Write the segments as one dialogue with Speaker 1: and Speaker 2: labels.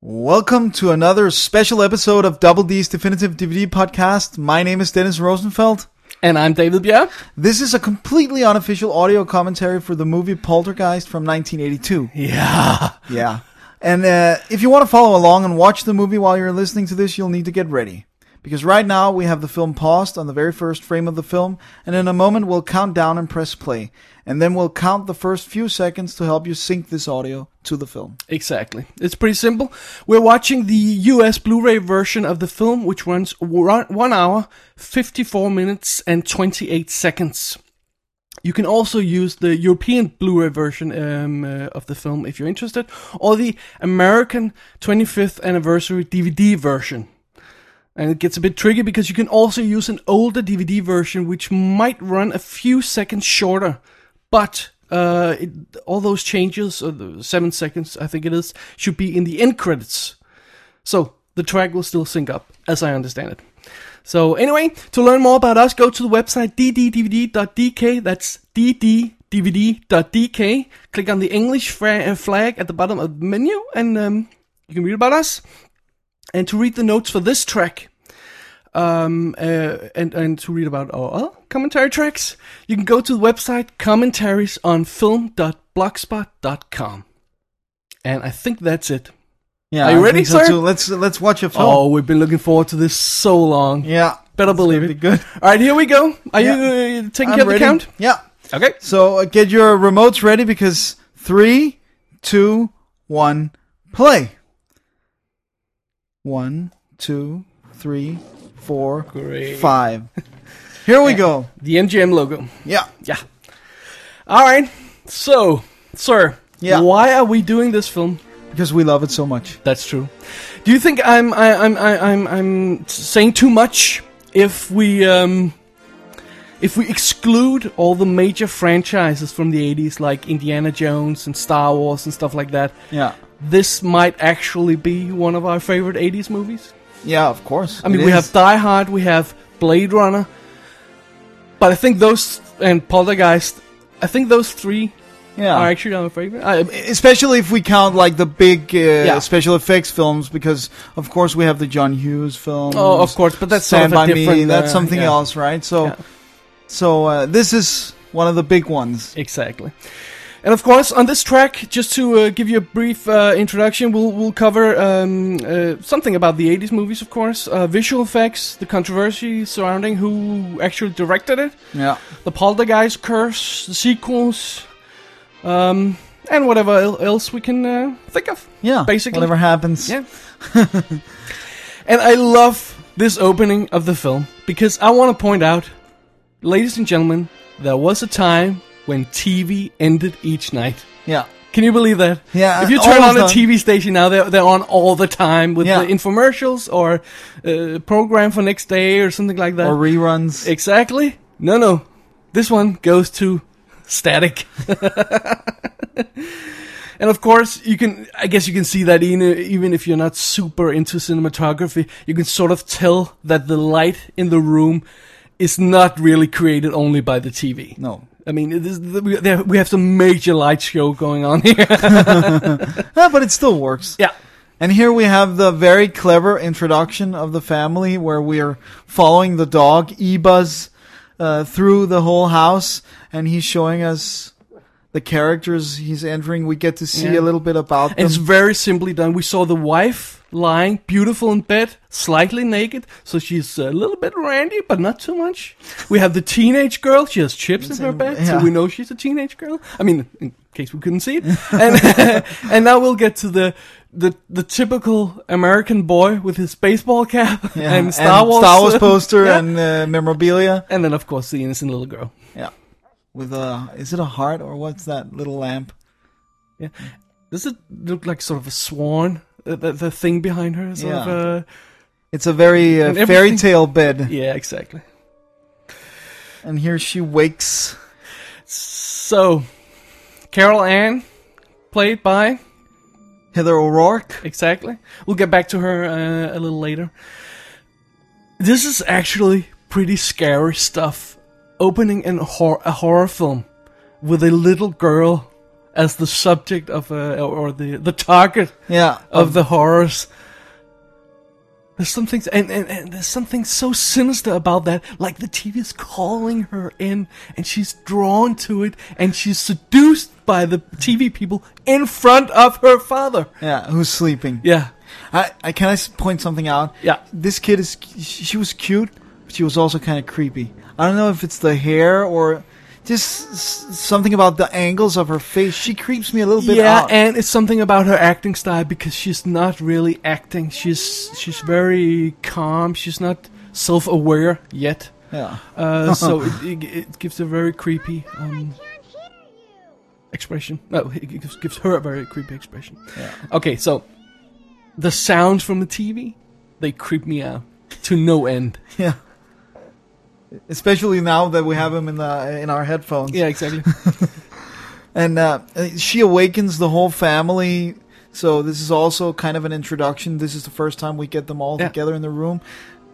Speaker 1: Welcome to another special episode of Double D's Definitive DVD Podcast. My name is Dennis Rosenfeld.
Speaker 2: And I'm David Bjerg.
Speaker 1: This is a completely unofficial audio commentary for the movie Poltergeist from 1982.
Speaker 2: Yeah.
Speaker 1: Yeah. And uh, if you want to follow along and watch the movie while you're listening to this, you'll need to get ready. Because right now we have the film paused on the very first frame of the film, and in a moment we'll count down and press play. And then we'll count the first few seconds to help you sync this audio to the film.
Speaker 2: Exactly. It's pretty simple. We're watching the US Blu ray version of the film, which runs one one hour, 54 minutes, and 28 seconds. You can also use the European Blu ray version um, uh, of the film if you're interested, or the American 25th anniversary DVD version. And it gets a bit tricky because you can also use an older DVD version, which might run a few seconds shorter. But uh, it, all those changes, or the seven seconds, I think it is, should be in the end credits. So the track will still sync up, as I understand it. So anyway, to learn more about us, go to the website ddvd.dk. That's ddvd.dk. Click on the English fra- uh, flag at the bottom of the menu, and um, you can read about us and to read the notes for this track um, uh, and, and to read about our other commentary tracks, you can go to the website commentaries on film.blogspot.com. And I think that's it.
Speaker 1: Yeah,
Speaker 2: Are you
Speaker 1: I
Speaker 2: ready,
Speaker 1: think so
Speaker 2: sir?
Speaker 1: too. Let's let's watch a film.
Speaker 2: Oh, we've been looking forward to this so long.
Speaker 1: Yeah,
Speaker 2: Better believe
Speaker 1: pretty
Speaker 2: it.
Speaker 1: good.
Speaker 2: All right, here we go. Are you uh, taking care of the count?
Speaker 1: Yeah.
Speaker 2: Okay.
Speaker 1: So uh, get your remotes ready because three, two, one, play. One, two, three, four,
Speaker 2: Great.
Speaker 1: five. Here we go.
Speaker 2: The MGM logo.
Speaker 1: Yeah.
Speaker 2: Yeah. All right. So, sir,
Speaker 1: Yeah.
Speaker 2: why are we doing this film?
Speaker 1: Because we love it so much.
Speaker 2: That's true. Do you think I'm I, I'm I, I'm I'm saying too much if we um if we exclude all the major franchises from the 80s like Indiana Jones and Star Wars and stuff like that?
Speaker 1: Yeah.
Speaker 2: This might actually be one of our favorite 80s movies.
Speaker 1: Yeah, of course.
Speaker 2: I mean,
Speaker 1: It
Speaker 2: we
Speaker 1: is.
Speaker 2: have Die Hard, we have Blade Runner, but I think those and Poltergeist, I think those three
Speaker 1: yeah.
Speaker 2: are actually our favorite. I,
Speaker 1: Especially if we count like the big uh,
Speaker 2: Yeah.
Speaker 1: special effects films, because of course we have the John Hughes film.
Speaker 2: oh, of course, but that's
Speaker 1: Stand
Speaker 2: sort of a
Speaker 1: by me.
Speaker 2: different,
Speaker 1: That's
Speaker 2: uh,
Speaker 1: something
Speaker 2: yeah.
Speaker 1: else, right? So,
Speaker 2: Yeah.
Speaker 1: so uh, this is one of the big ones.
Speaker 2: Exactly. And of course, on this track, just to uh, give you a brief uh, introduction, we'll we'll cover um, uh, something about the '80s movies, of course, uh, visual effects, the controversy surrounding who actually directed it,
Speaker 1: Yeah.
Speaker 2: the Poltergeist curse, the sequels, um, and whatever el- else we can uh, think of.
Speaker 1: Yeah.
Speaker 2: Basically.
Speaker 1: Whatever happens.
Speaker 2: Yeah. And I love this opening of the film because I want to point out, ladies and gentlemen, there was a time when TV ended each night.
Speaker 1: Yeah.
Speaker 2: Can you believe that?
Speaker 1: Yeah,
Speaker 2: If you turn on
Speaker 1: almost
Speaker 2: a
Speaker 1: done.
Speaker 2: TV station now, they're, they're on all the time with
Speaker 1: Yeah.
Speaker 2: the infomercials or uh, program for next day or something like that.
Speaker 1: Or reruns.
Speaker 2: exactly. No, no. This one goes to static. and of course, you can. I guess you can see that in, uh, even if you're not super into cinematography, you can sort of tell that the light in the room is not really created only by the TV.
Speaker 1: no.
Speaker 2: I mean, it is, we there- we have some major light show going on here.
Speaker 1: Yeah, Ah, but it still works.
Speaker 2: yeah.
Speaker 1: And here we have the very clever introduction of the family where we're following the dog, Ebuzz, uh, through the whole house and he's showing us the characters he's entering. We get to see
Speaker 2: Yeah.
Speaker 1: a little bit about
Speaker 2: And it's
Speaker 1: them.
Speaker 2: very simply done. We saw the wife lying beautiful in bed, slightly naked, so she's a little bit randy, but not too much. We have the teenage girl. She has chips in her
Speaker 1: It's in-
Speaker 2: bag,
Speaker 1: yeah.
Speaker 2: so we know she's a teenage girl. I mean, in case we couldn't see it. and, and now we'll get to the. The, the typical American boy with his baseball cap
Speaker 1: Yeah,
Speaker 2: and Star Wars
Speaker 1: Star Wars poster
Speaker 2: Yeah.
Speaker 1: and uh, memorabilia.
Speaker 2: and then of course the innocent little girl.
Speaker 1: Yeah. With a, is it a heart or what's that little lamp?
Speaker 2: Yeah. Does it look like sort of a swan? The, the, the thing behind her? Sort
Speaker 1: Yeah.
Speaker 2: of a,
Speaker 1: It's a very uh,
Speaker 2: And
Speaker 1: fairy
Speaker 2: everything-
Speaker 1: tale bed.
Speaker 2: yeah, exactly.
Speaker 1: And here she wakes.
Speaker 2: So, Carol Ann, played by,
Speaker 1: Heather O'Rourke.
Speaker 2: exactly. We'll get back to her uh, a little later. This is actually pretty scary stuff. Opening in a, hor- a horror film with a little girl as the subject of uh, or the the target
Speaker 1: Yeah.
Speaker 2: of the horrors. There's something, and, and, and there's something so sinister about that. Like the TV is calling her in, and she's drawn to it, and she's seduced by the TV people in front of her father.
Speaker 1: Yeah, who's sleeping?
Speaker 2: Yeah,
Speaker 1: I, I can I s- point something out?
Speaker 2: Yeah.
Speaker 1: This kid is sh- she was cute, but she was also kind of creepy. I don't know if it's the hair or just s- something about the angles of her face. She creeps me a little bit
Speaker 2: yeah,
Speaker 1: out.
Speaker 2: and it's something about her acting style because she's not really acting. She's she's very calm. She's not self-aware yet.
Speaker 1: yeah.
Speaker 2: Uh, so it, it, it gives a very creepy um, expression. No, it gives, gives her a very creepy expression.
Speaker 1: Yeah.
Speaker 2: Okay, so the sounds from the TV, they creep me out to no end.
Speaker 1: Yeah. Especially now that we have him in the in our headphones.
Speaker 2: Yeah, exactly.
Speaker 1: And uh, she awakens the whole family. So this is also kind of an introduction. This is the first time we get them all
Speaker 2: Yeah.
Speaker 1: together in the room,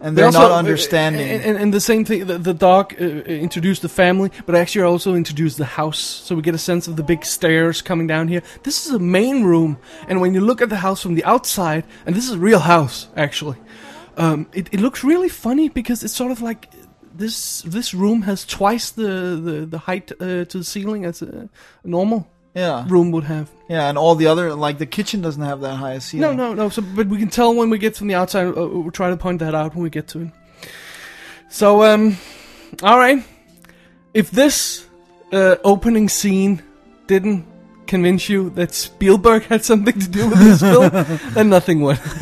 Speaker 1: and
Speaker 2: They
Speaker 1: they're
Speaker 2: also- uh,
Speaker 1: not understanding.
Speaker 2: And, and, and the same thing, the, the dog uh, introduced the family, but actually also introduced the house. So we get a sense of the big stairs coming down here. This is a main room, and when you look at the house from the outside, and this is a real house, actually, um, it, it looks really funny because it's sort of like. This this room has twice the the, the height uh, to the ceiling as a normal
Speaker 1: yeah,
Speaker 2: room would have.
Speaker 1: yeah, and all the other like the kitchen doesn't have that high a ceiling.
Speaker 2: No, no, no. So, but we can tell when we get from the outside. Uh, we'll try to point that out when we get to it. So, um, all right. If this uh, opening scene didn't convince you that Spielberg had something to do with this film, then nothing would,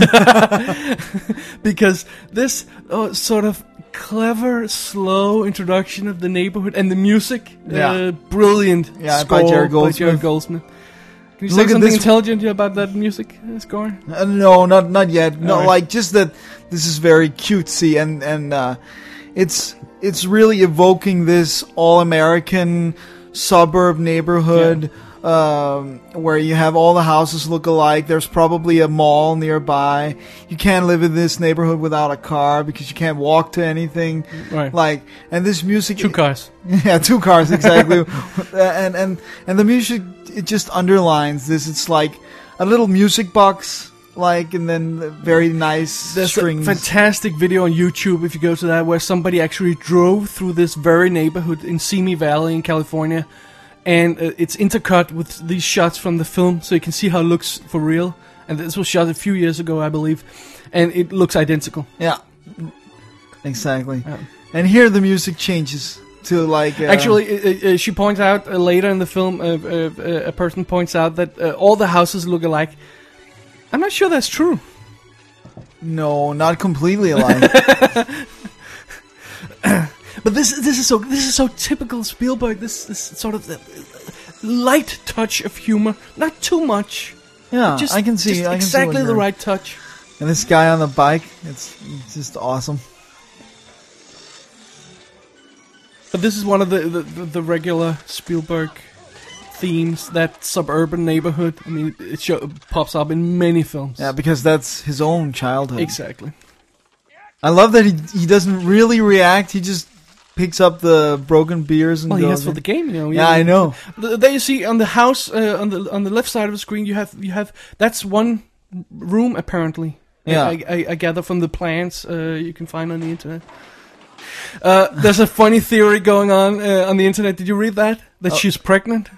Speaker 2: because this uh, sort of clever, slow introduction of the neighborhood and the music,
Speaker 1: Yeah.
Speaker 2: uh, brilliant
Speaker 1: Yeah, by
Speaker 2: score
Speaker 1: Jerry
Speaker 2: By Jerry
Speaker 1: Goldsmith.
Speaker 2: Goldsmith. Can
Speaker 1: Look
Speaker 2: you say
Speaker 1: at
Speaker 2: something
Speaker 1: this-
Speaker 2: intelligent about that music uh, score?
Speaker 1: Uh, no, not not yet. No,
Speaker 2: Alright.
Speaker 1: like just that. This is very cutesy, and and uh, it's it's really evoking this all-American suburb neighborhood um, where you have all the houses look alike. There's probably a mall nearby. You can't live in this neighborhood without a car because you can't walk to anything.
Speaker 2: Right.
Speaker 1: Like, and this music,
Speaker 2: Two cars.
Speaker 1: yeah, two cars exactly. Uh, and and and the music it just underlines this. It's like a little music box, like, and then the very nice
Speaker 2: There's a
Speaker 1: strings.
Speaker 2: fantastic video on YouTube if you go to that where somebody actually drove through this very neighborhood in Simi Valley in California, and uh, it's intercut with these shots from the film, so you can see how it looks for real. And this was shot a few years ago, I believe, and it looks identical.
Speaker 1: yeah, exactly.
Speaker 2: Yeah.
Speaker 1: And here the music changes to like uh,
Speaker 2: Actually, uh, uh, she points out uh, later in the film, uh, uh, uh, a person points out that uh, all the houses look alike. I'm not sure that's true.
Speaker 1: no, not completely alike.
Speaker 2: But this this is so this is so typical Spielberg. This this sort of uh, light touch of humor, not too much.
Speaker 1: yeah,
Speaker 2: Just
Speaker 1: I can see
Speaker 2: just
Speaker 1: I can see
Speaker 2: exactly
Speaker 1: what
Speaker 2: the
Speaker 1: you're-
Speaker 2: right touch.
Speaker 1: And this guy on the bike, it's, it's just awesome.
Speaker 2: But this is one of the the, the, the regular Spielberg themes. That suburban neighborhood. I mean, it, show, pops up in many films.
Speaker 1: Yeah, because that's his own childhood.
Speaker 2: exactly.
Speaker 1: I love that he he doesn't really react. He just picks up the broken beers and
Speaker 2: Well, he
Speaker 1: goes
Speaker 2: has for
Speaker 1: in.
Speaker 2: the game, you know.
Speaker 1: Yeah, I know.
Speaker 2: Th- There you see on the house uh, on the on the left side of the screen you have you have that's one room apparently.
Speaker 1: Yeah.
Speaker 2: I, I, I gather from the plans uh, you can find on the internet. Uh, there's a funny theory going on uh, on the internet. Did you read that?
Speaker 1: Uh,
Speaker 2: That she's pregnant.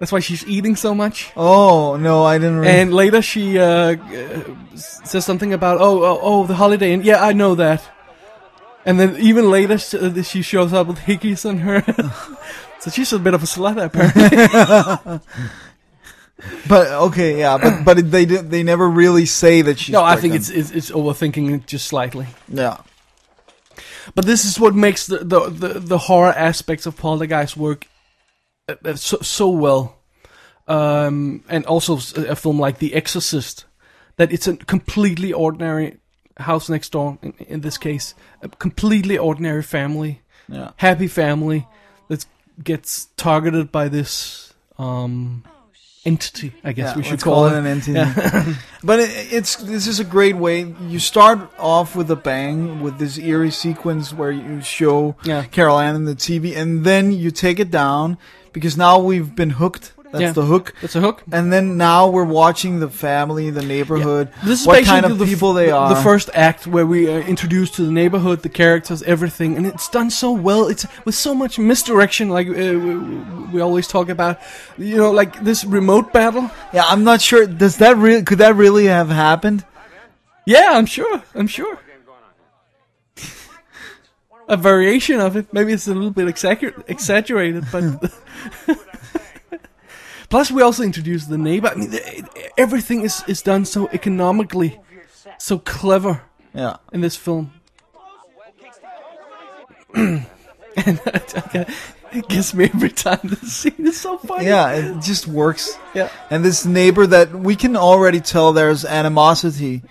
Speaker 2: That's why she's eating so much.
Speaker 1: Oh no, I didn't. Really,
Speaker 2: And later she uh, uh, s- says something about oh oh oh the holiday and yeah I know that. And then even later s- uh, she shows up with hickeys on her. so she's a bit of a slut apparently.
Speaker 1: but okay, yeah, but but they did, they never really say that she's.
Speaker 2: no, I think it's,
Speaker 1: pregnant.
Speaker 2: it's it's overthinking it just slightly.
Speaker 1: yeah,
Speaker 2: But this is what makes the the the, the horror aspects of Poltergeist work uh, uh, so so well. Um, and also s- a film like The Exorcist, that it's a completely ordinary house next door. In, in this case, a completely ordinary family,
Speaker 1: yeah,
Speaker 2: happy family that gets targeted by this um entity. I guess
Speaker 1: yeah,
Speaker 2: we should
Speaker 1: let's
Speaker 2: call, it.
Speaker 1: an entity. but it, it's this is a great way. You start off with a bang with this eerie sequence where you show
Speaker 2: Yeah.
Speaker 1: Carol Ann in the TV, and then you take it down because now we've been hooked. That's
Speaker 2: Yeah.
Speaker 1: the hook.
Speaker 2: That's a hook.
Speaker 1: And then now we're watching the family, the neighborhood,
Speaker 2: This is
Speaker 1: what
Speaker 2: basically
Speaker 1: kind of
Speaker 2: the, f-
Speaker 1: people they
Speaker 2: the-
Speaker 1: are.
Speaker 2: The first act where we are introduced to the neighborhood, the characters, everything, and it's done so well. It's with so much misdirection, like uh, we, we always talk about. You know, like this remote battle.
Speaker 1: yeah, I'm not sure. Does that really? Could that really have happened?
Speaker 2: Yeah, I'm sure. I'm sure. a variation of it. Maybe it's a little bit exagger- exaggerated, but. Plus, we also introduced the neighbor. I mean, the, everything is, is done so economically, so clever.
Speaker 1: Yeah.
Speaker 2: in this film. and it gets me every time this scene is so funny.
Speaker 1: Yeah, it just works.
Speaker 2: Yeah.
Speaker 1: And this neighbor that we can already tell there's animosity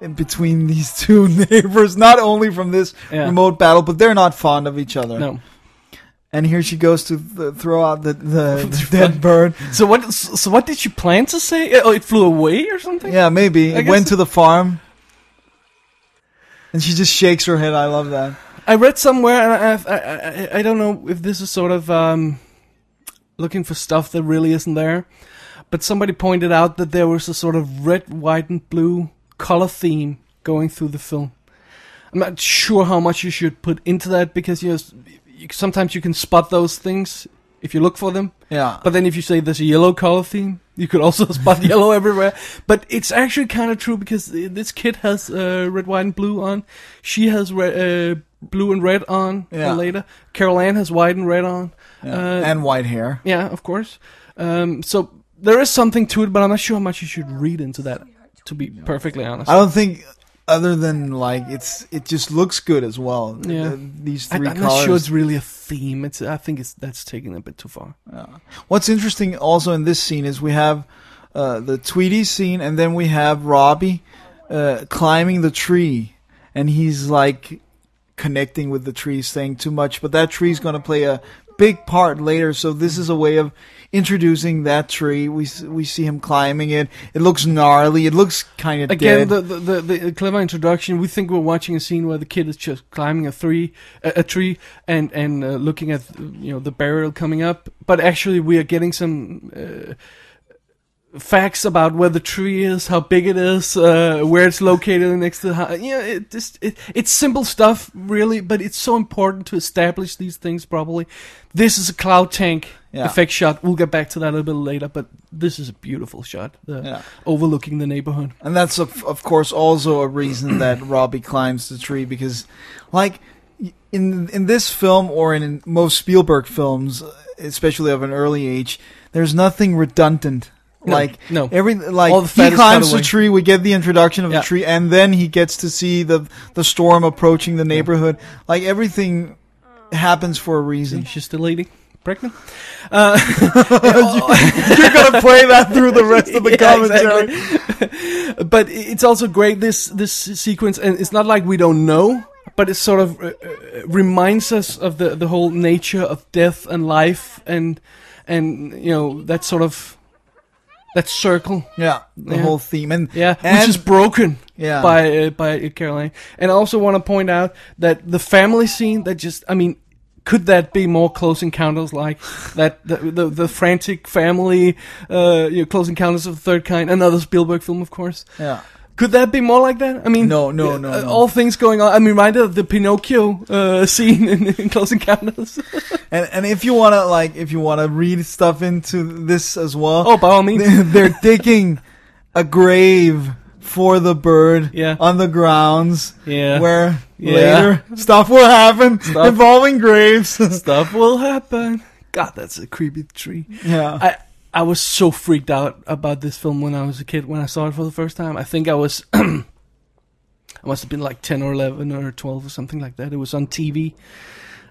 Speaker 1: in between these two neighbors, not only from this
Speaker 2: Yeah.
Speaker 1: remote battle, but they're not fond of each other.
Speaker 2: No.
Speaker 1: And here she goes to th- throw out the, the, the dead bird.
Speaker 2: So what? So what did she plan to say? Oh, it flew away or something?
Speaker 1: Yeah, maybe.
Speaker 2: I
Speaker 1: It
Speaker 2: guess
Speaker 1: went
Speaker 2: it-
Speaker 1: to the farm. And she just shakes her head. I love that.
Speaker 2: I read somewhere, and I, I, I- I, I don't know if this is sort of um, looking for stuff that really isn't there, but somebody pointed out that there was a sort of red, white, and blue color theme going through the film. I'm not sure how much you should put into that because you know, s- you, sometimes you can spot those things if you look for them.
Speaker 1: Yeah.
Speaker 2: But then if you say there's a yellow color theme, you could also spot yellow everywhere. But it's actually kind of true because uh, this kid has uh, red, white, and blue on. She has re- uh, blue and red on uh,
Speaker 1: Yeah.
Speaker 2: later. Carol Ann has white and red on.
Speaker 1: Yeah.
Speaker 2: Uh,
Speaker 1: and white hair.
Speaker 2: yeah, of course. Um, so there is something to it, but I'm not sure how much you should read into that, to be perfectly honest.
Speaker 1: I don't think, other than like, it's it just looks good as well.
Speaker 2: Yeah.
Speaker 1: Uh, These
Speaker 2: I,
Speaker 1: 3
Speaker 2: I'm
Speaker 1: colors.
Speaker 2: not sure it's really a theme. It's I think it's that's taken a bit too far.
Speaker 1: What's interesting also in this scene is we have uh, the Tweety scene, and then we have Robbie uh, climbing the tree, and he's like connecting with the tree, saying too much, but that tree's going to play a big part later. So this is a way of introducing that tree. We s- we see him climbing it. It looks gnarly. It looks kind of dead.
Speaker 2: Again, the, the, the, the clever introduction. We think we're watching a scene where the kid is just climbing a tree, a, a tree, and and uh, looking at you know the burial coming up. But actually, we are getting some uh, facts about where the tree is, how big it is, uh, where it's located next to the house. You know, it just it, it's simple stuff, really. But it's so important to establish these things properly. This is a cloud tank
Speaker 1: Yeah.
Speaker 2: effect shot. We'll get back to that a little bit later. But this is a beautiful shot, the,
Speaker 1: Yeah.
Speaker 2: overlooking the neighborhood.
Speaker 1: And that's of, of course also a reason that Robbie climbs the tree because, like, y- in in this film or in most Spielberg films, especially of an early age, there's nothing redundant.
Speaker 2: No,
Speaker 1: like
Speaker 2: no.
Speaker 1: every like
Speaker 2: All the fat
Speaker 1: he
Speaker 2: is
Speaker 1: climbs
Speaker 2: cut
Speaker 1: the
Speaker 2: away.
Speaker 1: tree, we get the introduction of
Speaker 2: Yeah.
Speaker 1: the tree, and then he gets to see the the storm approaching the neighborhood. Like everything
Speaker 2: Oh.
Speaker 1: happens for a reason.
Speaker 2: She's still eating. Pregnant? Uh,
Speaker 1: You're gonna play that through the rest of the
Speaker 2: Yeah,
Speaker 1: commentary.
Speaker 2: exactly. but it's also great this this sequence, and it's not like we don't know, but it sort of uh, uh, reminds us of the the whole nature of death and life, and and you know that sort of that circle,
Speaker 1: Yeah, the
Speaker 2: Yeah.
Speaker 1: whole theme and
Speaker 2: yeah,
Speaker 1: And-
Speaker 2: which is broken.
Speaker 1: yeah.
Speaker 2: by uh, by Caroline. And I also want to point out that the family scene that just I mean could that be more close encounters like that the the, the frantic family uh you know, close encounters of the third kind another Spielberg film of course.
Speaker 1: yeah.
Speaker 2: Could that be more like that? I mean
Speaker 1: No, no,
Speaker 2: uh,
Speaker 1: no,
Speaker 2: uh,
Speaker 1: no.
Speaker 2: All things going on. I'm reminded of the Pinocchio uh, scene in, in Close Encounters.
Speaker 1: And and if you wanna like if you wanna read stuff into this as well,
Speaker 2: oh, by all means.
Speaker 1: they're digging a grave for the bird
Speaker 2: Yeah.
Speaker 1: on the grounds
Speaker 2: Yeah.
Speaker 1: where
Speaker 2: Yeah.
Speaker 1: later stuff will happen
Speaker 2: Stuff.
Speaker 1: involving graves.
Speaker 2: stuff will happen. God, that's a creepy tree.
Speaker 1: yeah.
Speaker 2: I I was so freaked out about this film when I was a kid when I saw it for the first time. I think I was I must have been like ten or eleven or twelve or something like that. It was on TV,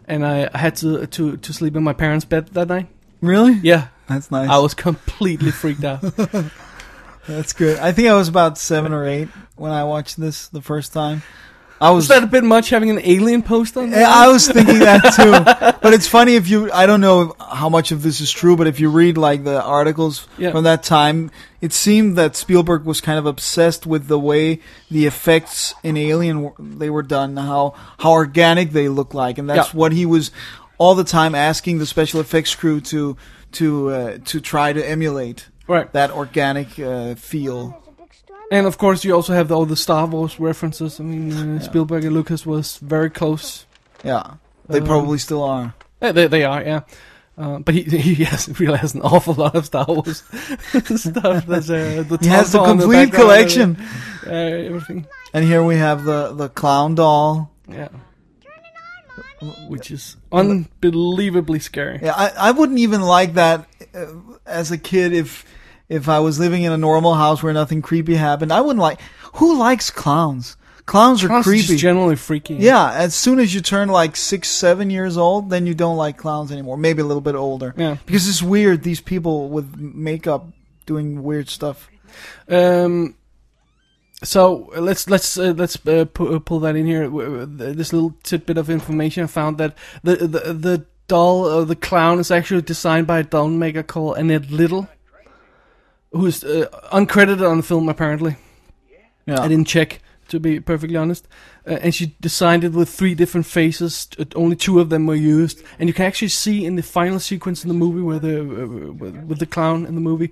Speaker 2: and I, I had to to to sleep in my parents' bed that night.
Speaker 1: really?
Speaker 2: Yeah,
Speaker 1: That's nice.
Speaker 2: I was completely freaked out.
Speaker 1: That's good. I think I was about 7 or 8 when I watched this the first time. I was
Speaker 2: was that a bit much having an alien post on?
Speaker 1: Yeah, I was thinking that too. but it's funny if you I don't know how much of this is true, but if you read like the articles
Speaker 2: Yeah.
Speaker 1: from that time, it seemed that Spielberg was kind of obsessed with the way the effects in Alien were, they were done, how how organic they look like, and that's
Speaker 2: Yeah.
Speaker 1: what he was all the time asking the special effects crew to to uh, to try to emulate
Speaker 2: Right.
Speaker 1: that organic uh, feel.
Speaker 3: There's a big storm.
Speaker 2: And of course, you also have all the Star Wars references. I mean, uh, Spielberg and Lucas was very close.
Speaker 1: Yeah, they
Speaker 2: Um,
Speaker 1: probably still are.
Speaker 2: Uh, they, they are, yeah. Uh, but he he has really has an awful lot of Star Wars stuff. There's uh, the
Speaker 1: He has
Speaker 2: Tonto
Speaker 1: the
Speaker 2: on the
Speaker 1: complete
Speaker 2: background,
Speaker 1: collection.
Speaker 2: uh, everything.
Speaker 1: And here we have the the clown doll.
Speaker 2: Yeah. Which is unbelievably scary.
Speaker 1: Yeah, I, I wouldn't even like that uh, as a kid if if I was living in a normal house where nothing creepy happened. I wouldn't like. Who likes clowns? Clowns are
Speaker 2: Clowns are
Speaker 1: creepy.
Speaker 2: just generally freaky.
Speaker 1: yeah, as soon as you turn like six, seven years old, then you don't like clowns anymore. Maybe a little bit older.
Speaker 2: Yeah.
Speaker 1: Because it's weird, these people with makeup doing weird stuff.
Speaker 2: Um. So uh, let's let's uh, let's uh, pu- uh, pull that in here. W- w- th- This little tidbit of information I found that the the the doll uh, the clown is actually designed by a doll maker called Annette Little, who's uh, uncredited on the film apparently.
Speaker 1: Yeah.
Speaker 2: I didn't check to be perfectly honest, uh, and she designed it with three different faces. t- only two of them were used, and you can actually see in the final sequence in the movie where the uh, with, with the clown in the movie,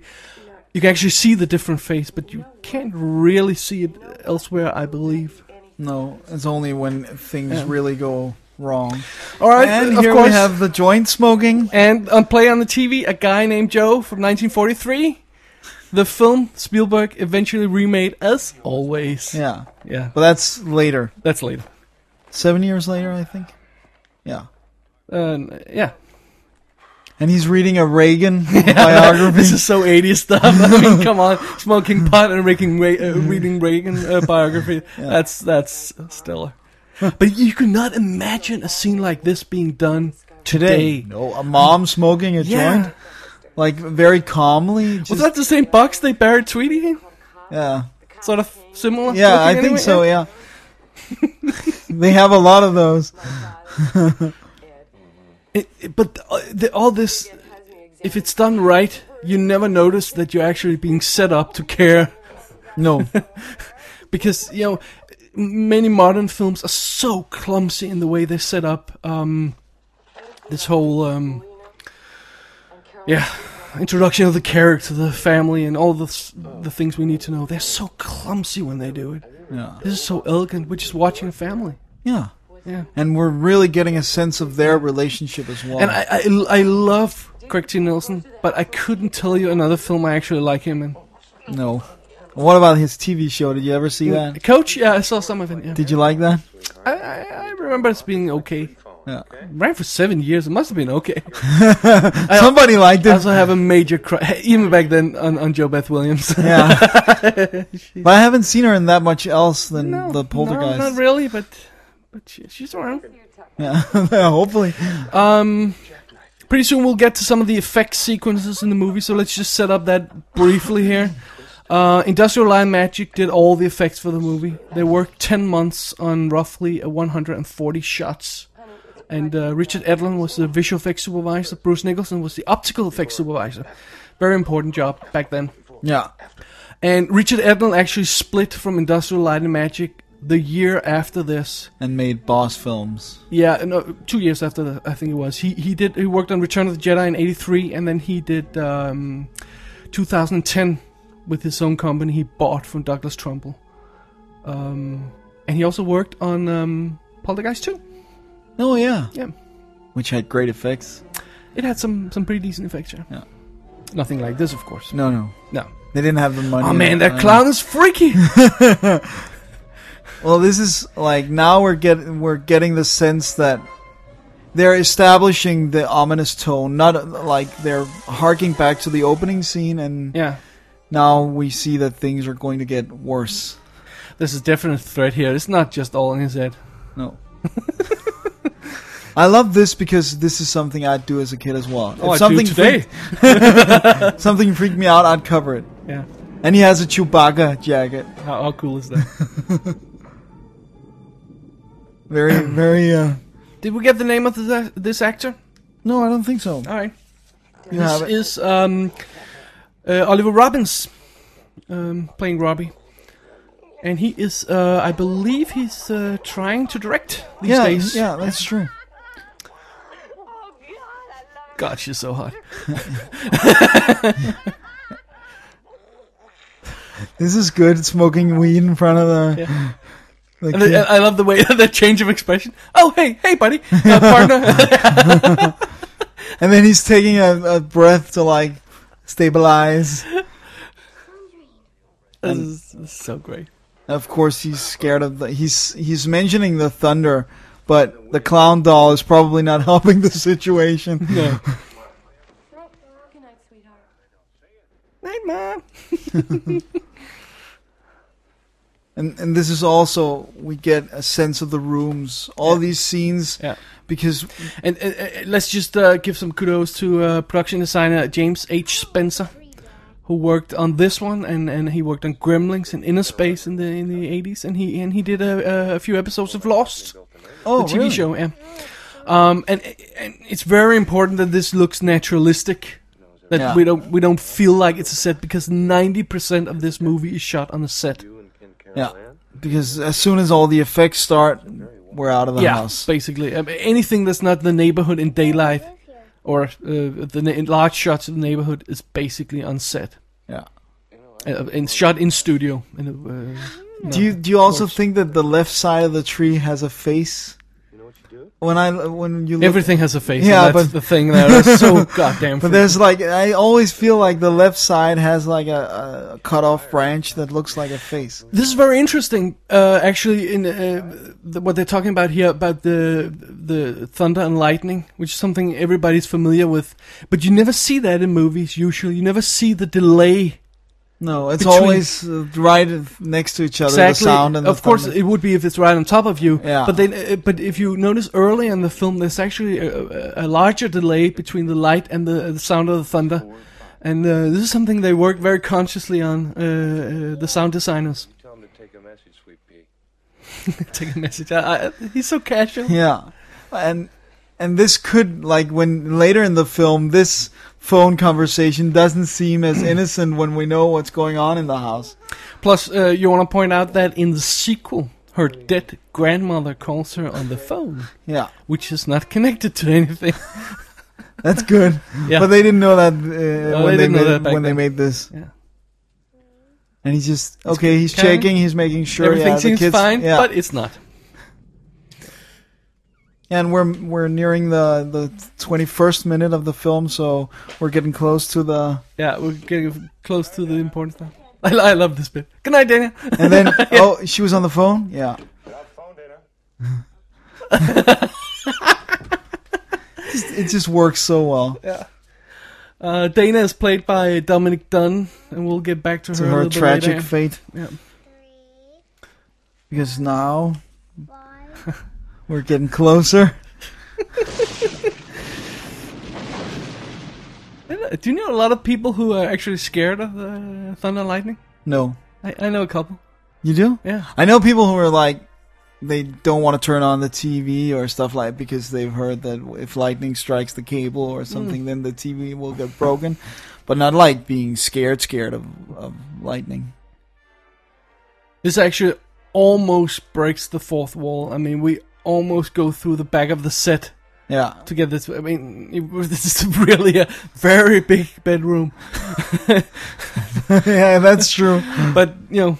Speaker 2: you can actually see the different face, but you can't really see it elsewhere. I believe.
Speaker 1: No, it's only when things
Speaker 2: Yeah.
Speaker 1: really go wrong.
Speaker 2: All right,
Speaker 1: and
Speaker 2: of
Speaker 1: here
Speaker 2: course.
Speaker 1: we have the joint smoking.
Speaker 2: and on play on the TV, a guy named Joe from 1943. The film Spielberg eventually remade as always.
Speaker 1: Yeah,
Speaker 2: yeah,
Speaker 1: but that's later.
Speaker 2: that's later.
Speaker 1: Seven years later, I think. Yeah.
Speaker 2: Uh, yeah,
Speaker 1: And he's reading a Reagan biography.
Speaker 2: This is so 80s stuff. I mean, come on, smoking pot and reading, Re- uh, reading Reagan uh, biography. That's that's stellar. but you could not imagine a scene like this being done today.
Speaker 1: No, a mom smoking a
Speaker 2: Yeah.
Speaker 1: joint, like very calmly.
Speaker 2: Was
Speaker 1: Just,
Speaker 2: that the same box they buried Tweety in?
Speaker 1: yeah,
Speaker 2: Sort of similar.
Speaker 1: yeah, I
Speaker 2: looking
Speaker 1: think
Speaker 2: anyway?
Speaker 1: so. Yeah, they have a lot of those.
Speaker 2: It- it- but uh, the, all this, if it's done right, you never notice that you're actually being set up to care
Speaker 1: No,
Speaker 2: because you know many modern films are so clumsy in the way they set up um, this whole um, yeah introduction of the character, the family, and all the s- the things we need to know. They're so clumsy when they do it.
Speaker 1: yeah,
Speaker 2: This is so elegant. We're just watching a family.
Speaker 1: yeah,
Speaker 2: Yeah,
Speaker 1: and we're really getting a sense of their relationship as well.
Speaker 2: and I I, I love Craig T. Nelson, but I couldn't tell you another film I actually like him in.
Speaker 1: no, what about his TV show? Did you ever see that?
Speaker 2: Coach, yeah, I saw some of it. Yeah.
Speaker 1: Did you like that?
Speaker 2: I, I I remember it's being okay.
Speaker 1: Yeah.
Speaker 2: Ran for seven years. It must have been okay.
Speaker 1: Somebody liked
Speaker 2: I
Speaker 1: it.
Speaker 2: also have a major crush, even back then, on, on Joe Beth Williams.
Speaker 1: Yeah, but I haven't seen her in that much else than the
Speaker 2: no,
Speaker 1: Poltergeist.
Speaker 2: not really, but but she, she's around.
Speaker 1: Yeah, hopefully.
Speaker 2: Um, pretty soon we'll get to some of the effect sequences in the movie, so let's just set up that briefly here. Uh, Industrial Light and Magic did all the effects for the movie. They worked 10 months on roughly uh, 140 shots. And uh, Richard Edlund was the visual effects supervisor. Bruce Nicholson was the optical effects supervisor. Very important job back then.
Speaker 1: Yeah.
Speaker 2: And Richard Edlund actually split from Industrial Light and Magic the year after this.
Speaker 1: and made boss films.
Speaker 2: Yeah, no, two years after that, I think it was. He he did he worked on Return of the Jedi in '83, and then he did um, 2010 with his own company he bought from Douglas Trumbull. Um, and he also worked on um, Poltergeist 2.
Speaker 1: Oh yeah,
Speaker 2: Yeah,
Speaker 1: which had great effects.
Speaker 2: it had some some pretty decent effects. Yeah.
Speaker 1: Yeah.
Speaker 2: Nothing like this, of course.
Speaker 1: No, no,
Speaker 2: No.
Speaker 1: they didn't have the money.
Speaker 2: Oh man, that
Speaker 1: Uh,
Speaker 2: clown is freaky.
Speaker 1: Well, this is like now we're getting we're getting the sense that they're establishing the ominous tone, not uh, like they're harking back to the opening scene, and
Speaker 2: yeah.
Speaker 1: now we see that things are going to get worse.
Speaker 2: There's a definite threat here. It's not just all in his head.
Speaker 1: No. I love this because this is something I'd do as a kid as well.
Speaker 2: Oh, I do
Speaker 1: something
Speaker 2: today.
Speaker 1: freaked- something freaked me out, I'd cover it.
Speaker 2: Yeah.
Speaker 1: And he has a Chewbacca jacket.
Speaker 2: How, how cool is that?
Speaker 1: Very, very. uh
Speaker 2: Did we get the name of the, this actor?
Speaker 1: No, I don't think so.
Speaker 2: All right.
Speaker 1: You
Speaker 2: this
Speaker 1: have it.
Speaker 2: is um, uh, Oliver Robbins um, playing Robbie, and he is, uh, I believe, he's uh, trying to direct these
Speaker 1: yeah,
Speaker 2: days.
Speaker 1: yeah, that's true.
Speaker 3: Oh God, I love
Speaker 2: God, she's so hot.
Speaker 1: This is good. Smoking weed in front of the. the
Speaker 2: And uh, the,
Speaker 1: kid.
Speaker 2: I love the way the change of expression. Oh, hey, hey, buddy, uh, partner.
Speaker 1: And then he's taking a, a breath to like stabilize. Um,
Speaker 2: this, is, this is so great.
Speaker 1: Of course, he's scared of the. He's he's mentioning the thunder, but the clown doll is probably not helping the situation.
Speaker 2: No.
Speaker 3: Good night, sweetheart.
Speaker 2: hey, mom.
Speaker 1: And and this is also we get a sense of the rooms. All these scenes
Speaker 2: Yeah.
Speaker 1: because
Speaker 2: And uh, uh, let's just uh, give some kudos to uh, production designer James H. Spencer, who worked on this one, and, and he worked on Gremlins and Inner Space in the in the eighties, and he and he did a, a- a few episodes of Lost,
Speaker 1: oh
Speaker 2: the TV
Speaker 1: really?
Speaker 2: show. Yeah. Um, and and it's very important that this looks naturalistic. That
Speaker 1: Yeah.
Speaker 2: we don't we don't feel like it's a set because ninety percent of this movie is shot on a set.
Speaker 1: Yeah, because as soon as all the effects start, we're out of the
Speaker 2: yeah,
Speaker 1: house.
Speaker 2: basically. I mean, anything that's not the neighborhood in daylight or uh, the na- large shots of the neighborhood is basically on set
Speaker 1: yeah.
Speaker 2: uh, and shot in studio. In a, uh,
Speaker 1: Do you do you also think that the left side of the tree has a face? When I when you look,
Speaker 2: everything has a face.
Speaker 1: Yeah,
Speaker 2: Yeah, that's
Speaker 1: but-
Speaker 2: the thing that is so goddamn.
Speaker 1: but there's like I always feel like the left side has like a, a cut off branch that looks like a face.
Speaker 2: This is very interesting, uh, actually. In uh, the, what they're talking about here about the the thunder and lightning, which is something everybody's familiar with, but you never see that in movies. Usually, you never see the delay.
Speaker 1: No, it's
Speaker 2: Between-
Speaker 1: always uh, right next to each other. The sound and the
Speaker 2: of course,
Speaker 1: thunder.
Speaker 2: it would be if it's right on top of you.
Speaker 1: Yeah.
Speaker 2: But then, uh, but if you notice early in the film, there's actually a, a- a larger delay between the light and the, the sound of the thunder, and uh, this is something they work very consciously on. Uh, uh, the sound designers
Speaker 4: Tell him to take a message, sweet pea.
Speaker 2: take a message. I, I, he's so casual.
Speaker 1: yeah, and and this could like when later in the film this phone conversation doesn't seem as innocent when we know what's going on in the house.
Speaker 2: Plus, uh, you want to point out that in the sequel, her dead grandmother calls her on the phone,
Speaker 1: Yeah,
Speaker 2: which is not connected to anything.
Speaker 1: that's good.
Speaker 2: Yeah.
Speaker 1: But they didn't know that uh, when they
Speaker 2: they didn't know
Speaker 1: made,
Speaker 2: that back
Speaker 1: when they
Speaker 2: then.
Speaker 1: made this.
Speaker 2: Yeah.
Speaker 1: And he's just okay. He's
Speaker 2: kinda-
Speaker 1: checking. He's making sure
Speaker 2: Everything
Speaker 1: yeah, the
Speaker 2: seems
Speaker 1: kids-
Speaker 2: fine,
Speaker 1: Yeah.
Speaker 2: but it's not.
Speaker 1: and we're we're nearing the the twenty first minute of the film, so we're getting close to the.
Speaker 2: Yeah, we're getting close to the important stuff. I, I love this bit. Good night, Daniel.
Speaker 1: And then oh, she was on the phone. Yeah,
Speaker 4: Got phone dinner.
Speaker 1: it just works so well.
Speaker 2: Uh, Dana is played by Dominic Dunn, and we'll get back to,
Speaker 1: to
Speaker 2: her, a
Speaker 1: her
Speaker 2: little bit
Speaker 1: tragic
Speaker 2: later.
Speaker 1: fate.
Speaker 2: Yeah.
Speaker 1: Because now we're getting closer.
Speaker 2: Uh, Do you know a lot of people who are actually scared of the thunder and lightning?
Speaker 1: No,
Speaker 2: I, I know a couple.
Speaker 1: you do.
Speaker 2: Yeah,
Speaker 1: I know people who are like they don't want to turn on the TV or stuff like because they've heard that if lightning strikes the cable or something,
Speaker 2: Mm.
Speaker 1: then the TV will get broken. But not like being scared, scared of, of lightning.
Speaker 2: this actually almost breaks the fourth wall. I mean, we almost go through the back of the set
Speaker 1: Yeah,
Speaker 2: to get this. I mean, it, was- this is really a very big bedroom,
Speaker 1: yeah, that's true.
Speaker 2: but you know,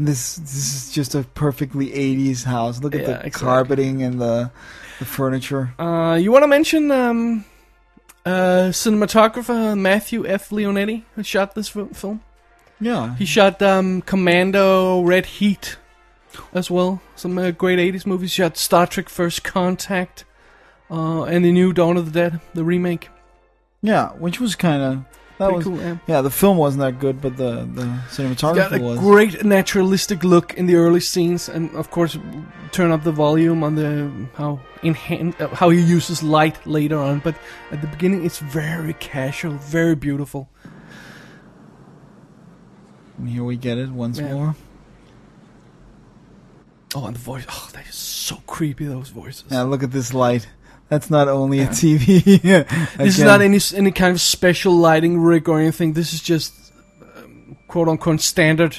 Speaker 1: This this is just a perfectly '80s house. Look at
Speaker 2: Yeah,
Speaker 1: the
Speaker 2: exactly.
Speaker 1: carpeting and the the furniture.
Speaker 2: Uh, you want to mention um, uh, cinematographer Matthew F. Leonetti, who shot this fi- film?
Speaker 1: Yeah,
Speaker 2: He shot um, Commando, Red Heat, as well. Some uh, great '80s movies. He shot Star Trek: First Contact, uh, and the new Dawn of the Dead, the remake.
Speaker 1: yeah, which was kind of that
Speaker 2: Pretty
Speaker 1: was
Speaker 2: cool. Yeah.
Speaker 1: Yeah, the film wasn't that good, but the the
Speaker 2: Got a
Speaker 1: cinematography was.
Speaker 2: great naturalistic look in the early scenes, and of course, turn up the volume on the how enhan- uh, how he uses light later on. But at the beginning, it's very casual, very beautiful.
Speaker 1: and here we get it once
Speaker 2: Yeah.
Speaker 1: more.
Speaker 2: Oh, and the voice. Oh, that is so creepy. Those voices.
Speaker 1: Yeah, look at this light. That's not only a TV.
Speaker 2: this is not any any kind of special lighting rig or anything. This is just um, quote unquote standard.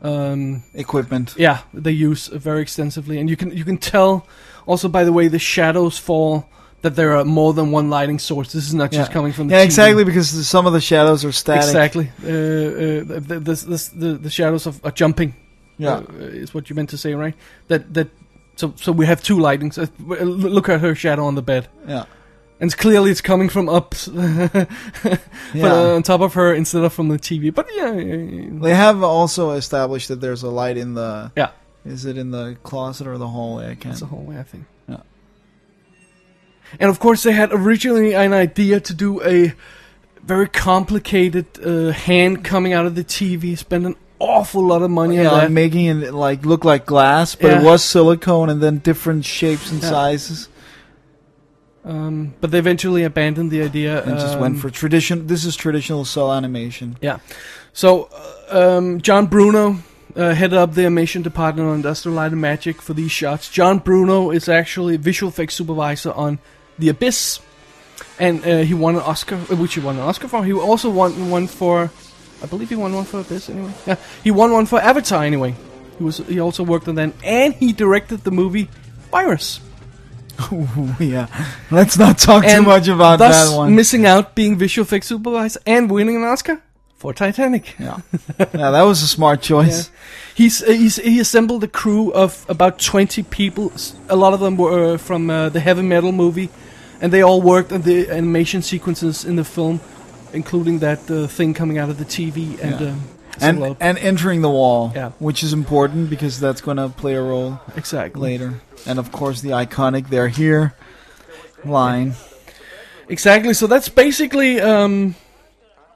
Speaker 2: Um,
Speaker 1: equipment.
Speaker 2: yeah, they use very extensively, and you can you can tell also by the way the shadows fall that there are more than one lighting source. This is not just coming from the
Speaker 1: yeah,
Speaker 2: TV.
Speaker 1: exactly because some of the shadows are static.
Speaker 2: Exactly. Uh, uh, the, the, the, the, the shadows of, are jumping.
Speaker 1: Yeah.
Speaker 2: uh, is what you meant to say, right? That that so so we have two lightnings. Uh, w- look at her shadow on the bed,
Speaker 1: yeah.
Speaker 2: and it's clearly it's coming from up, but,
Speaker 1: Yeah.
Speaker 2: uh, on top of her instead of from the TV. But yeah, yeah, yeah.
Speaker 1: They have also established that there's a light in the.
Speaker 2: Yeah.
Speaker 1: Is it in the closet or the hallway? I can't.
Speaker 2: that's a whole way I think.
Speaker 1: Yeah.
Speaker 2: And of course, they had originally an idea to do a very complicated uh, hand coming out of the TV. Spend an awful lot of money
Speaker 1: yeah,
Speaker 2: on that.
Speaker 1: like making it like look like glass, but it
Speaker 2: Yeah.
Speaker 1: was silicone and then different shapes and
Speaker 2: Yeah.
Speaker 1: sizes,
Speaker 2: Um, but they eventually abandoned the idea
Speaker 1: and just
Speaker 2: um,
Speaker 1: went for tradition. This is traditional cell animation.
Speaker 2: Yeah. So, uh, um, John Bruno uh, headed up the animation department on Industrial Light and Magic for these shots. John Bruno is actually visual effects supervisor on The Abyss, and uh, he won an Oscar, uh, which he won an Oscar for. He also won one for, I believe he won one for Abyss anyway. Yeah, he won one for Avatar anyway. He was he also worked on that, and he directed the movie Virus.
Speaker 1: yeah, let's not talk too
Speaker 2: And
Speaker 1: much about
Speaker 2: thus
Speaker 1: that one.
Speaker 2: missing out being visual effects supervisor and winning an Oscar for Titanic.
Speaker 1: yeah, yeah, that was a smart choice.
Speaker 2: He's, uh, he's he assembled a crew of about twenty people. S- A lot of them were uh, from uh, the heavy metal movie, and they all worked on the animation sequences in the film, including that uh, thing coming out of the TV and.
Speaker 1: Yeah.
Speaker 2: um, it's a
Speaker 1: And
Speaker 2: lot-
Speaker 1: and entering the wall,
Speaker 2: Yeah.
Speaker 1: which is important because that's going to play a role
Speaker 2: exactly,
Speaker 1: later. And of course, the iconic "They're here" line.
Speaker 2: exactly. So that's basically um,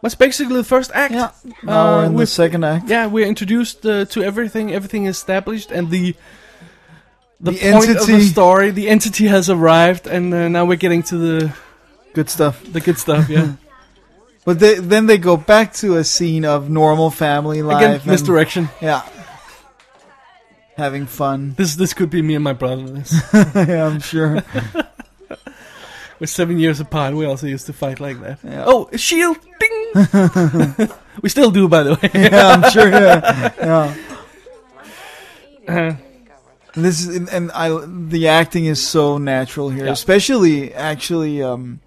Speaker 2: that's basically the first act.
Speaker 1: Yeah. Now we're in the
Speaker 2: Uh, with-
Speaker 1: second act.
Speaker 2: Yeah, we're introduced uh, to everything. Everything is established, and the the,
Speaker 1: The
Speaker 2: point of the
Speaker 1: entity.
Speaker 2: story, the entity has arrived, and uh, now we're getting to the
Speaker 1: Good stuff.
Speaker 2: the good stuff. Yeah,
Speaker 1: But they, then they go back to a scene of normal family life.
Speaker 2: again,
Speaker 1: and-
Speaker 2: misdirection.
Speaker 1: Yeah. Having fun.
Speaker 2: This this could be me and my brother. This-
Speaker 1: yeah, I'm sure.
Speaker 2: We're seven years apart. We also used to fight like that.
Speaker 1: Yeah.
Speaker 2: Oh, a shield! Ding. we still do, by the way.
Speaker 1: Yeah, I'm sure. Yeah. yeah. Uh-huh.
Speaker 2: Uh,
Speaker 1: This is, and I, the acting is so natural here,
Speaker 2: Yeah.
Speaker 1: especially actually, um,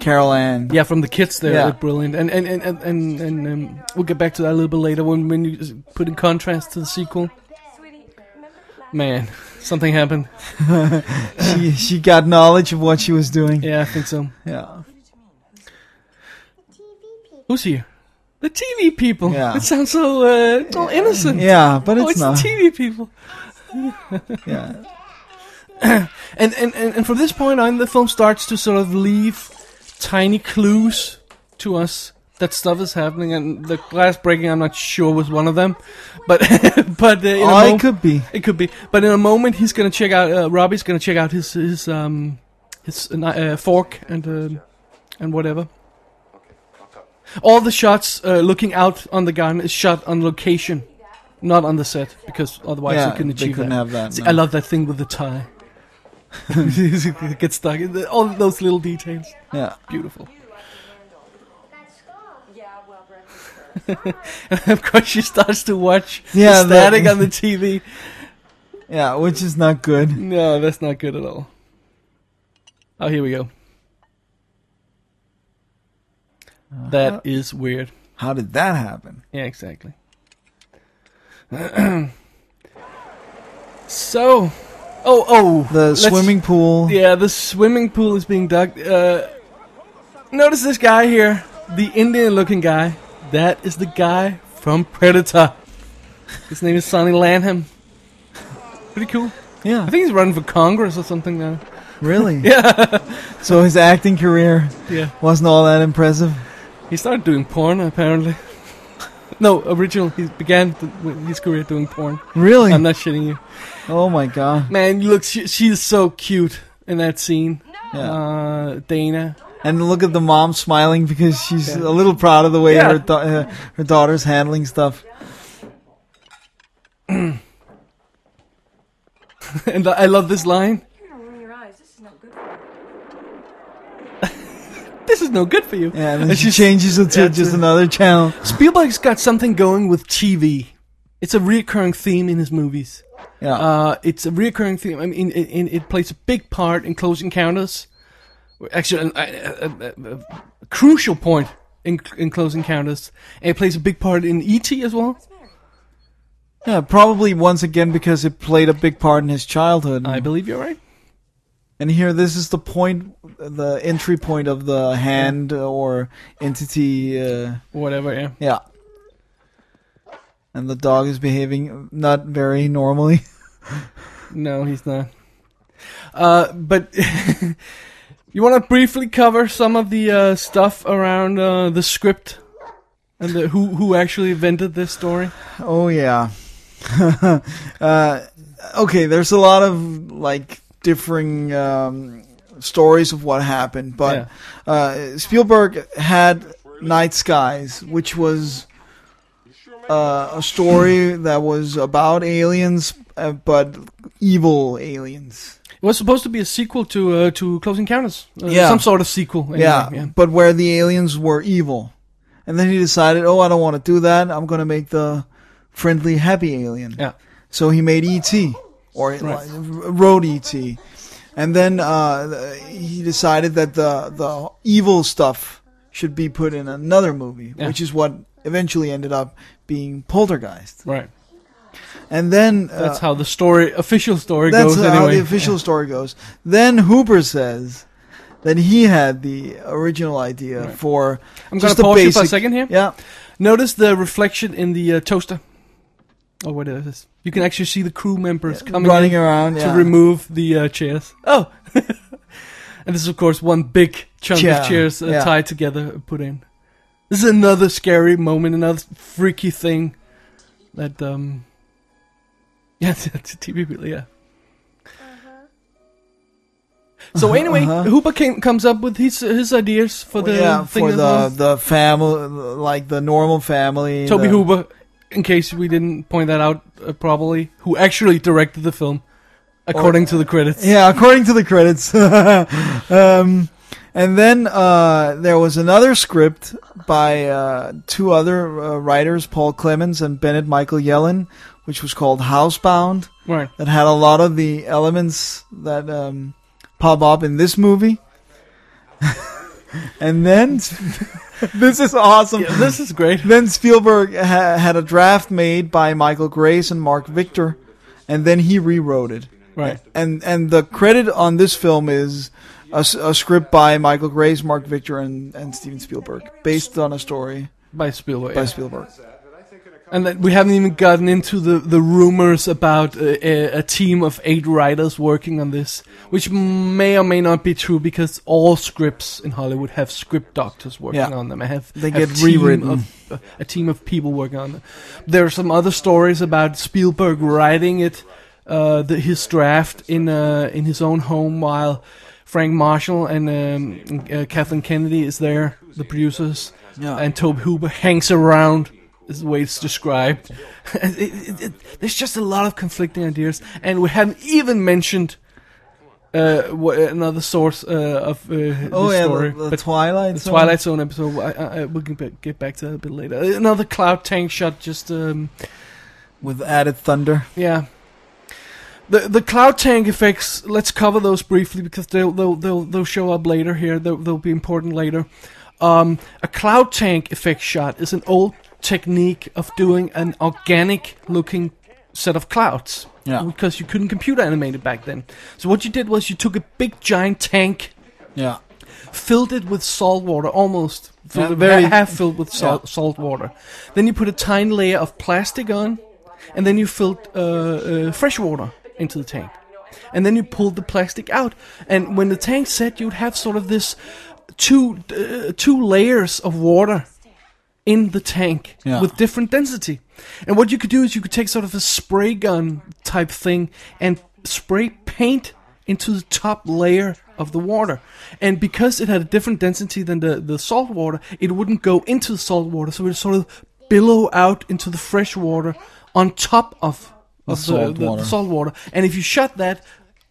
Speaker 1: Carol Ann.
Speaker 2: yeah, from the kids, they're,
Speaker 1: Yeah.
Speaker 2: they're brilliant. And and and and, and, and um, we'll get back to that a little bit later when when you s- put in contrast to the sequel.
Speaker 3: Sweetie, remember last
Speaker 2: Man, something happened.
Speaker 1: She, she got knowledge of what she was doing.
Speaker 2: Yeah, I think so.
Speaker 1: Yeah.
Speaker 2: Who's here? The TV people.
Speaker 1: Yeah.
Speaker 2: It sounds so uh, it's all innocent.
Speaker 1: Yeah, but
Speaker 2: Oh,
Speaker 1: it's
Speaker 2: it's
Speaker 1: not.
Speaker 2: the TV people.
Speaker 1: yeah.
Speaker 2: And, and, and, and from this point on, the film starts to sort of leave tiny clues to us that stuff is happening, and the glass breaking, I'm not sure, was one of them. But but uh, in a
Speaker 1: Oh,
Speaker 2: mo-
Speaker 1: it could be.
Speaker 2: it could be. But in a moment, he's gonna check out. Uh, Robbie's gonna check out his his um his uh, kni- uh, fork and um and whatever. All the shots uh, looking out on the gun is shot on location, not on the set, because otherwise
Speaker 1: yeah,
Speaker 2: you couldn't
Speaker 1: they
Speaker 2: achieve
Speaker 1: couldn't have
Speaker 2: that.
Speaker 1: that.
Speaker 2: See,
Speaker 1: no.
Speaker 2: I love that thing with the tie. it gets stuck in the, all those little details.
Speaker 1: Yeah.
Speaker 2: Beautiful.
Speaker 3: Yeah, well, breakfast.
Speaker 2: of course, she starts to watch
Speaker 1: Yeah,
Speaker 2: the
Speaker 1: that-
Speaker 2: static on the TV.
Speaker 1: Yeah, which is not good.
Speaker 2: No, that's not good at all. Oh, here we go.
Speaker 1: Uh-huh.
Speaker 2: That is weird.
Speaker 1: How did that happen?
Speaker 2: Yeah, exactly. so, oh, oh,
Speaker 1: The
Speaker 2: let's-
Speaker 1: swimming pool.
Speaker 2: Yeah, the swimming pool is being dug. Uh, notice this guy here, the Indian-looking guy. That is the guy from Predator. His name is Sonny Lanham. Pretty cool.
Speaker 1: yeah.
Speaker 2: I think he's running for Congress or something now.
Speaker 1: Really? yeah. So his acting career
Speaker 2: Yeah.
Speaker 1: wasn't all that impressive.
Speaker 2: He started doing porn apparently. no, original. He began th- with his career doing porn.
Speaker 1: Really?
Speaker 2: I'm not shitting you,
Speaker 1: oh my god.
Speaker 2: man. You look. She, she is so cute in that scene.
Speaker 1: Yeah.
Speaker 2: Uh, Dana.
Speaker 1: and look at the mom smiling because she's a little proud of the way
Speaker 2: Yeah.
Speaker 1: her da- uh, her daughter's handling stuff.
Speaker 2: and I I love this line.
Speaker 3: You're gonna ruin your eyes. This is not good for you.
Speaker 2: This is no good for you.
Speaker 1: Yeah, and then
Speaker 2: And
Speaker 1: she
Speaker 2: she's-
Speaker 1: changes it to
Speaker 2: yeah,
Speaker 1: just
Speaker 2: to-
Speaker 1: another channel.
Speaker 2: Spielberg's got something going with TV. It's a reoccurring theme in his movies.
Speaker 1: Yeah.
Speaker 2: Uh, it's a reoccurring theme. I mean, it, it, it plays a big part in Close Encounters. actually a, a, a, a crucial point in in Close Encounters. And it plays a big part in ET as well.
Speaker 3: What's the matter?
Speaker 1: Yeah, probably once again because it played a big part in his childhood.
Speaker 2: I believe you're right.
Speaker 1: And here, this is the point, the entry point of the hand or entity. Uh,
Speaker 2: Whatever. Yeah.
Speaker 1: yeah. And the dog is behaving not very normally.
Speaker 2: No, he's not. Uh, but you want to briefly cover some of the uh, stuff around uh, the script and the, who who actually invented this story.
Speaker 1: Oh yeah. uh, okay, there's a lot of like differing um, stories of what happened, but uh, Spielberg had Night Skies, which was uh, a story that was about aliens, uh, but evil aliens.
Speaker 2: It was supposed to be a sequel to uh, to Close Encounters. Uh,
Speaker 1: Yeah.
Speaker 2: some sort of sequel. anyway,
Speaker 1: yeah, but where the aliens were evil. And then he decided, oh, I don't want to do that. I'm gonna make the friendly, happy alien.
Speaker 2: yeah.
Speaker 1: So he made E.T. or like, wrote E.T. And then uh, he decided that the the evil stuff should be put in another movie,
Speaker 2: Yeah.
Speaker 1: which is what eventually ended up being Poltergeist.
Speaker 2: Right.
Speaker 1: And then uh,
Speaker 2: That's how the story, official story
Speaker 1: that's
Speaker 2: goes.
Speaker 1: how
Speaker 2: anyway.
Speaker 1: the official story goes. Then Hooper says that he had the original idea for
Speaker 2: I'm
Speaker 1: just
Speaker 2: gonna
Speaker 1: the
Speaker 2: pause you for a
Speaker 1: basic-
Speaker 2: second here.
Speaker 1: Yeah.
Speaker 2: Notice the reflection in the uh, toaster. Oh, what is this? You can actually see the crew members coming
Speaker 1: running
Speaker 2: in
Speaker 1: around
Speaker 2: to
Speaker 1: yeah.
Speaker 2: remove the uh, chairs. Oh, and this is of course one big chunk
Speaker 1: Chair,
Speaker 2: of chairs uh,
Speaker 1: yeah.
Speaker 2: tied together, put in. This is another scary moment, another freaky thing that um, yeah, it's a TV really, yeah. So
Speaker 1: Uh-huh,
Speaker 2: anyway, Hooper came, comes up with his uh, his ideas for the
Speaker 1: yeah,
Speaker 2: thing
Speaker 1: for
Speaker 2: that
Speaker 1: the
Speaker 2: was-
Speaker 1: the family, like the normal family.
Speaker 2: Toby
Speaker 1: the-
Speaker 2: Hooper, in case we didn't point that out uh, properly, who actually directed the film, according to the credits.
Speaker 1: Yeah, according to the credits. um, and then uh, there was another script by uh, two other uh, writers, Paul Clemens and Bennett Michael Yellen, which was called Housebound,
Speaker 2: Right.
Speaker 1: that had a lot of the elements that um, pop up in this movie. and then, this is awesome.
Speaker 2: Yeah, this is great.
Speaker 1: Then Spielberg ha- had a draft made by Michael Grace and Mark Victor, and then he rewrote it.
Speaker 2: Right.
Speaker 1: And and the credit on this film is a, s- a script by Michael Grace, Mark Victor, and, and Steven Spielberg, based on a story
Speaker 2: By Spielberg.
Speaker 1: by
Speaker 2: yeah.
Speaker 1: Spielberg.
Speaker 2: And then we haven't even gotten into the, the rumors about uh, a, a team of eight writers working on this, which may or may not be true because all scripts in Hollywood have script doctors working
Speaker 1: Yeah.
Speaker 2: on them. I have
Speaker 1: They
Speaker 2: have
Speaker 1: get
Speaker 2: team
Speaker 1: rewritten.
Speaker 2: Of, uh, a team of people working on them. There are some other stories about Spielberg writing it, uh, the, his draft in uh, in his own home while Frank Marshall and um, uh, Kathleen Kennedy is there, the producers,
Speaker 1: Yeah.
Speaker 2: and Tobe Hooper hangs around. Is the way it's described. And it, it, it, there's just a lot of conflicting ideas, and we haven't even mentioned uh, wha- another source uh, of uh,
Speaker 1: Oh
Speaker 2: this
Speaker 1: yeah,
Speaker 2: story.
Speaker 1: the, the
Speaker 2: but
Speaker 1: Twilight.
Speaker 2: the
Speaker 1: Zone.
Speaker 2: Twilight Zone episode. I, I, I- we can be- get back to that a bit later. Another cloud tank shot. Just um,
Speaker 1: with added thunder.
Speaker 2: yeah. The the cloud tank effects. Let's cover those briefly because they'll they'll they'll, they'll show up later here. They'll, they'll be important later. Um, a cloud tank effect shot is an old technique of doing an organic looking set of clouds.
Speaker 1: Yeah.
Speaker 2: Because you couldn't computer animate it back then. So what you did was you took a big giant tank
Speaker 1: Yeah,
Speaker 2: filled it with salt water, almost filled,
Speaker 1: Yeah,
Speaker 2: very
Speaker 1: very-
Speaker 2: half filled with salt, salt water. Then you put a tiny layer of plastic on, and then you filled uh, uh, fresh water into the tank, and then you pulled the plastic out. And when the tank set, you'd have sort of this two uh, two layers of water in the tank
Speaker 1: Yeah.
Speaker 2: with different density. And what you could do is you could take sort of a spray gun type thing and spray paint into the top layer of the water. And because it had a different density than the, the salt water, it wouldn't go into the salt water, so it would sort of billow out into the fresh water on top of, of the,
Speaker 1: salt
Speaker 2: the- the
Speaker 1: water.
Speaker 2: salt water. And if you shut that,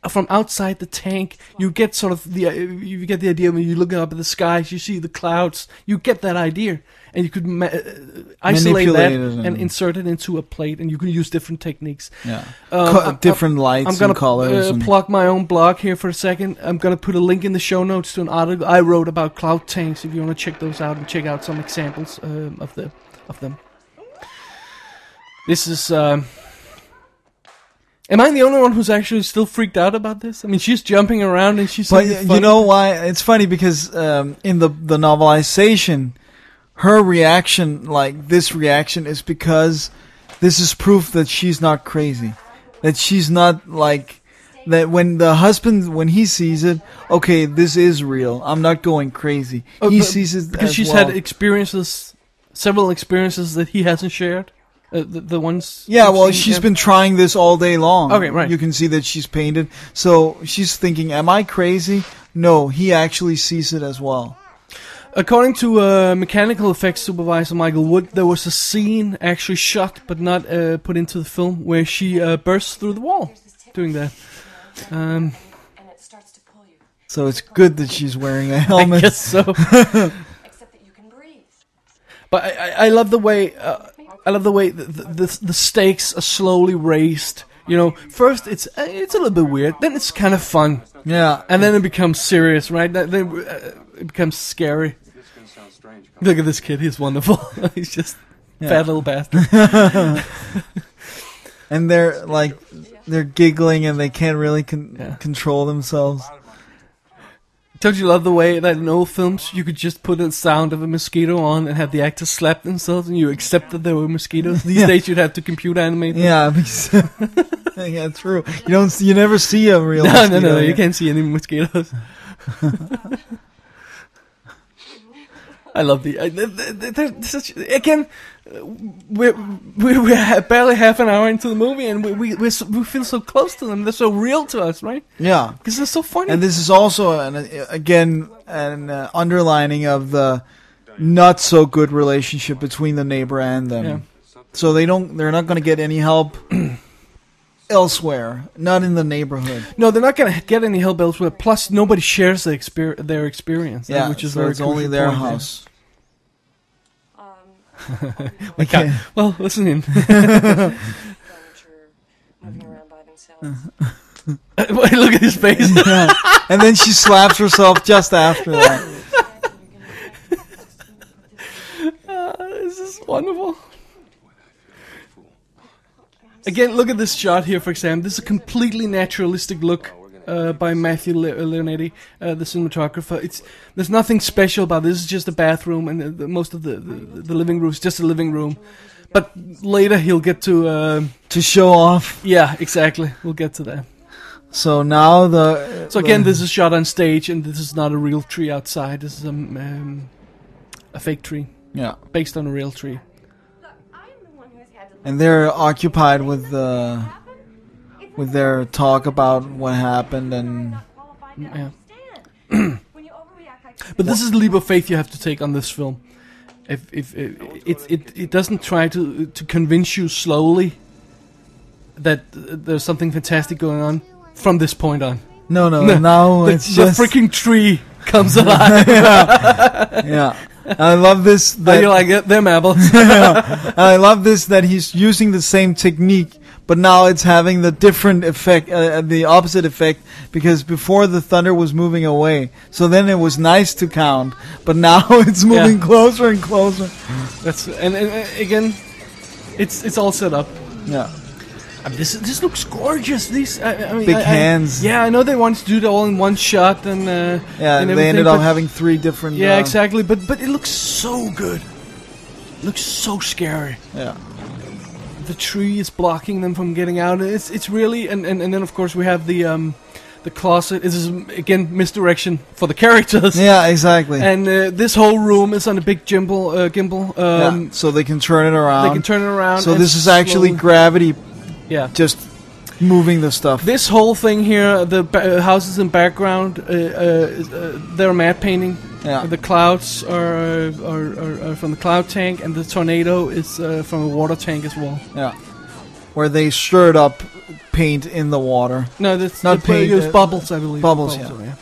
Speaker 2: uh, from outside the tank. You get sort of the uh, you get the idea when you're looking up at the skies, you see the clouds. You get that idea, and you could ma- uh, isolate that
Speaker 1: Manipulate it
Speaker 2: and,
Speaker 1: and-
Speaker 2: insert it into a plate, and you can use different techniques.
Speaker 1: Yeah.
Speaker 2: Um,
Speaker 1: Co-
Speaker 2: I'm-
Speaker 1: different lights
Speaker 2: I'm gonna
Speaker 1: and colors.
Speaker 2: uh,
Speaker 1: and-
Speaker 2: plug my own blog here for a second. I'm gonna put a link in the show notes to an article I wrote about cloud tanks. If you want to check those out and check out some examples um, of the of them. This is. Um, am I the only one who's actually still freaked out about this? I mean, she's jumping around and she's.
Speaker 1: But uh,
Speaker 2: having
Speaker 1: you
Speaker 2: fun.
Speaker 1: know why? It's funny because um, in the the novelization, her reaction, like this reaction, is because this is proof that she's not crazy, that she's not like that. When the husband, when he sees it, okay, this is real. I'm not going crazy.
Speaker 2: Oh,
Speaker 1: he
Speaker 2: but-
Speaker 1: sees it
Speaker 2: because
Speaker 1: as
Speaker 2: she's
Speaker 1: well.
Speaker 2: had experiences, several experiences that he hasn't shared. Uh, the, the ones.
Speaker 1: Yeah, well,
Speaker 2: she's
Speaker 1: she's been trying this all day long.
Speaker 2: Okay, right.
Speaker 1: You can see that she's painted. So she's thinking, "Am I crazy?" No, he actually sees it as well.
Speaker 2: According to uh, mechanical effects supervisor Michael Wood, there was a scene actually shot but not uh, put into the film where she uh, bursts through the wall doing that. Um,
Speaker 3: and it starts to pull you.
Speaker 1: So it's good that she's wearing a
Speaker 2: I
Speaker 1: helmet.
Speaker 2: guess so.
Speaker 3: Except that you can breathe.
Speaker 2: But I, I, I love the way uh, I love the way the, the, the the stakes are slowly raised. You know, first it's uh, it's a little bit weird, then it's kind of fun,
Speaker 1: Yeah,
Speaker 2: and then it becomes serious, right? That- Then uh, it becomes scary.
Speaker 4: This is gonna sound strange.
Speaker 2: Look at this kid; he's wonderful. he's just
Speaker 1: Yeah.
Speaker 2: fat little bastard.
Speaker 1: and they're like they're giggling and they can't really con-
Speaker 2: Yeah.
Speaker 1: control themselves.
Speaker 2: Don't you love the way that in old films you could just put the sound of a mosquito on and have the actors slap themselves and you accept that there were mosquitoes? These
Speaker 1: Yeah.
Speaker 2: days you'd have to computer animate them.
Speaker 1: Yeah, because, yeah, true. You don't, see- you never see a real.
Speaker 2: No, no,
Speaker 1: mosquito,
Speaker 2: no, you
Speaker 1: yeah.
Speaker 2: can't see any mosquitoes. I love the. I, th th th- there's such, again, uh, we're, we're, we're ha- barely half an hour into the movie and we, we, we're so, we feel so close to them. They're so real to us, right?
Speaker 1: Yeah,
Speaker 2: Because they're so funny.
Speaker 1: and this is also an uh, again an uh, underlining of the not so good relationship between the neighbor and them.
Speaker 2: Yeah.
Speaker 1: So they don't. They're not going to get any help elsewhere. Not in the neighborhood.
Speaker 2: No, they're not going to get any help elsewhere. Plus, nobody shares their, exper- their experience,
Speaker 1: Yeah,
Speaker 2: which is
Speaker 1: so
Speaker 2: very
Speaker 1: it's only
Speaker 2: crucial
Speaker 1: their
Speaker 2: point, yeah.
Speaker 1: house.
Speaker 3: Um,
Speaker 1: We
Speaker 2: Okay.
Speaker 1: can't-
Speaker 2: Well, listen in.
Speaker 3: furniture, moving around by themselves.
Speaker 2: Look at his face.
Speaker 1: Yeah. and then she slaps herself just after that.
Speaker 2: Ah, this is wonderful. Again, look at this shot here, for example. This is a completely naturalistic look uh, by Matthew Le- Leonetti, uh, the cinematographer. It's there's nothing special about this. It's just a bathroom, and the, the, most of the, the the living room is just a living room. But later he'll get to uh,
Speaker 1: to show off.
Speaker 2: yeah, exactly. We'll get to that.
Speaker 1: So now the
Speaker 2: So again,
Speaker 1: Um,
Speaker 2: this is shot on stage, and this is not a real tree outside. This is a um, a fake tree
Speaker 1: yeah,
Speaker 2: based on a real tree.
Speaker 5: Look, I'm the one who's had to
Speaker 1: and they're occupied with uh, with their talk about what happened and
Speaker 5: qualified to
Speaker 2: Yeah.
Speaker 5: understand. when you overreact like
Speaker 2: But this is the leap of faith you have to take on this film. If if it it, it, it doesn't try to to convince you slowly that uh, there's something fantastic going on from this point on.
Speaker 1: no, no, now
Speaker 2: the,
Speaker 1: it's
Speaker 2: the
Speaker 1: just
Speaker 2: freaking tree comes alive.
Speaker 1: yeah. I love this
Speaker 2: Are you
Speaker 1: that
Speaker 2: like "Yeah, them apples?
Speaker 1: I love this that he's using the same technique, but now it's having the different effect, uh, uh, the opposite effect, because before the thunder was moving away, so then it was nice to count, but now it's moving
Speaker 2: Yeah.
Speaker 1: closer and closer.
Speaker 2: That's and, and uh, again, it's it's all set up.
Speaker 1: Yeah,
Speaker 2: I mean, this this looks gorgeous. These I, I mean,
Speaker 1: Big
Speaker 2: I- I-
Speaker 1: hands.
Speaker 2: yeah, I know they wanted to do it all in one shot, and uh,
Speaker 1: yeah.
Speaker 2: and
Speaker 1: they
Speaker 2: everything,
Speaker 1: ended up
Speaker 2: but-
Speaker 1: having three different.
Speaker 2: Yeah,
Speaker 1: uh,
Speaker 2: exactly. But but it looks so good. looks so scary.
Speaker 1: Yeah.
Speaker 2: The tree is blocking them from getting out. It's it's really and and, and then of course we have the um the closet. This is again misdirection for the characters.
Speaker 1: Yeah, exactly.
Speaker 2: And uh, this whole room is on a big gimbal. Uh, gimbal.
Speaker 1: Yeah,
Speaker 2: Um,
Speaker 1: so they can turn it around.
Speaker 2: They can turn it around.
Speaker 1: so
Speaker 2: and
Speaker 1: this is actually
Speaker 2: slowly-
Speaker 1: gravity
Speaker 2: yeah.
Speaker 1: just moving the stuff.
Speaker 2: This whole thing here, the ba- uh, houses in background, uh, uh, is, uh, they're matte painting.
Speaker 1: Yeah.
Speaker 2: The clouds are, uh, are, are, are from the cloud tank, and the tornado is uh, from a water tank as well.
Speaker 1: yeah. Where they stirred up paint in the water.
Speaker 2: No, that's
Speaker 1: Not
Speaker 2: not paint.
Speaker 1: paint,
Speaker 2: Use
Speaker 1: uh,
Speaker 2: bubbles, I believe.
Speaker 1: bubbles, yeah.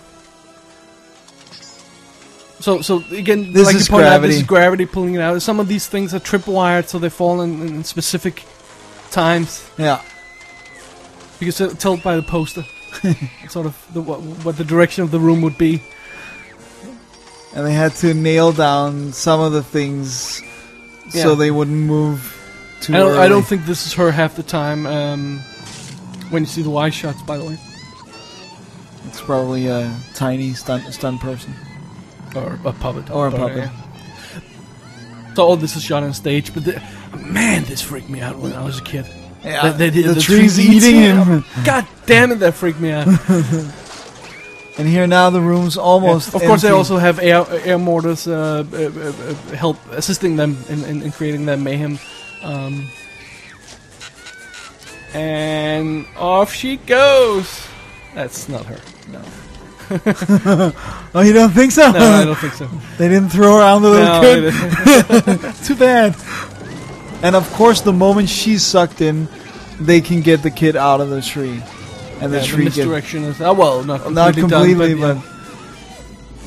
Speaker 2: So, so again,
Speaker 1: This
Speaker 2: like
Speaker 1: is
Speaker 2: you pointed out,
Speaker 1: gravity.
Speaker 2: this is gravity pulling it out. Some of these things are tripwired, so they fall in, in specific times.
Speaker 1: Yeah.
Speaker 2: You can still tell by the poster, sort of the, what, what the direction of the room would be.
Speaker 1: And they had to nail down some of the things
Speaker 2: Yeah.
Speaker 1: so they wouldn't move too
Speaker 2: I don't, I
Speaker 1: early.
Speaker 2: don't think this is her half the time. Um, when you see the wide shots, by the way,
Speaker 1: It's probably a tiny stunt stunt person.
Speaker 2: or a puppet, Oh,
Speaker 1: Or a
Speaker 2: but,
Speaker 1: puppet.
Speaker 2: yeah. So all this is shot on stage, but the, man, this freaked me out when I was a kid.
Speaker 1: Yeah,
Speaker 2: That- that-
Speaker 1: the,
Speaker 2: the
Speaker 1: tree's
Speaker 2: tree eats
Speaker 1: eating
Speaker 2: me up.
Speaker 1: him.
Speaker 2: God damn it, that freaked me out.
Speaker 1: And here now the room's almost.
Speaker 2: Of course, they
Speaker 1: empty.
Speaker 2: also have air, air mortars uh, uh, uh, uh, help assisting them in, in, in creating that mayhem. Um, and off she goes. That's not her. No,
Speaker 1: Oh, you don't think so?
Speaker 2: no I don't think so.
Speaker 1: they didn't throw her under the
Speaker 2: No,
Speaker 1: curtain.
Speaker 2: it isn't.
Speaker 1: Too bad. And of course, the moment she's sucked in, they can get the kid out of the tree, and the
Speaker 2: Yeah, the
Speaker 1: tree gets
Speaker 2: misdirection is oh, well, not completely,
Speaker 1: not completely,
Speaker 2: done, but,
Speaker 1: but,
Speaker 2: yeah.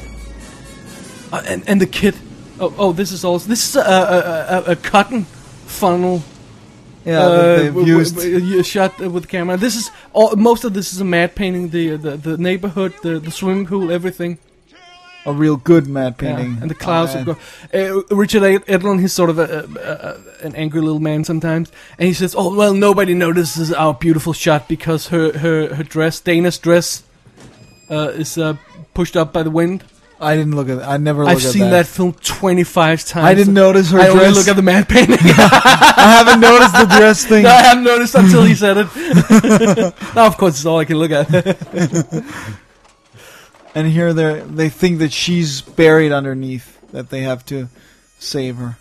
Speaker 2: Uh, and and the kid. Oh, oh, this is also this is a, a, a, a cotton funnel
Speaker 1: yeah,
Speaker 2: Uh,
Speaker 1: that they've
Speaker 2: w- w-
Speaker 1: used.
Speaker 2: w- you shot uh, with camera. This is all, most of this is a matte painting. The uh, the, the neighborhood, the, the swimming pool, everything,
Speaker 1: a real good matte
Speaker 2: Yeah,
Speaker 1: painting.
Speaker 2: and the clouds.
Speaker 1: Oh,
Speaker 2: of
Speaker 1: man.
Speaker 2: go- uh, Richard Ed- Edlund, he's sort of a, a, a, an angry little man sometimes, and he says, "Oh well, nobody notices our beautiful shot because her her, her dress, Dana's dress, uh, is uh, pushed up by the wind."
Speaker 1: I didn't look at. I never.
Speaker 2: I've
Speaker 1: looked at
Speaker 2: seen that. film twenty five times.
Speaker 1: I didn't notice her
Speaker 2: I only
Speaker 1: dress.
Speaker 2: look at the matte painting.
Speaker 1: I haven't noticed the dress thing.
Speaker 2: No, I haven't noticed until he said it. now, of course, it's all I can look at.
Speaker 1: And here they they think that she's buried underneath. That they have to save her.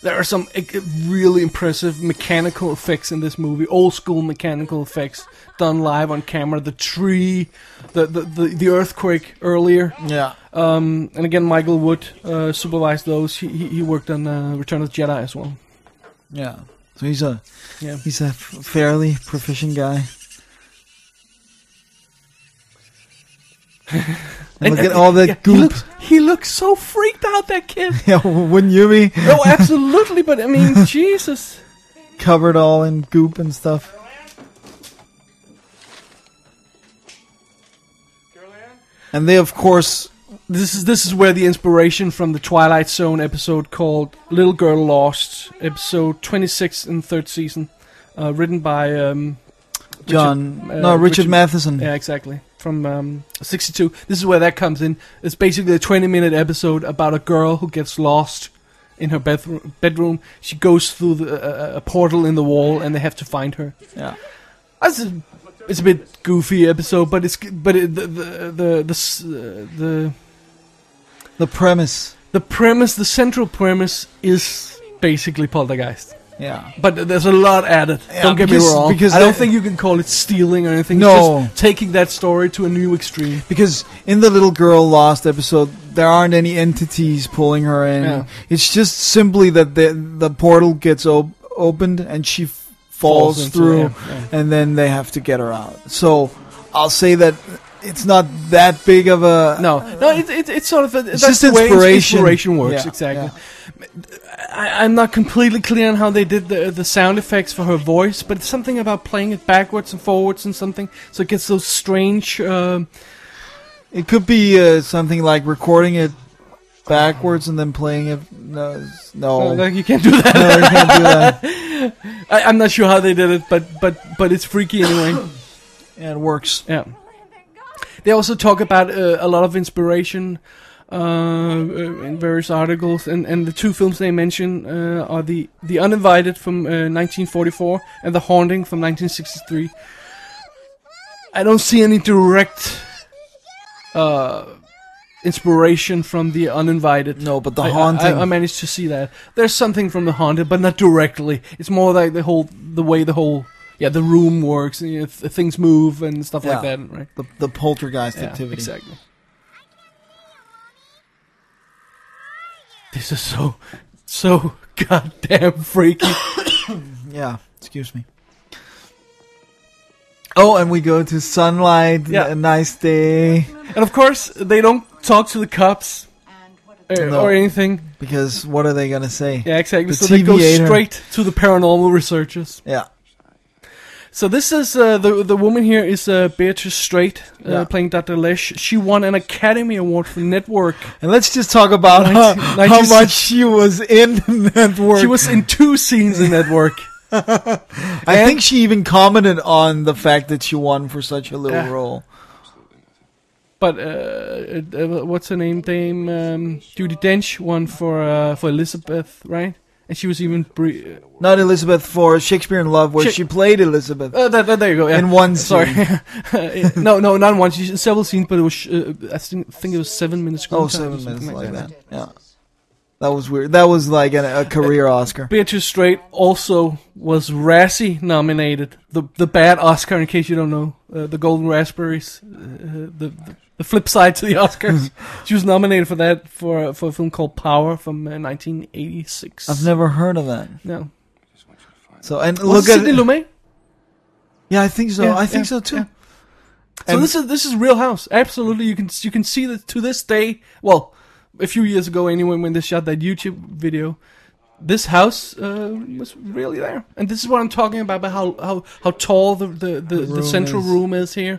Speaker 2: there are some eh, really impressive mechanical effects in this movie. Old school mechanical effects done live on camera. The tree, the the, the, the earthquake earlier.
Speaker 1: Yeah.
Speaker 2: Um, and again, Michael Wood uh, supervised those. He, he he worked on uh, Return of the Jedi as well.
Speaker 1: Yeah. So he's a
Speaker 2: Yeah.
Speaker 1: he's a f- fairly proficient guy. and look at all that
Speaker 2: Yeah, He
Speaker 1: goop.
Speaker 2: looks, he looks so freaked out, that kid.
Speaker 1: yeah, wouldn't you be
Speaker 2: oh, absolutely, but I mean, Jesus.
Speaker 1: covered all in goop and stuff? And they, of course,
Speaker 2: This is this is where the inspiration from the Twilight Zone episode called "Little Girl Lost," episode twenty six in third season, uh, written by um,
Speaker 1: John,
Speaker 2: Richard, uh,
Speaker 1: no, Richard,
Speaker 2: Richard-
Speaker 1: Matheson.
Speaker 2: yeah, exactly from um, sixty two. This is where that comes in. It's basically a twenty minute episode about a girl who gets lost in her bedroom. bedroom. She goes through the, a, a portal in the wall, and they have to find her.
Speaker 1: Yeah.
Speaker 2: That's a, it's a bit goofy episode, but it's g- but it, the the the the, s- uh, the
Speaker 1: The premise.
Speaker 2: the premise, the central premise, is basically Poltergeist.
Speaker 1: Yeah.
Speaker 2: But there's a lot added.
Speaker 1: Yeah,
Speaker 2: don't get
Speaker 1: because-
Speaker 2: me wrong.
Speaker 1: because
Speaker 2: I don't
Speaker 1: the-
Speaker 2: think you can call it stealing or anything.
Speaker 1: No.
Speaker 2: it's just taking that story to a new extreme.
Speaker 1: Because in the little girl lost episode, there aren't any entities pulling her in.
Speaker 2: Yeah.
Speaker 1: It's just simply that the the portal gets op- opened and she f- falls,
Speaker 2: into-
Speaker 1: through,
Speaker 2: yeah, yeah.
Speaker 1: and then they have to get her out. So I'll say that it's not that big of a
Speaker 2: No, no, it, it, it's sort of a, that's
Speaker 1: just
Speaker 2: the way ins-
Speaker 1: inspiration.
Speaker 2: inspiration works
Speaker 1: Yeah,
Speaker 2: exactly. I, I'm not completely clear on how they did the the sound effects for her voice, but it's something about playing it backwards and forwards and something, so it gets those strange. Um,
Speaker 1: It could be uh, something like recording it backwards and then playing it. No, it's- no,
Speaker 2: like, Oh, you can't do that.
Speaker 1: No, you can't do that.
Speaker 2: I, I'm not sure how they did it, but but but it's freaky anyway.
Speaker 1: Yeah, it works.
Speaker 2: Yeah. They also talk about uh, a lot of inspiration uh, uh, in various articles, and, and the two films they mention uh, are the the Uninvited from uh, 1944 and The Haunting from 1963. I don't see any direct uh, inspiration from the Uninvited.
Speaker 1: No, but the
Speaker 2: I- I-
Speaker 1: haunting.
Speaker 2: I, I managed to see that. There's something from the haunted, but not directly. It's more like the whole, the way the whole, yeah, the room works, and, you know, th- things move and stuff like
Speaker 1: Yeah.
Speaker 2: that, right?
Speaker 1: the, the poltergeist
Speaker 2: Yeah,
Speaker 1: activity.
Speaker 2: exactly. This is so, so goddamn freaky.
Speaker 1: Yeah, excuse me. Oh, and we go to sunlight.
Speaker 2: Yeah.
Speaker 1: a nice day.
Speaker 2: And of course, they don't talk to the cops uh,
Speaker 1: No.
Speaker 2: or anything.
Speaker 1: Because what are they gonna say?
Speaker 2: Yeah, exactly.
Speaker 1: The
Speaker 2: so they go
Speaker 1: TVA.
Speaker 2: straight to the paranormal researchers.
Speaker 1: Yeah.
Speaker 2: So this is uh, the the woman here is uh, Beatrice Straight uh,
Speaker 1: Yeah.
Speaker 2: playing Dr. Lesh. She won an Academy Award for Network.
Speaker 1: And let's just talk about
Speaker 2: Nineteen-
Speaker 1: how, how
Speaker 2: nineteen-
Speaker 1: much she was in Network.
Speaker 2: She was in two scenes in Network.
Speaker 1: I think she even commented on the fact that she won for such a little
Speaker 2: Yeah.
Speaker 1: role.
Speaker 2: But uh, uh, uh, what's her name? Dame um, Judy Dench won for uh, for Elizabeth, right? And she was even bre-
Speaker 1: Not Elizabeth for Shakespeare in Love, where
Speaker 2: Shak-
Speaker 1: she played Elizabeth.
Speaker 2: Uh, there, there- there you go. Yeah.
Speaker 1: In one
Speaker 2: Sorry. Uh, no, no, not in one. She- Several scenes, but it was. sh- Uh, I think, think it was seven minutes. screen
Speaker 1: oh,
Speaker 2: time or
Speaker 1: seven minutes
Speaker 2: something
Speaker 1: like that. Yeah, that was weird. That was like an, a career Oscar.
Speaker 2: Beatrice Straight also was Razzie nominated. The the bad Oscar, in case you don't know, uh, the Golden Raspberries. Uh, the, the the flip side to the Oscars. she was nominated for that for uh, for a film called Power from uh, 1986.
Speaker 1: I've never heard of that.
Speaker 2: no.
Speaker 1: So and
Speaker 2: Was
Speaker 1: look at
Speaker 2: Sidney Lumet.
Speaker 1: yeah, I think so.
Speaker 2: Yeah,
Speaker 1: I think
Speaker 2: yeah,
Speaker 1: so too.
Speaker 2: yeah. So
Speaker 1: And-
Speaker 2: this is this is Real House. Absolutely, you can you can see that to this day. Well, a few years ago, anyway, when they shot that YouTube video, this house uh, was really there. And this is what I'm talking about about how how, how tall the the, the, the,
Speaker 1: room
Speaker 2: central
Speaker 1: is.
Speaker 2: room is here.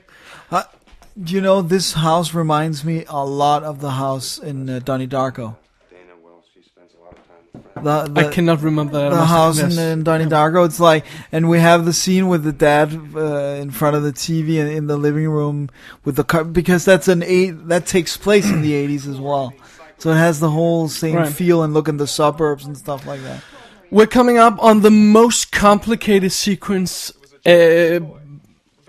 Speaker 1: You know, this house reminds me a lot of the house in uh, Donnie Darko.
Speaker 4: Dana Wells, she spends a lot of time with
Speaker 1: The, the,
Speaker 2: I cannot remember that. I
Speaker 1: the
Speaker 2: must
Speaker 1: house in,
Speaker 2: confess.
Speaker 1: in Donnie Darko. It's like, and we have the scene with the dad uh, in front of the TV in, in the living room with the car because that's an eight that takes place in the eighties as well. So it has the whole same
Speaker 2: Right.
Speaker 1: feel and look in the suburbs and stuff like that.
Speaker 2: We're coming up on the most complicated sequence uh,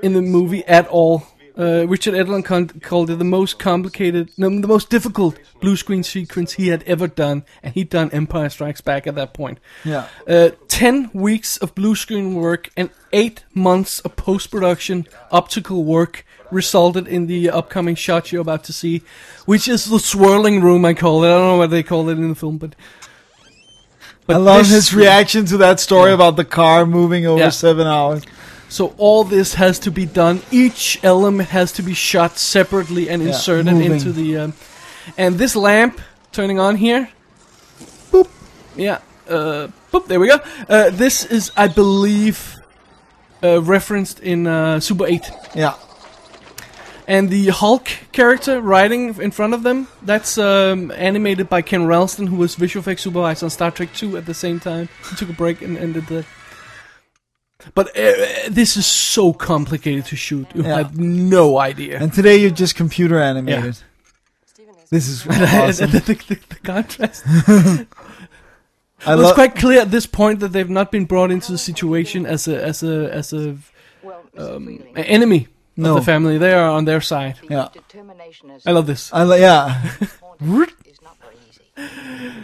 Speaker 2: in the movie at all. Uh, Richard Edlund con- called it the most complicated, no, the most difficult blue screen sequence he had ever done, and he'd done Empire Strikes Back at that point.
Speaker 1: Yeah,
Speaker 2: Uh, ten weeks of blue screen work and eight months of post production optical work resulted in the upcoming shot you're about to see, which is the swirling room, I call it. I don't know what they call it in the film, but. but
Speaker 1: I love
Speaker 2: this-
Speaker 1: his reaction to that story about the car moving over
Speaker 2: Yeah.
Speaker 1: seven hours.
Speaker 2: So all this has to be done. Each element has to be shot separately and inserted
Speaker 1: moving.
Speaker 2: into the. Um, and this lamp turning on here. Boop. Yeah. Uh, boop. There we go. Uh, this is, I believe, uh, referenced in uh, Super 8.
Speaker 1: Yeah,
Speaker 2: And the Hulk character riding in front of them, that's um, animated by Ken Ralston, who was visual effects supervisor on Star Trek 2 at the same time. He took a break and ended the. But uh, this is so complicated to shoot. You
Speaker 1: Yeah.
Speaker 2: have no idea.
Speaker 1: and today you're just computer animated.
Speaker 3: Steven is.
Speaker 1: This is
Speaker 2: And the,
Speaker 1: awesome.
Speaker 2: the, the, the contrast.
Speaker 1: I
Speaker 2: Well, it's
Speaker 1: love.
Speaker 2: quite clear at this point that they've not been brought into the situation as a as a as a
Speaker 6: Well, Mrs.
Speaker 2: um,
Speaker 6: Freeling,
Speaker 2: an enemy
Speaker 1: No.
Speaker 2: of the family. They are on their side.
Speaker 6: the
Speaker 1: yeah.
Speaker 6: determination as
Speaker 2: I love this.
Speaker 1: I lo- yeah,
Speaker 6: haunted is not very easy.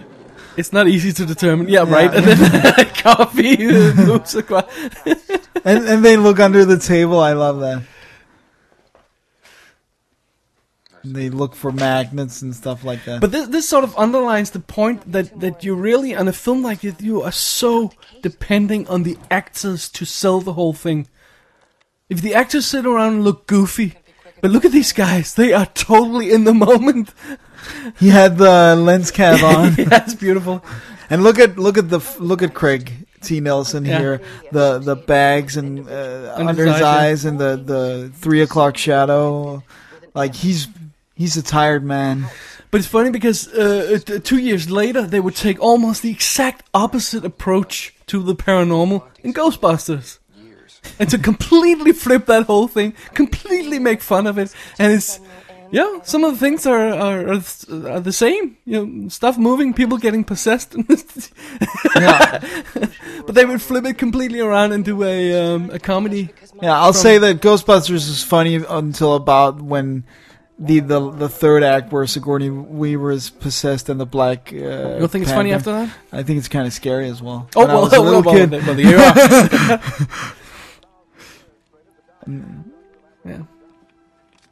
Speaker 2: It's not easy to determine. Yeah, right. And then coffee moves across.
Speaker 1: and and they look under the table. I love that. And they look for magnets and stuff like that.
Speaker 2: But this, this sort of underlines the point that, that you really, on a film like this, you are so depending on the actors to sell the whole thing. If the actors sit around and look goofy, but look at these guys, they are totally in the moment.
Speaker 1: He had the lens cap on,
Speaker 2: That's beautiful.
Speaker 1: and look at look at the f- look at Craig T. Nelson
Speaker 2: Yeah.
Speaker 1: here. The the bags and uh,
Speaker 2: And
Speaker 1: under
Speaker 2: his
Speaker 1: his eyes, and the the three o'clock shadow. Like he's he's a tired man.
Speaker 2: But it's funny because uh, t- two years later, they would take almost the exact opposite approach to the paranormal in Ghostbusters. And to completely flip that whole thing, completely make fun of it, and it's yeah, some of the things are are, are, th- are the same. You know, stuff moving, people getting possessed,
Speaker 1: Yeah,
Speaker 2: but they would flip it completely around and do a um, a comedy.
Speaker 1: yeah. I'll say that Ghostbusters is funny until about when. The, the the third act where Sigourney Weaver is possessed and the black. Uh, you
Speaker 2: You don't think it's funny after that?
Speaker 1: I think it's kind of scary as well.
Speaker 2: Oh
Speaker 1: When I
Speaker 2: well,
Speaker 1: was a
Speaker 2: well,
Speaker 1: little
Speaker 2: well,
Speaker 1: kid.
Speaker 2: well, well, you are. yeah.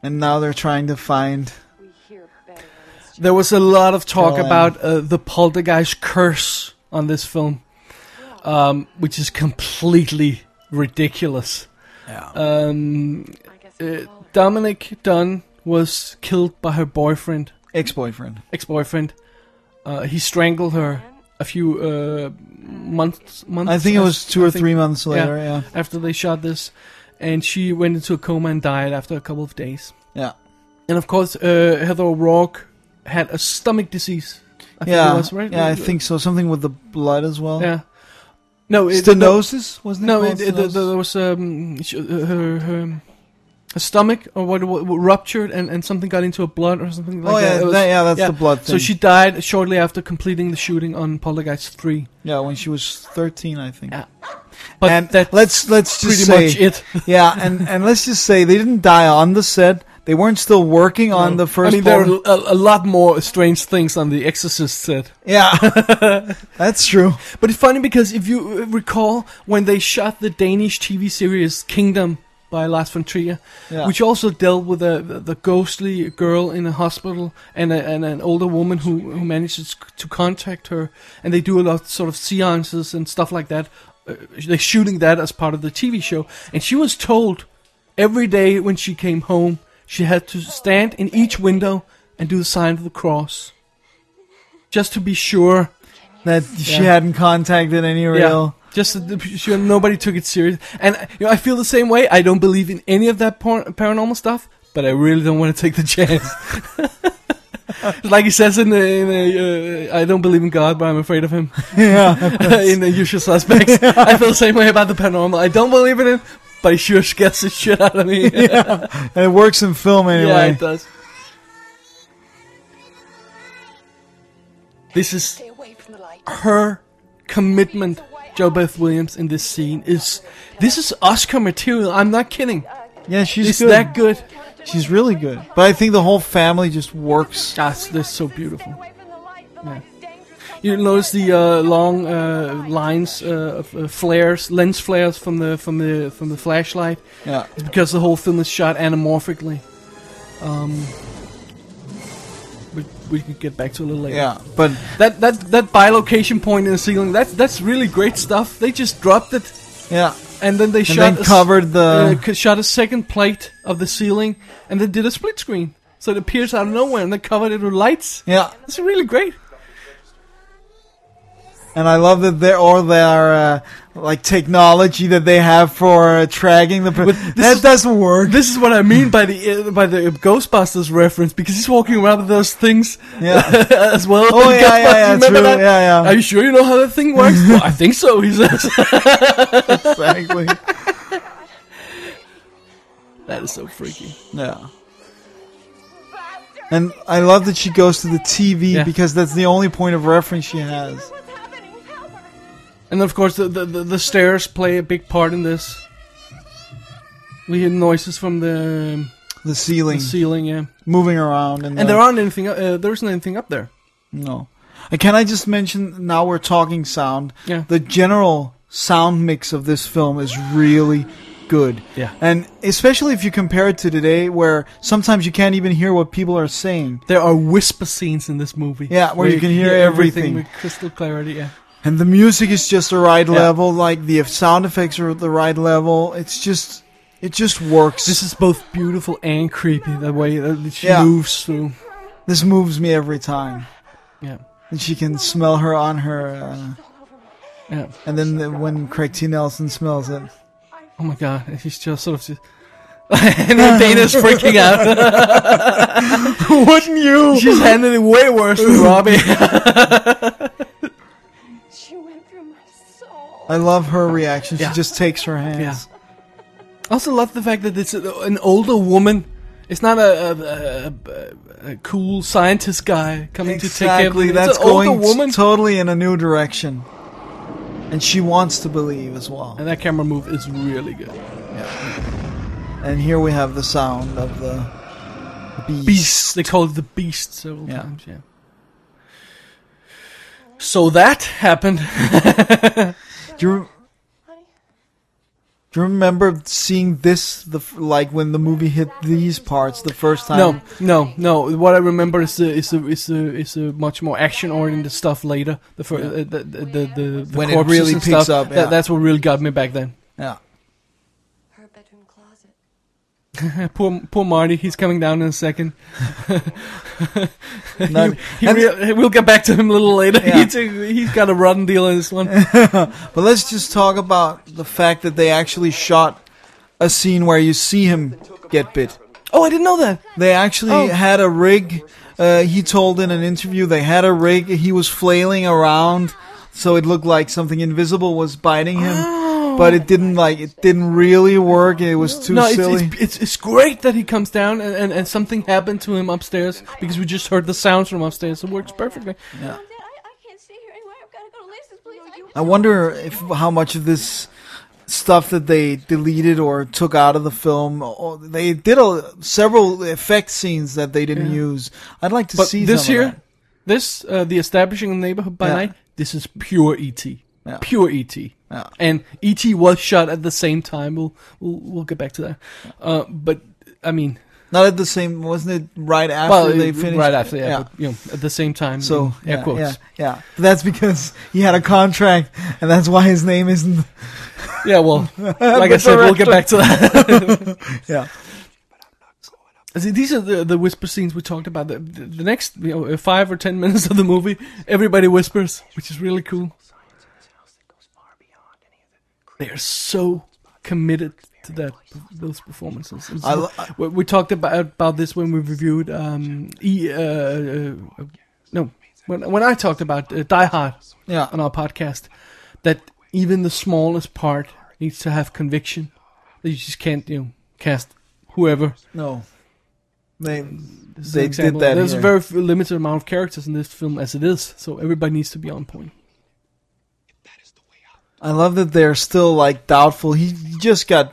Speaker 1: and now they're trying to find.
Speaker 3: We hear better on this.
Speaker 2: There was a lot of talk
Speaker 1: Colin.
Speaker 2: about uh, the poltergeist curse on this film, um, which is completely ridiculous. Um,
Speaker 3: I guess
Speaker 2: uh,
Speaker 3: I'll call her.
Speaker 2: Dominic Dunn was killed by her boyfriend,
Speaker 1: Ex-boyfriend.
Speaker 2: ex-boyfriend. Uh, he strangled her a few uh, months. Months.
Speaker 1: I think it was two
Speaker 2: I
Speaker 1: or
Speaker 2: think-
Speaker 1: three months later. Yeah.
Speaker 2: After they shot this, and she went into a coma and died after a couple of days.
Speaker 1: Yeah.
Speaker 2: And of course, uh, Heather O'Rourke had a stomach disease. I think
Speaker 1: Yeah.
Speaker 2: it was, right? Uh,
Speaker 1: yeah, I think so. Something with the blood as well.
Speaker 2: Yeah. No, it,
Speaker 1: Stenosis wasn't
Speaker 2: No,
Speaker 1: it?
Speaker 2: it, it,
Speaker 1: called? Stenosis?
Speaker 2: there was um, sh- uh, her, her, her stomach or what, what ruptured and, and something got into her blood or something like
Speaker 1: oh
Speaker 2: that.
Speaker 1: yeah,
Speaker 2: It was-
Speaker 1: that- yeah, that's
Speaker 2: yeah.
Speaker 1: the blood thing.
Speaker 2: So she died shortly after completing the shooting on Poltergeist Three.
Speaker 1: yeah, when she was thirteen, I think.
Speaker 2: Yeah. But
Speaker 1: and
Speaker 2: that's
Speaker 1: let's let's
Speaker 2: pretty
Speaker 1: just say,
Speaker 2: much it.
Speaker 1: yeah, and and let's just say they didn't die on the set. They weren't still working on the first.
Speaker 2: I mean, there are
Speaker 1: Polter-
Speaker 2: a, a lot more strange things on the Exorcist set.
Speaker 1: yeah, that's true.
Speaker 2: But it's funny because if you uh, recall when they shot the Danish TV series Kingdom by Lars von Trier,
Speaker 1: Yeah.
Speaker 2: which also dealt with a, the ghostly girl in a hospital and, a, and an older woman who, who manages to contact her, and they do a lot of sort of seances and stuff like that. Uh, they're shooting that as part of the TV show, and she was told every day when she came home she had to stand in each window and do the sign of the cross, just to be sure
Speaker 1: That she
Speaker 2: Yeah.
Speaker 1: hadn't contacted any real.
Speaker 2: just that the- sure nobody took it serious, and you know I feel the same way. I don't believe in any of that por- paranormal stuff, but I really don't want to take the chance. like he says in the, in the uh, I don't believe in God, but I'm afraid of him.
Speaker 1: Yeah,
Speaker 2: in the usual suspects, I feel the same way about the paranormal. I don't believe in it, but he sure scares the shit out of me.
Speaker 1: and it works in film
Speaker 2: Yeah,
Speaker 1: anyway.
Speaker 2: it does. This is
Speaker 6: Stay away from the light.
Speaker 2: her commitment, Jo Beth Williams, in this scene is this is Oscar material. I'm not kidding.
Speaker 1: yeah, she's
Speaker 2: It's
Speaker 1: good.
Speaker 2: that good.
Speaker 1: She's really good. But I think the whole family just works.
Speaker 2: Ah, it's- they're so beautiful.
Speaker 5: Away from the light. The light is dangerous.
Speaker 2: You notice the uh, long uh, lines uh, of uh, flares, lens flares from the from the from the flashlight.
Speaker 1: Yeah.
Speaker 2: It's because the whole film is shot anamorphically. Um, we, we can get back to a little later.
Speaker 1: Yeah, but
Speaker 2: That that that bilocation point in the ceiling. That that's really great stuff. They just dropped it.
Speaker 1: yeah,
Speaker 2: and then they shot
Speaker 1: then
Speaker 2: a s-
Speaker 1: covered the-
Speaker 2: uh, c- shot a second plate of the ceiling, and then did a split screen, so it appears out of nowhere, and they covered it with lights.
Speaker 1: yeah,
Speaker 2: It's really great.
Speaker 1: and I love that they're all their uh, like technology that they have for uh, tracking the. per-
Speaker 2: But this
Speaker 1: that
Speaker 2: is-
Speaker 1: doesn't work.
Speaker 2: This is what I mean by the uh, by the Ghostbusters reference because he's walking around with those things
Speaker 1: Yeah.
Speaker 2: as well.
Speaker 1: Oh, yeah, yeah, yeah,
Speaker 2: Remember
Speaker 1: true.
Speaker 2: that?
Speaker 1: Yeah, yeah.
Speaker 2: Are you sure you know how that thing works? well, I think so. He says
Speaker 1: exactly.
Speaker 2: that is so freaky.
Speaker 1: Yeah. And I love that she goes to the TV
Speaker 2: Yeah.
Speaker 1: because that's the only point of reference she has.
Speaker 5: What's happening? Help her.
Speaker 2: And of course, the, the, the, the stairs play a big part in this. We hear noises from the,
Speaker 1: The ceiling
Speaker 2: the ceiling, yeah.
Speaker 1: moving around, and,
Speaker 2: And
Speaker 1: the-
Speaker 2: there aren't anything. Uh, there isn't anything up there.
Speaker 1: no. And can I just mention? Now we're talking sound.
Speaker 2: Yeah.
Speaker 1: The general sound mix of this film is really good.
Speaker 2: Yeah.
Speaker 1: And especially if you compare it to today, where sometimes you can't even hear what people are saying.
Speaker 2: There are whisper scenes in this movie.
Speaker 1: Yeah, where you can hear everything.
Speaker 2: with crystal clarity. Yeah,
Speaker 1: And the music is just the right
Speaker 2: Yeah.
Speaker 1: level. Like the sound effects are the right level. It's just, it just works.
Speaker 2: this is both beautiful and creepy. The way that she
Speaker 1: Yeah.
Speaker 2: moves through.
Speaker 1: This moves me every time.
Speaker 2: Yeah,
Speaker 1: And she can smell her on her, uh,
Speaker 2: yeah.
Speaker 1: and then the, when Craig T. Nelson smells it,
Speaker 2: Oh my god, and he's just sort of. Just and Dana's freaking out.
Speaker 1: wouldn't you?
Speaker 2: She's handling it way worse than Robbie.
Speaker 5: She went through my soul.
Speaker 1: I love her reaction. She
Speaker 2: Yeah.
Speaker 1: just takes her
Speaker 2: yeah.
Speaker 1: hands.
Speaker 2: I also love the fact that it's a, an older woman. It's not a, a, a, a, a cool scientist guy coming to take care of
Speaker 1: Exactly.
Speaker 2: them.
Speaker 1: That's
Speaker 2: it's an older
Speaker 1: going t-
Speaker 2: woman.
Speaker 1: totally in a new direction, and she wants to believe as well.
Speaker 2: and that camera move is really good.
Speaker 1: And here we have the sound of the beast.
Speaker 2: beast. They call it the beast several
Speaker 1: Yeah.
Speaker 2: times. Yeah. So that happened.
Speaker 1: Do you, do you remember seeing this? The f- like when the movie hit these parts the first time.
Speaker 2: no, no, no. What I remember is the is the is the is the much more action oriented stuff later. The first, uh, the, the the the the
Speaker 1: When it
Speaker 2: corpses
Speaker 1: really
Speaker 2: and
Speaker 1: picks
Speaker 2: stuff,
Speaker 1: up,
Speaker 2: that-
Speaker 1: yeah.
Speaker 2: that's what really got me back then.
Speaker 1: Yeah.
Speaker 3: Her bedroom
Speaker 2: poor, poor Marty. He's coming down in a second.
Speaker 1: Not-
Speaker 2: He
Speaker 1: and-
Speaker 2: rea- we'll get back to him a little later.
Speaker 1: Yeah.
Speaker 2: He's, a- he's got a rotten deal in this one.
Speaker 1: but let's just talk about the fact that they actually shot a scene where you see him get bit.
Speaker 2: oh, I didn't know that.
Speaker 1: They actually
Speaker 2: Oh.
Speaker 1: had a rig. Uh, he told in an interview they had a rig. He was flailing around, so it looked like something invisible was biting him. But it didn't like it didn't really work. It was too
Speaker 2: Oh. no,
Speaker 1: silly.
Speaker 2: It's, it's, it's, it's great that he comes down and, and, and something happened to him upstairs because we just heard the sounds from upstairs. It works perfectly.
Speaker 5: Mom, Dad, I, I can't stay here anymore. I've got to go to Lisa's, please. I
Speaker 1: I wonder if how much of this stuff that they deleted or took out of the film. Or they did a, several effect scenes that they didn't use. I'd like to
Speaker 2: But
Speaker 1: see
Speaker 2: this
Speaker 1: some of
Speaker 2: here, this uh, the establishing the neighborhood by
Speaker 1: Yeah.
Speaker 2: night. This is pure ET,
Speaker 1: Yeah.
Speaker 2: pure ET,
Speaker 1: Yeah.
Speaker 2: and ET was shot at the same time. We'll we'll, we'll get back to that. Uh, but I mean,
Speaker 1: that. Not at the same. Wasn't it right after
Speaker 2: well,
Speaker 1: they finished?
Speaker 2: right after, yeah, But, you know, at the same time.
Speaker 1: So
Speaker 2: in air
Speaker 1: yeah,
Speaker 2: quotes.
Speaker 1: yeah, yeah. But that's because he had a contract, and that's why his name isn't.
Speaker 2: Yeah, well, like I
Speaker 1: But
Speaker 2: said, we'll
Speaker 1: director-
Speaker 2: get back to that.
Speaker 1: Yeah.
Speaker 2: See, these are the, the whisper scenes we talked about. The, the, the next you know, uh, five or ten minutes of the movie, everybody whispers, which is really cool. They are so committed to that those performances. It's-
Speaker 1: I lo- I-
Speaker 2: we, we talked about about this when we reviewed um, e, uh, uh, no when when I talked about uh, Die Hard
Speaker 1: Yeah.
Speaker 2: on our podcast that even the smallest part needs to have conviction. That you just can't you know, cast whoever.
Speaker 1: No. They
Speaker 2: This is
Speaker 1: They did
Speaker 2: an example.
Speaker 1: that
Speaker 2: There's
Speaker 1: here.
Speaker 2: a very f- limited amount of characters in this film as it is, so everybody needs to be on point.
Speaker 1: I love that they're still like doubtful. He just got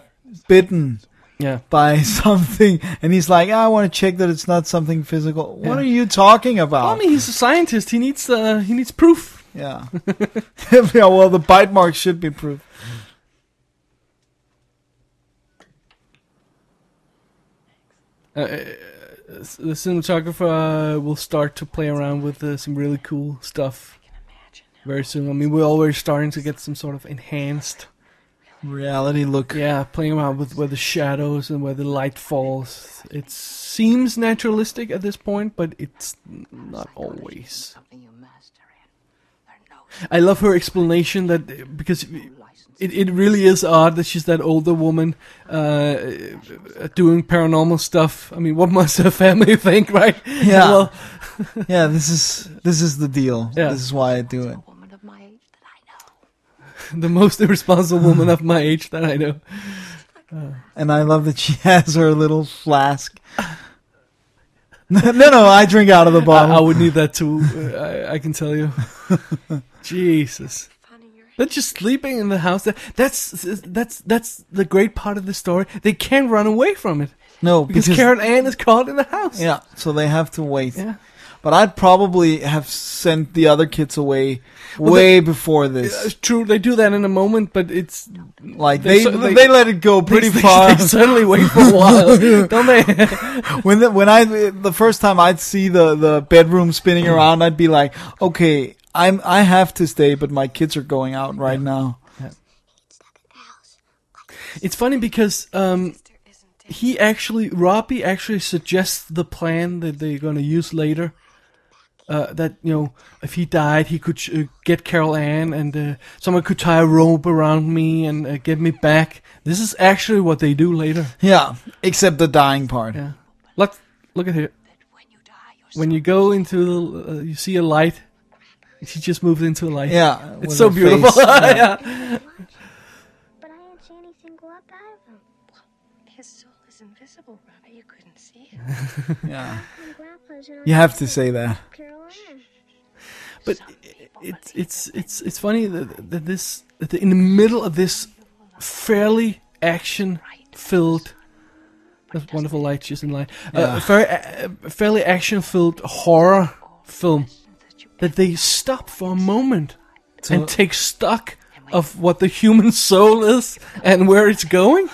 Speaker 1: bitten
Speaker 2: Yeah.
Speaker 1: by something, and he's like, "I want to check that it's not something physical." What
Speaker 2: Yeah.
Speaker 1: are you talking about?
Speaker 2: Well, I mean, he's a scientist. He needs uh, he needs proof.
Speaker 1: yeah. yeah. Well, the bite mark should be proof.
Speaker 2: S- The cinematographer uh, will start to play around with uh, some really cool stuff very soon. I mean, we're already starting to get some sort of enhanced,
Speaker 1: Reality look.
Speaker 2: yeah, playing around with where the shadows and where the light falls. It seems naturalistic at this point, but it's not always.
Speaker 6: Something you master in. There are no
Speaker 2: I love her explanation that because it, it really is odd that she's that older woman uh, doing paranormal stuff. I mean, what must her family think, right?
Speaker 1: Yeah.
Speaker 2: Well,
Speaker 1: Yeah, This is this is the deal.
Speaker 2: Yeah.
Speaker 1: This is why I do it.
Speaker 6: woman of my age that I know.
Speaker 2: the most irresponsible woman of my age that I know.
Speaker 1: And I love that she has her little flask. no, no, I drink out of the
Speaker 2: I, I
Speaker 1: bottle.
Speaker 2: would need that too. uh, I, I can tell you. Jesus.
Speaker 5: finding your
Speaker 2: They're just sleeping in the house. That- That's that's that's the great part of the story. They can't run away from it
Speaker 1: no,
Speaker 2: uh, because,
Speaker 1: because,
Speaker 2: Karen Ann is caught in the house.
Speaker 1: yeah, so they have to wait.
Speaker 2: Yeah.
Speaker 1: But I'd probably have sent the other kids away
Speaker 2: Well,
Speaker 1: way before
Speaker 2: It's
Speaker 1: this.
Speaker 2: Uh, true. They do that in a moment, but it's
Speaker 1: Like
Speaker 2: they-
Speaker 1: they,
Speaker 2: so
Speaker 1: they,
Speaker 2: they-
Speaker 1: let it go pretty
Speaker 2: they,
Speaker 1: far.
Speaker 2: They certainly wait for a while, don't they?
Speaker 1: when the, when I the first time I'd see the the bedroom spinning
Speaker 2: Mm.
Speaker 1: around, I'd be like, okay, I'm I have to stay, but my kids are going out right now.
Speaker 2: It's funny because um, he actually Robbie actually suggests the plan that they're gonna use later. Uh, that you know, if he died, he could uh, get Carol Ann, and uh, someone could tie a rope around me and uh, get me back. This is actually what they do later.
Speaker 1: Yeah, except the dying part.
Speaker 2: Yeah, look, look at here. When you go into, the, uh, you see a light. She just moved into a light.
Speaker 1: Yeah, with
Speaker 2: it's so
Speaker 1: her
Speaker 2: beautiful.
Speaker 1: face.
Speaker 2: yeah.
Speaker 7: But I didn't see anything go up out of him.
Speaker 5: His soul is invisible, Robbie. You couldn't see it.
Speaker 1: yeah.
Speaker 7: And Grandpa's and
Speaker 1: You have to say that.
Speaker 7: Caroline.
Speaker 2: but it's it's it's it's funny that, that this that in the middle of this fairly action filled that's wonderful light just in line uh, very uh, fairly action filled horror film that they stop for a moment and take stock of what the human soul is and where it's going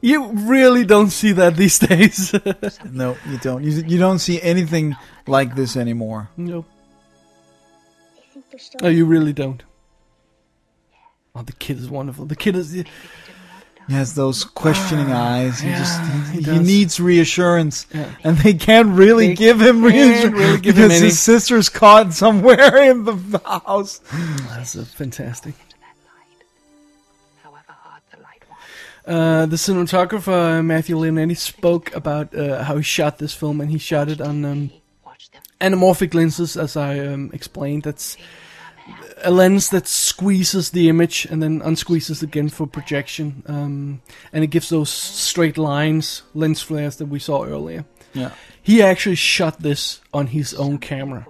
Speaker 2: you really don't see that these days
Speaker 1: No, you don't. You, you don't see anything like this anymore.
Speaker 2: no
Speaker 7: I think they're still.
Speaker 2: Oh, No, you really don't. Oh, the kid is wonderful. The kid is.
Speaker 1: He has those questioning eyes. He just he, he
Speaker 2: Ah, does.
Speaker 1: needs reassurance, and they can't really
Speaker 2: They
Speaker 1: give him
Speaker 2: can't
Speaker 1: reassurance
Speaker 2: really give him
Speaker 1: because
Speaker 2: any.
Speaker 1: his sister's caught somewhere in the, the house.
Speaker 2: That's uh, fantastic.
Speaker 6: to that light, however hard the light wants.
Speaker 2: Uh, the cinematographer uh, Matthew Leonetti spoke about uh, how he shot this film, and he shot it on um,
Speaker 6: Watch them
Speaker 2: anamorphic lenses, as I um, explained. That's a lens that squeezes the image and then unsqueezes again for projection, um, and it gives those straight lines, lens flares that we saw earlier.
Speaker 1: Yeah,
Speaker 2: He actually shot this on his own camera.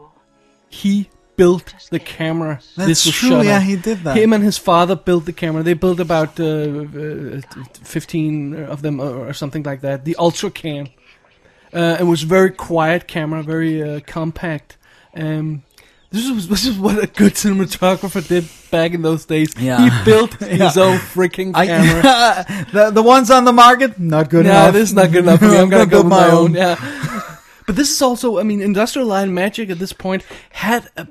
Speaker 2: He built the camera.
Speaker 1: That's
Speaker 2: this was
Speaker 1: true,
Speaker 2: Shot
Speaker 1: yeah,
Speaker 2: on.
Speaker 1: he did that.
Speaker 2: Him and his father built the camera. They built about uh, uh, fifteen of them or, or something like that. The Ultracam. Uh, it was very quiet camera, very uh, compact. Um, this was this is what a good cinematographer did back in those days.
Speaker 1: Yeah.
Speaker 2: He built his
Speaker 1: Yeah.
Speaker 2: own freaking camera.
Speaker 1: I, the the ones on the market not good
Speaker 2: Yeah,
Speaker 1: enough.
Speaker 2: this is not good enough for me. I'm gonna go
Speaker 1: build
Speaker 2: with my own. Yeah. but this is also, I mean, Industrial Light and Magic at this point had a, a-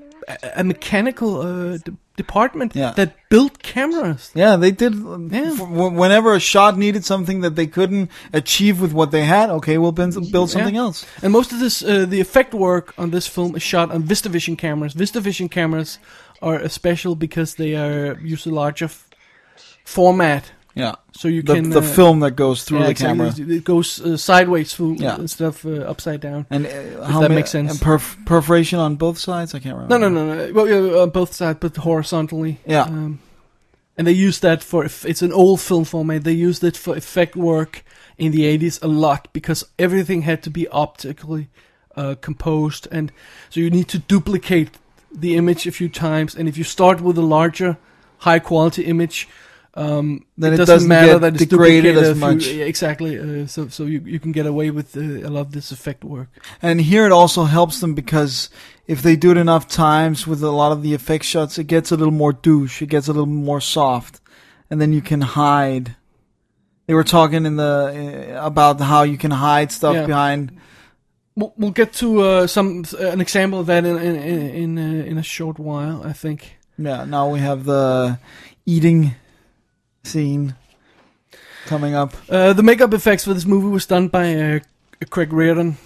Speaker 2: a mechanical uh, de- department
Speaker 1: Yeah.
Speaker 2: that built cameras.
Speaker 1: Yeah, they did. um,
Speaker 2: Yeah.
Speaker 1: f- w- whenever a shot needed something that they couldn't achieve with what they had, okay, we'll build, build something
Speaker 2: Yeah.
Speaker 1: else.
Speaker 2: And most of this, uh, the effect work on this film is shot on VistaVision cameras. VistaVision cameras are uh, special because they are usually larger f- format.
Speaker 1: Yeah.
Speaker 2: So you
Speaker 1: The,
Speaker 2: can
Speaker 1: the
Speaker 2: uh,
Speaker 1: film that goes through
Speaker 2: yeah,
Speaker 1: the
Speaker 2: exactly.
Speaker 1: camera.
Speaker 2: It goes uh, sideways through
Speaker 1: Yeah.
Speaker 2: instead of uh, upside down.
Speaker 1: And uh, how
Speaker 2: that
Speaker 1: ma-
Speaker 2: makes sense.
Speaker 1: And perf- perforation on both sides. I can't
Speaker 2: No,
Speaker 1: remember.
Speaker 2: no, no, no. Well, yeah, on both sides, but horizontally.
Speaker 1: Yeah.
Speaker 2: Um, and they used that for eff- it's an old film format. They used it for effect work in the eighties a lot because everything had to be optically uh, composed, and so you need to duplicate the image a few times. And if you start with a larger, high quality image, um,
Speaker 1: Then
Speaker 2: it
Speaker 1: it
Speaker 2: doesn't,
Speaker 1: doesn't
Speaker 2: matter
Speaker 1: get
Speaker 2: that it's
Speaker 1: degraded
Speaker 2: duplicated
Speaker 1: as
Speaker 2: a few-
Speaker 1: much.
Speaker 2: yeah, exactly. Uh, so so you you can get away with uh, a lot of this effect work.
Speaker 1: And here it also helps them because if they do it enough times with a lot of the effect shots, it gets a little more douche. It gets a little more soft, and then you can hide. They were talking in the uh, about how you can hide stuff
Speaker 2: Yeah.
Speaker 1: behind.
Speaker 2: We'll, we'll get to uh, some an example of that in in in in, uh, in a short while, I think.
Speaker 1: Yeah. Now we have the eating scene coming up.
Speaker 2: Uh, the makeup effects for this movie was done by uh, Craig Reardon,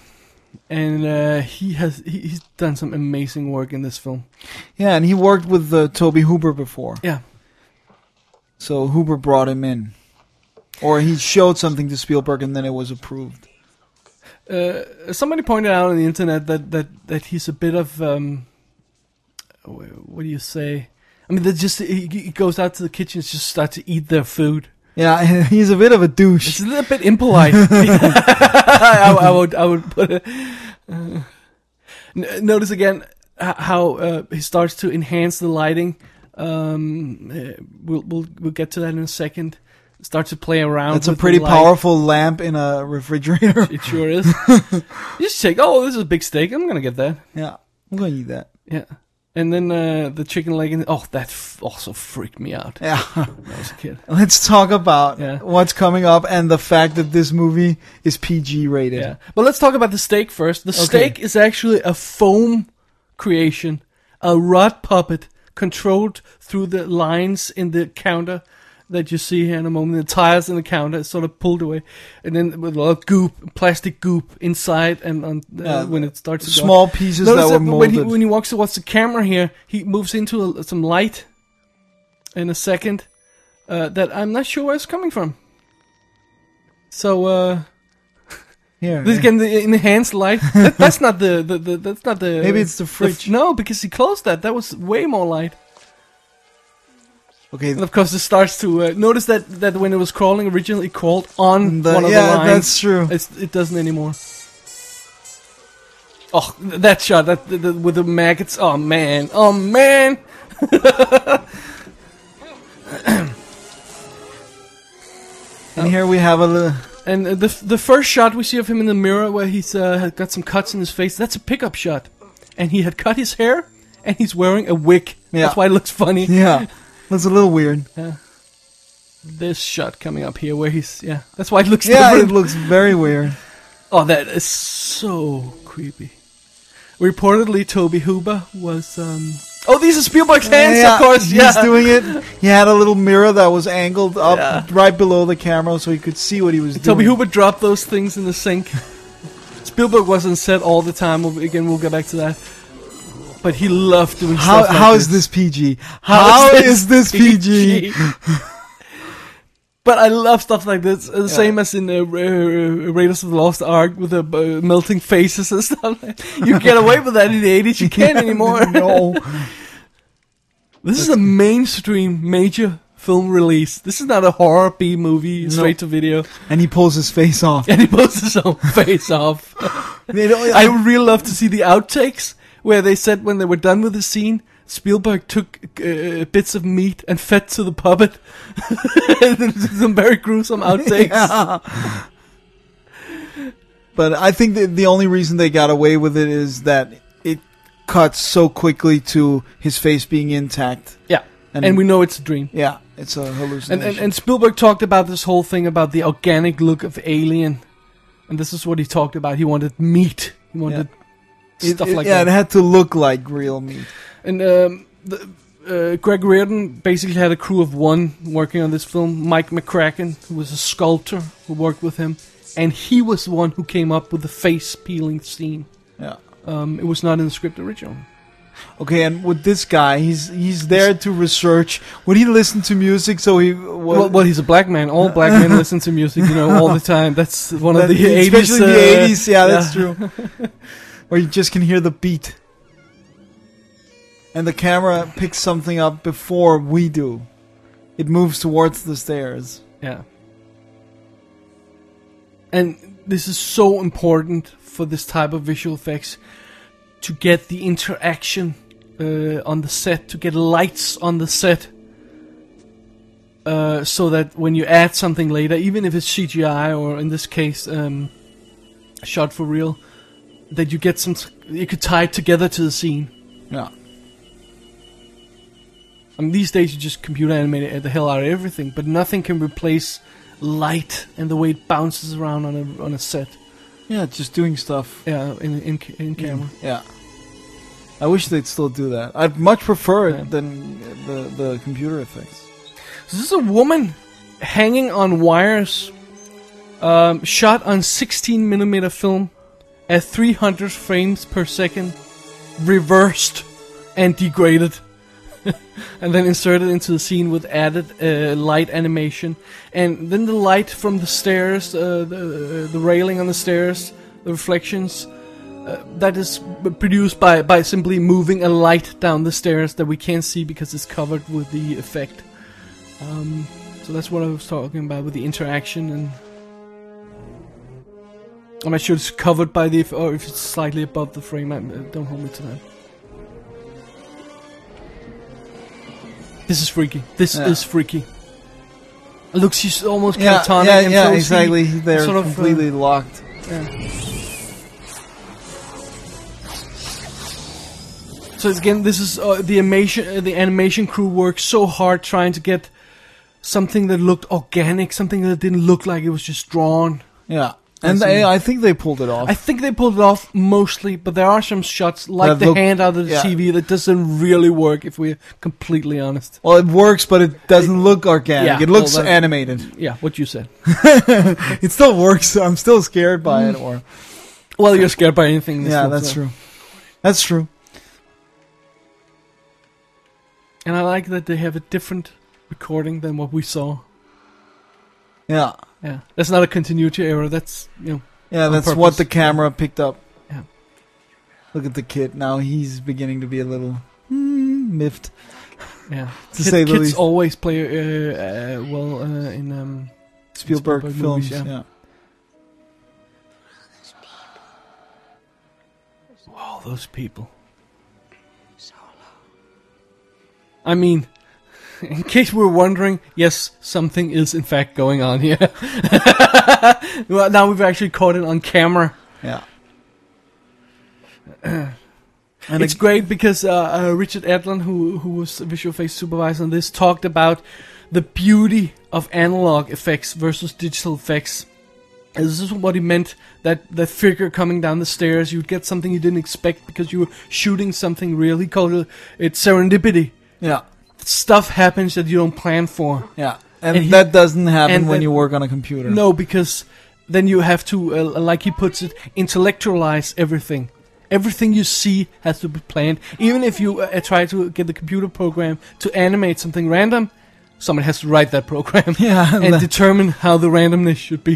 Speaker 2: and uh, he has he, he's done some amazing work in this film.
Speaker 1: Yeah, and he worked with uh, Toby Hooper before.
Speaker 2: Yeah,
Speaker 1: So Hooper brought him in. Or he showed something to Spielberg and then it was approved.
Speaker 2: uh, somebody pointed out on the internet that that that he's a bit of um, wh- what do you say? I mean, that just he, he goes out to the kitchen, and just start to eat their food.
Speaker 1: Yeah, he's a bit of a
Speaker 2: It's
Speaker 1: douche.
Speaker 2: a little bit impolite. I, I would, I would put it. uh, n- notice again h- how uh, he starts to enhance the lighting. Um, uh, we'll, we'll we'll get to that in a second. Start to play around.
Speaker 1: It's a
Speaker 2: with the
Speaker 1: pretty
Speaker 2: light.
Speaker 1: powerful lamp in a refrigerator.
Speaker 2: It sure is. you just take. Oh, this is a big steak. I'm gonna get that.
Speaker 1: yeah, I'm gonna eat that.
Speaker 2: Yeah. And then uh, the chicken leg. And, oh, that f- also freaked me out
Speaker 1: Yeah,
Speaker 2: when I was a kid.
Speaker 1: let's talk about
Speaker 2: Yeah.
Speaker 1: what's coming up and the fact that this movie is PG rated.
Speaker 2: Yeah. But let's talk about the steak first. The steak is actually a foam creation, a rod puppet controlled through the lines in the counter that you see here in a moment. The tires in the counter is sort of pulled away, and then with a lot of goop, plastic goop inside, and on, uh,
Speaker 1: Yeah,
Speaker 2: when it starts to go-
Speaker 1: Small pieces
Speaker 2: Notice
Speaker 1: that were
Speaker 2: when he,
Speaker 1: molded.
Speaker 2: when he walks towards the camera here, he moves into a, some light in a second uh, that I'm not sure where it's coming from. So, uh,
Speaker 1: Here,
Speaker 2: this again, the enhanced light. That, that's not the, the, the that's not the.
Speaker 1: Maybe it's the
Speaker 2: f-
Speaker 1: fridge.
Speaker 2: no, because he closed that. That was way more light.
Speaker 1: okay,
Speaker 2: And of course, it starts to uh, notice that that when it was crawling originally, it crawled on
Speaker 1: Mm, The-
Speaker 2: one of
Speaker 1: yeah,
Speaker 2: the lines.
Speaker 1: that's true.
Speaker 2: It's, it doesn't anymore. Oh, th- that shot that the, the, with the maggots. Oh man, oh man.
Speaker 1: and here we have a little.
Speaker 2: And uh, the f- the first shot we see of him in the mirror, where he's uh, had got some cuts in his face, that's a pickup shot, and he had cut his hair, and he's wearing a wig.
Speaker 1: Yeah.
Speaker 2: That's why it looks funny.
Speaker 1: Yeah, looks a little weird.
Speaker 2: This shot coming up here, where he's yeah, that's why it looks
Speaker 1: Yeah, it
Speaker 2: different.
Speaker 1: looks very weird.
Speaker 2: oh, that is so creepy. Reportedly, Toby Huber was um, Oh, these are Spielberg's hands,
Speaker 1: Yeah,
Speaker 2: of course.
Speaker 1: He's
Speaker 2: yeah.
Speaker 1: doing it. He had a little mirror that was angled up
Speaker 2: Yeah.
Speaker 1: right below the camera so he could see what he was
Speaker 2: Toby
Speaker 1: doing.
Speaker 2: Hooper dropped those things in the sink. Spielberg was on set all the time. We'll- Again, we'll get back to that. But he loved doing
Speaker 1: How,
Speaker 2: stuff like
Speaker 1: how
Speaker 2: this.
Speaker 1: is this PG? How is this PG?
Speaker 2: but I love stuff like this. uh, The same as in uh, Ra- Raiders of the Lost Ark with the uh, melting faces and stuff. you get away with that in the 80s. You can't anymore.
Speaker 1: no.
Speaker 2: This is a mainstream major film release. This is not a horror B movie straight to video.
Speaker 1: And he pulls his face off.
Speaker 2: And he posts his own face off.
Speaker 1: They don't-
Speaker 2: I would really love to see the outtakes where they said when they were done with the scene, Spielberg took uh, bits of meat and fed to the puppet. Some very gruesome outtakes.
Speaker 1: Yeah. But I think that the only reason they got away with it is that it cuts so quickly to his face being intact.
Speaker 2: Yeah.
Speaker 1: And-
Speaker 2: And, we know it's a dream.
Speaker 1: Yeah, it's a hallucination.
Speaker 2: And, and and Spielberg talked about this whole thing about the organic look of Alien, and this is what he talked about. He wanted meat. He wanted
Speaker 1: It-
Speaker 2: stuff
Speaker 1: it-
Speaker 2: like
Speaker 1: yeah,
Speaker 2: that.
Speaker 1: it had to look like real meat.
Speaker 2: And um, the, uh, Greg Reardon basically had a crew of one working on this film. Mike McCracken, who was a sculptor, who worked with him, and he was the one who came up with the face peeling scene.
Speaker 1: Yeah.
Speaker 2: Um, it was not in the script original.
Speaker 1: Okay, and with this guy, he's he's there to research. Would he listen to music so he
Speaker 2: Well, well, he's a black man. All black men listen to music, you know, all the time. That's one of
Speaker 1: that-
Speaker 2: the 80s.
Speaker 1: especially in
Speaker 2: uh,
Speaker 1: the eighties? Yeah, that's true. Where you just can hear the beat, and the camera picks something up before we do. It moves towards the stairs.
Speaker 2: Yeah. And this is so important for this type of visual effects to get the interaction uh, on the set, to get lights on the set. Uh, so that when you add something later, even if it's CGI or in this case um, shot for real, that you get some, you could tie it together to the scene.
Speaker 1: Yeah,
Speaker 2: I mean, these days you just computer animate the hell out of everything, but nothing can replace light and the way it bounces around on a on a set.
Speaker 1: yeah, just doing stuff.
Speaker 2: Yeah, in in, ca- in camera.
Speaker 1: Yeah. I wish they'd still do that. I'd much prefer
Speaker 2: Yeah.
Speaker 1: it than the the computer effects.
Speaker 2: So this is a woman hanging on wires, um, shot on 16 millimeter film at 300 frames per second, reversed and degraded, and then inserted into the scene with added uh, light animation. And then the light from the stairs, uh, the, the railing on the stairs, the reflections. Uh, that is b- produced by, by simply moving a light down the stairs that we can't see because it's covered with the effect. Um, so that's what I was talking about with the interaction, and I'm not sure it's covered by the or if it's slightly above the frame. I, uh, don't hold me to that. This is freaky. This
Speaker 1: Yeah.
Speaker 2: is freaky. Look, she's almost
Speaker 1: Yeah,
Speaker 2: catatonic
Speaker 1: yeah,
Speaker 2: and
Speaker 1: yeah,
Speaker 2: frozen.
Speaker 1: exactly. They're
Speaker 2: sort of, uh,
Speaker 1: completely locked.
Speaker 2: So again, this is uh, the animation. Uh, the animation crew worked so hard trying to get something that looked organic, something that didn't look like it was just drawn.
Speaker 1: Yeah, and
Speaker 2: see.
Speaker 1: they, I think they pulled it off.
Speaker 2: I think they pulled it off mostly, but there are some shots like
Speaker 1: That
Speaker 2: the
Speaker 1: look-
Speaker 2: hand out of the
Speaker 1: yeah.
Speaker 2: TV that doesn't really work. If we're completely honest,
Speaker 1: well, it works, but it doesn't look organic.
Speaker 2: Yeah,
Speaker 1: it looks
Speaker 2: well, that-
Speaker 1: animated.
Speaker 2: yeah, what you said.
Speaker 1: It still works. I'm still scared by it. Or
Speaker 2: Well, you're scared by anything. in this
Speaker 1: yeah,
Speaker 2: world,
Speaker 1: Mm. that's
Speaker 2: so-
Speaker 1: true. That's true.
Speaker 2: And I like that they have a different recording than what we saw.
Speaker 1: Yeah,
Speaker 2: Yeah, that's not a continuity error. That's you know.
Speaker 1: yeah,
Speaker 2: On
Speaker 1: that's
Speaker 2: purpose.
Speaker 1: what the camera picked up.
Speaker 2: Yeah.
Speaker 1: Look at the kid now. He's beginning to be a little mm, miffed.
Speaker 2: Yeah,
Speaker 1: To say the
Speaker 2: kids
Speaker 1: least.
Speaker 2: always play uh, uh, well uh, in um,
Speaker 1: Spielberg,
Speaker 2: Spielberg
Speaker 1: films.
Speaker 2: movies, yeah.
Speaker 1: yeah.
Speaker 2: all those people. I mean, in case we're wondering, yes, something is in fact going on here. well, now we've actually caught it on camera.
Speaker 1: yeah.
Speaker 2: And it's great because uh, uh, Richard Edlund, who who was a visual effects supervisor on this, talked about the beauty of analog effects versus digital effects, This is what he meant that the figure coming down the stairs, you'd get something you didn't expect because you were shooting something real. He called it, it serendipity.
Speaker 1: Yeah.
Speaker 2: Stuff happens that you don't plan for.
Speaker 1: Yeah. And,
Speaker 2: And he-
Speaker 1: that doesn't happen
Speaker 2: and
Speaker 1: when
Speaker 2: that-
Speaker 1: you work on a computer.
Speaker 2: No, because then you have to, uh, like he puts it, intellectualize everything. Everything you see has to be planned. Even if you uh, try to get the computer program to animate something random, someone has to write that program
Speaker 1: Yeah,
Speaker 2: and
Speaker 1: that-
Speaker 2: determine how the randomness should be.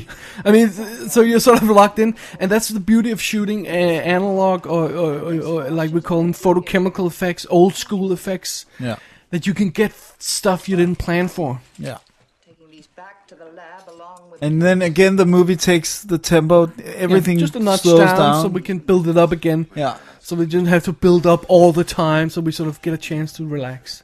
Speaker 2: I mean, th- so you're sort of locked in, and that's the beauty of shooting uh, analog or, or, or, or like we call them photochemical effects, old school effects,
Speaker 1: Yeah.
Speaker 2: that you can get stuff you didn't plan for.
Speaker 1: Yeah.
Speaker 8: Taking these back to the lab along with
Speaker 1: And then again, the movie takes the tempo. Everything
Speaker 2: Yeah, just a notch
Speaker 1: slows
Speaker 2: down,
Speaker 1: down.
Speaker 2: so we can build it up again.
Speaker 1: yeah.
Speaker 2: So we didn't have to build up all the time. So we sort of get a chance to relax.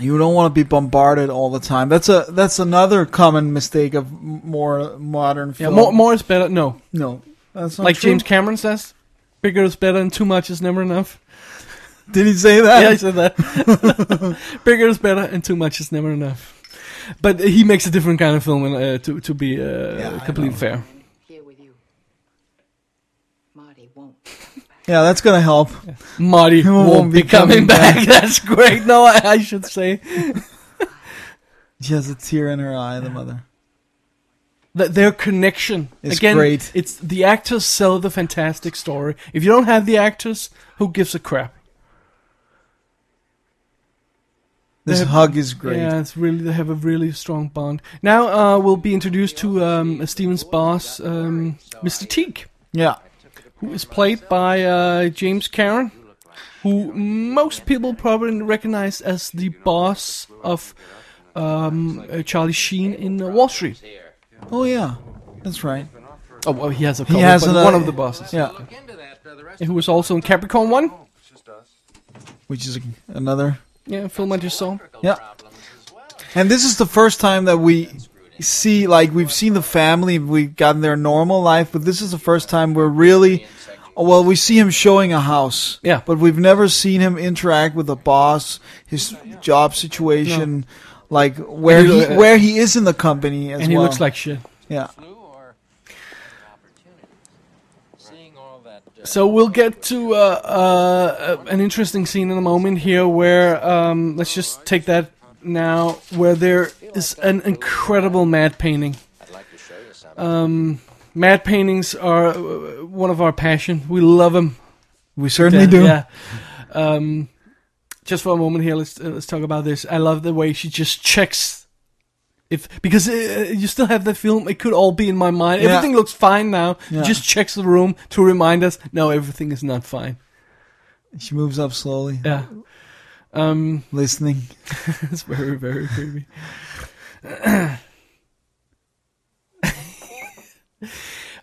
Speaker 1: You don't want to be bombarded all the time. That's a that's another common mistake of m- more modern
Speaker 2: Yeah,
Speaker 1: film.
Speaker 2: more more is better. No,
Speaker 1: No, that's not
Speaker 2: like
Speaker 1: true.
Speaker 2: James Cameron says, bigger is better, and too much is never enough.
Speaker 1: Did he say that?
Speaker 2: Yeah, he said that. bigger is better, and too much is never enough. But he makes a different kind of film, and uh, to to be uh,
Speaker 1: I
Speaker 2: completely fair.
Speaker 8: here with you. Marty won't.
Speaker 1: Yeah, that's gonna help.
Speaker 2: Marty
Speaker 1: He
Speaker 2: won't, be coming back. That's great. No, I, I should say
Speaker 1: She has a tear in her eye. The mother.
Speaker 2: that their connection
Speaker 1: It's
Speaker 2: again.
Speaker 1: great.
Speaker 2: It's the actors sell the fantastic story. If you don't have the actors, who gives a crap?
Speaker 1: This
Speaker 2: They-
Speaker 1: hug is great.
Speaker 2: Yeah, it's really they have a really strong bond. Now uh, we'll be introduced to um, Steven's boss, um, Mr. Teague,
Speaker 1: Yeah.
Speaker 2: who is played by uh, James Cameron, who most people probably recognize as the boss of um, uh, Charlie Sheen in uh, Wall Street.
Speaker 1: Oh yeah, that's right.
Speaker 2: Oh, well, he has a
Speaker 1: He
Speaker 2: couple,
Speaker 1: has
Speaker 2: but
Speaker 1: another-
Speaker 2: one of the bosses,
Speaker 1: Yeah,
Speaker 2: who was also in Capricorn One.
Speaker 1: which is another.
Speaker 2: Yeah, film I just saw.
Speaker 1: Yeah. And this is the first time that we see, like, we've seen the family, we've gotten their normal life, but this is the first time we're really. Well, we see him showing a house.
Speaker 2: Yeah.
Speaker 1: But we've never seen him interact with a boss, his job situation, like where
Speaker 2: And he
Speaker 1: he,
Speaker 2: loo-
Speaker 1: where he is in the company as
Speaker 2: And he
Speaker 1: well.
Speaker 2: looks like shit.
Speaker 1: yeah,
Speaker 9: uh,
Speaker 2: So we'll get to uh, uh, an interesting scene in a moment here where, um, let's just take that now, where there is an incredible mad painting. Um, mad paintings are uh, one of our passion. We love them.
Speaker 1: we certainly do.
Speaker 2: Yeah. Um, just for a moment here, let's uh, let's talk about this. I love the way she just checks if because uh, you still have the film. It could all be in my mind.
Speaker 1: Yeah.
Speaker 2: Everything looks fine now.
Speaker 1: Yeah.
Speaker 2: Just checks the room to remind us. No, everything is not fine.
Speaker 1: She moves up slowly,
Speaker 2: Yeah. Um,
Speaker 1: listening.
Speaker 2: it's very very creepy.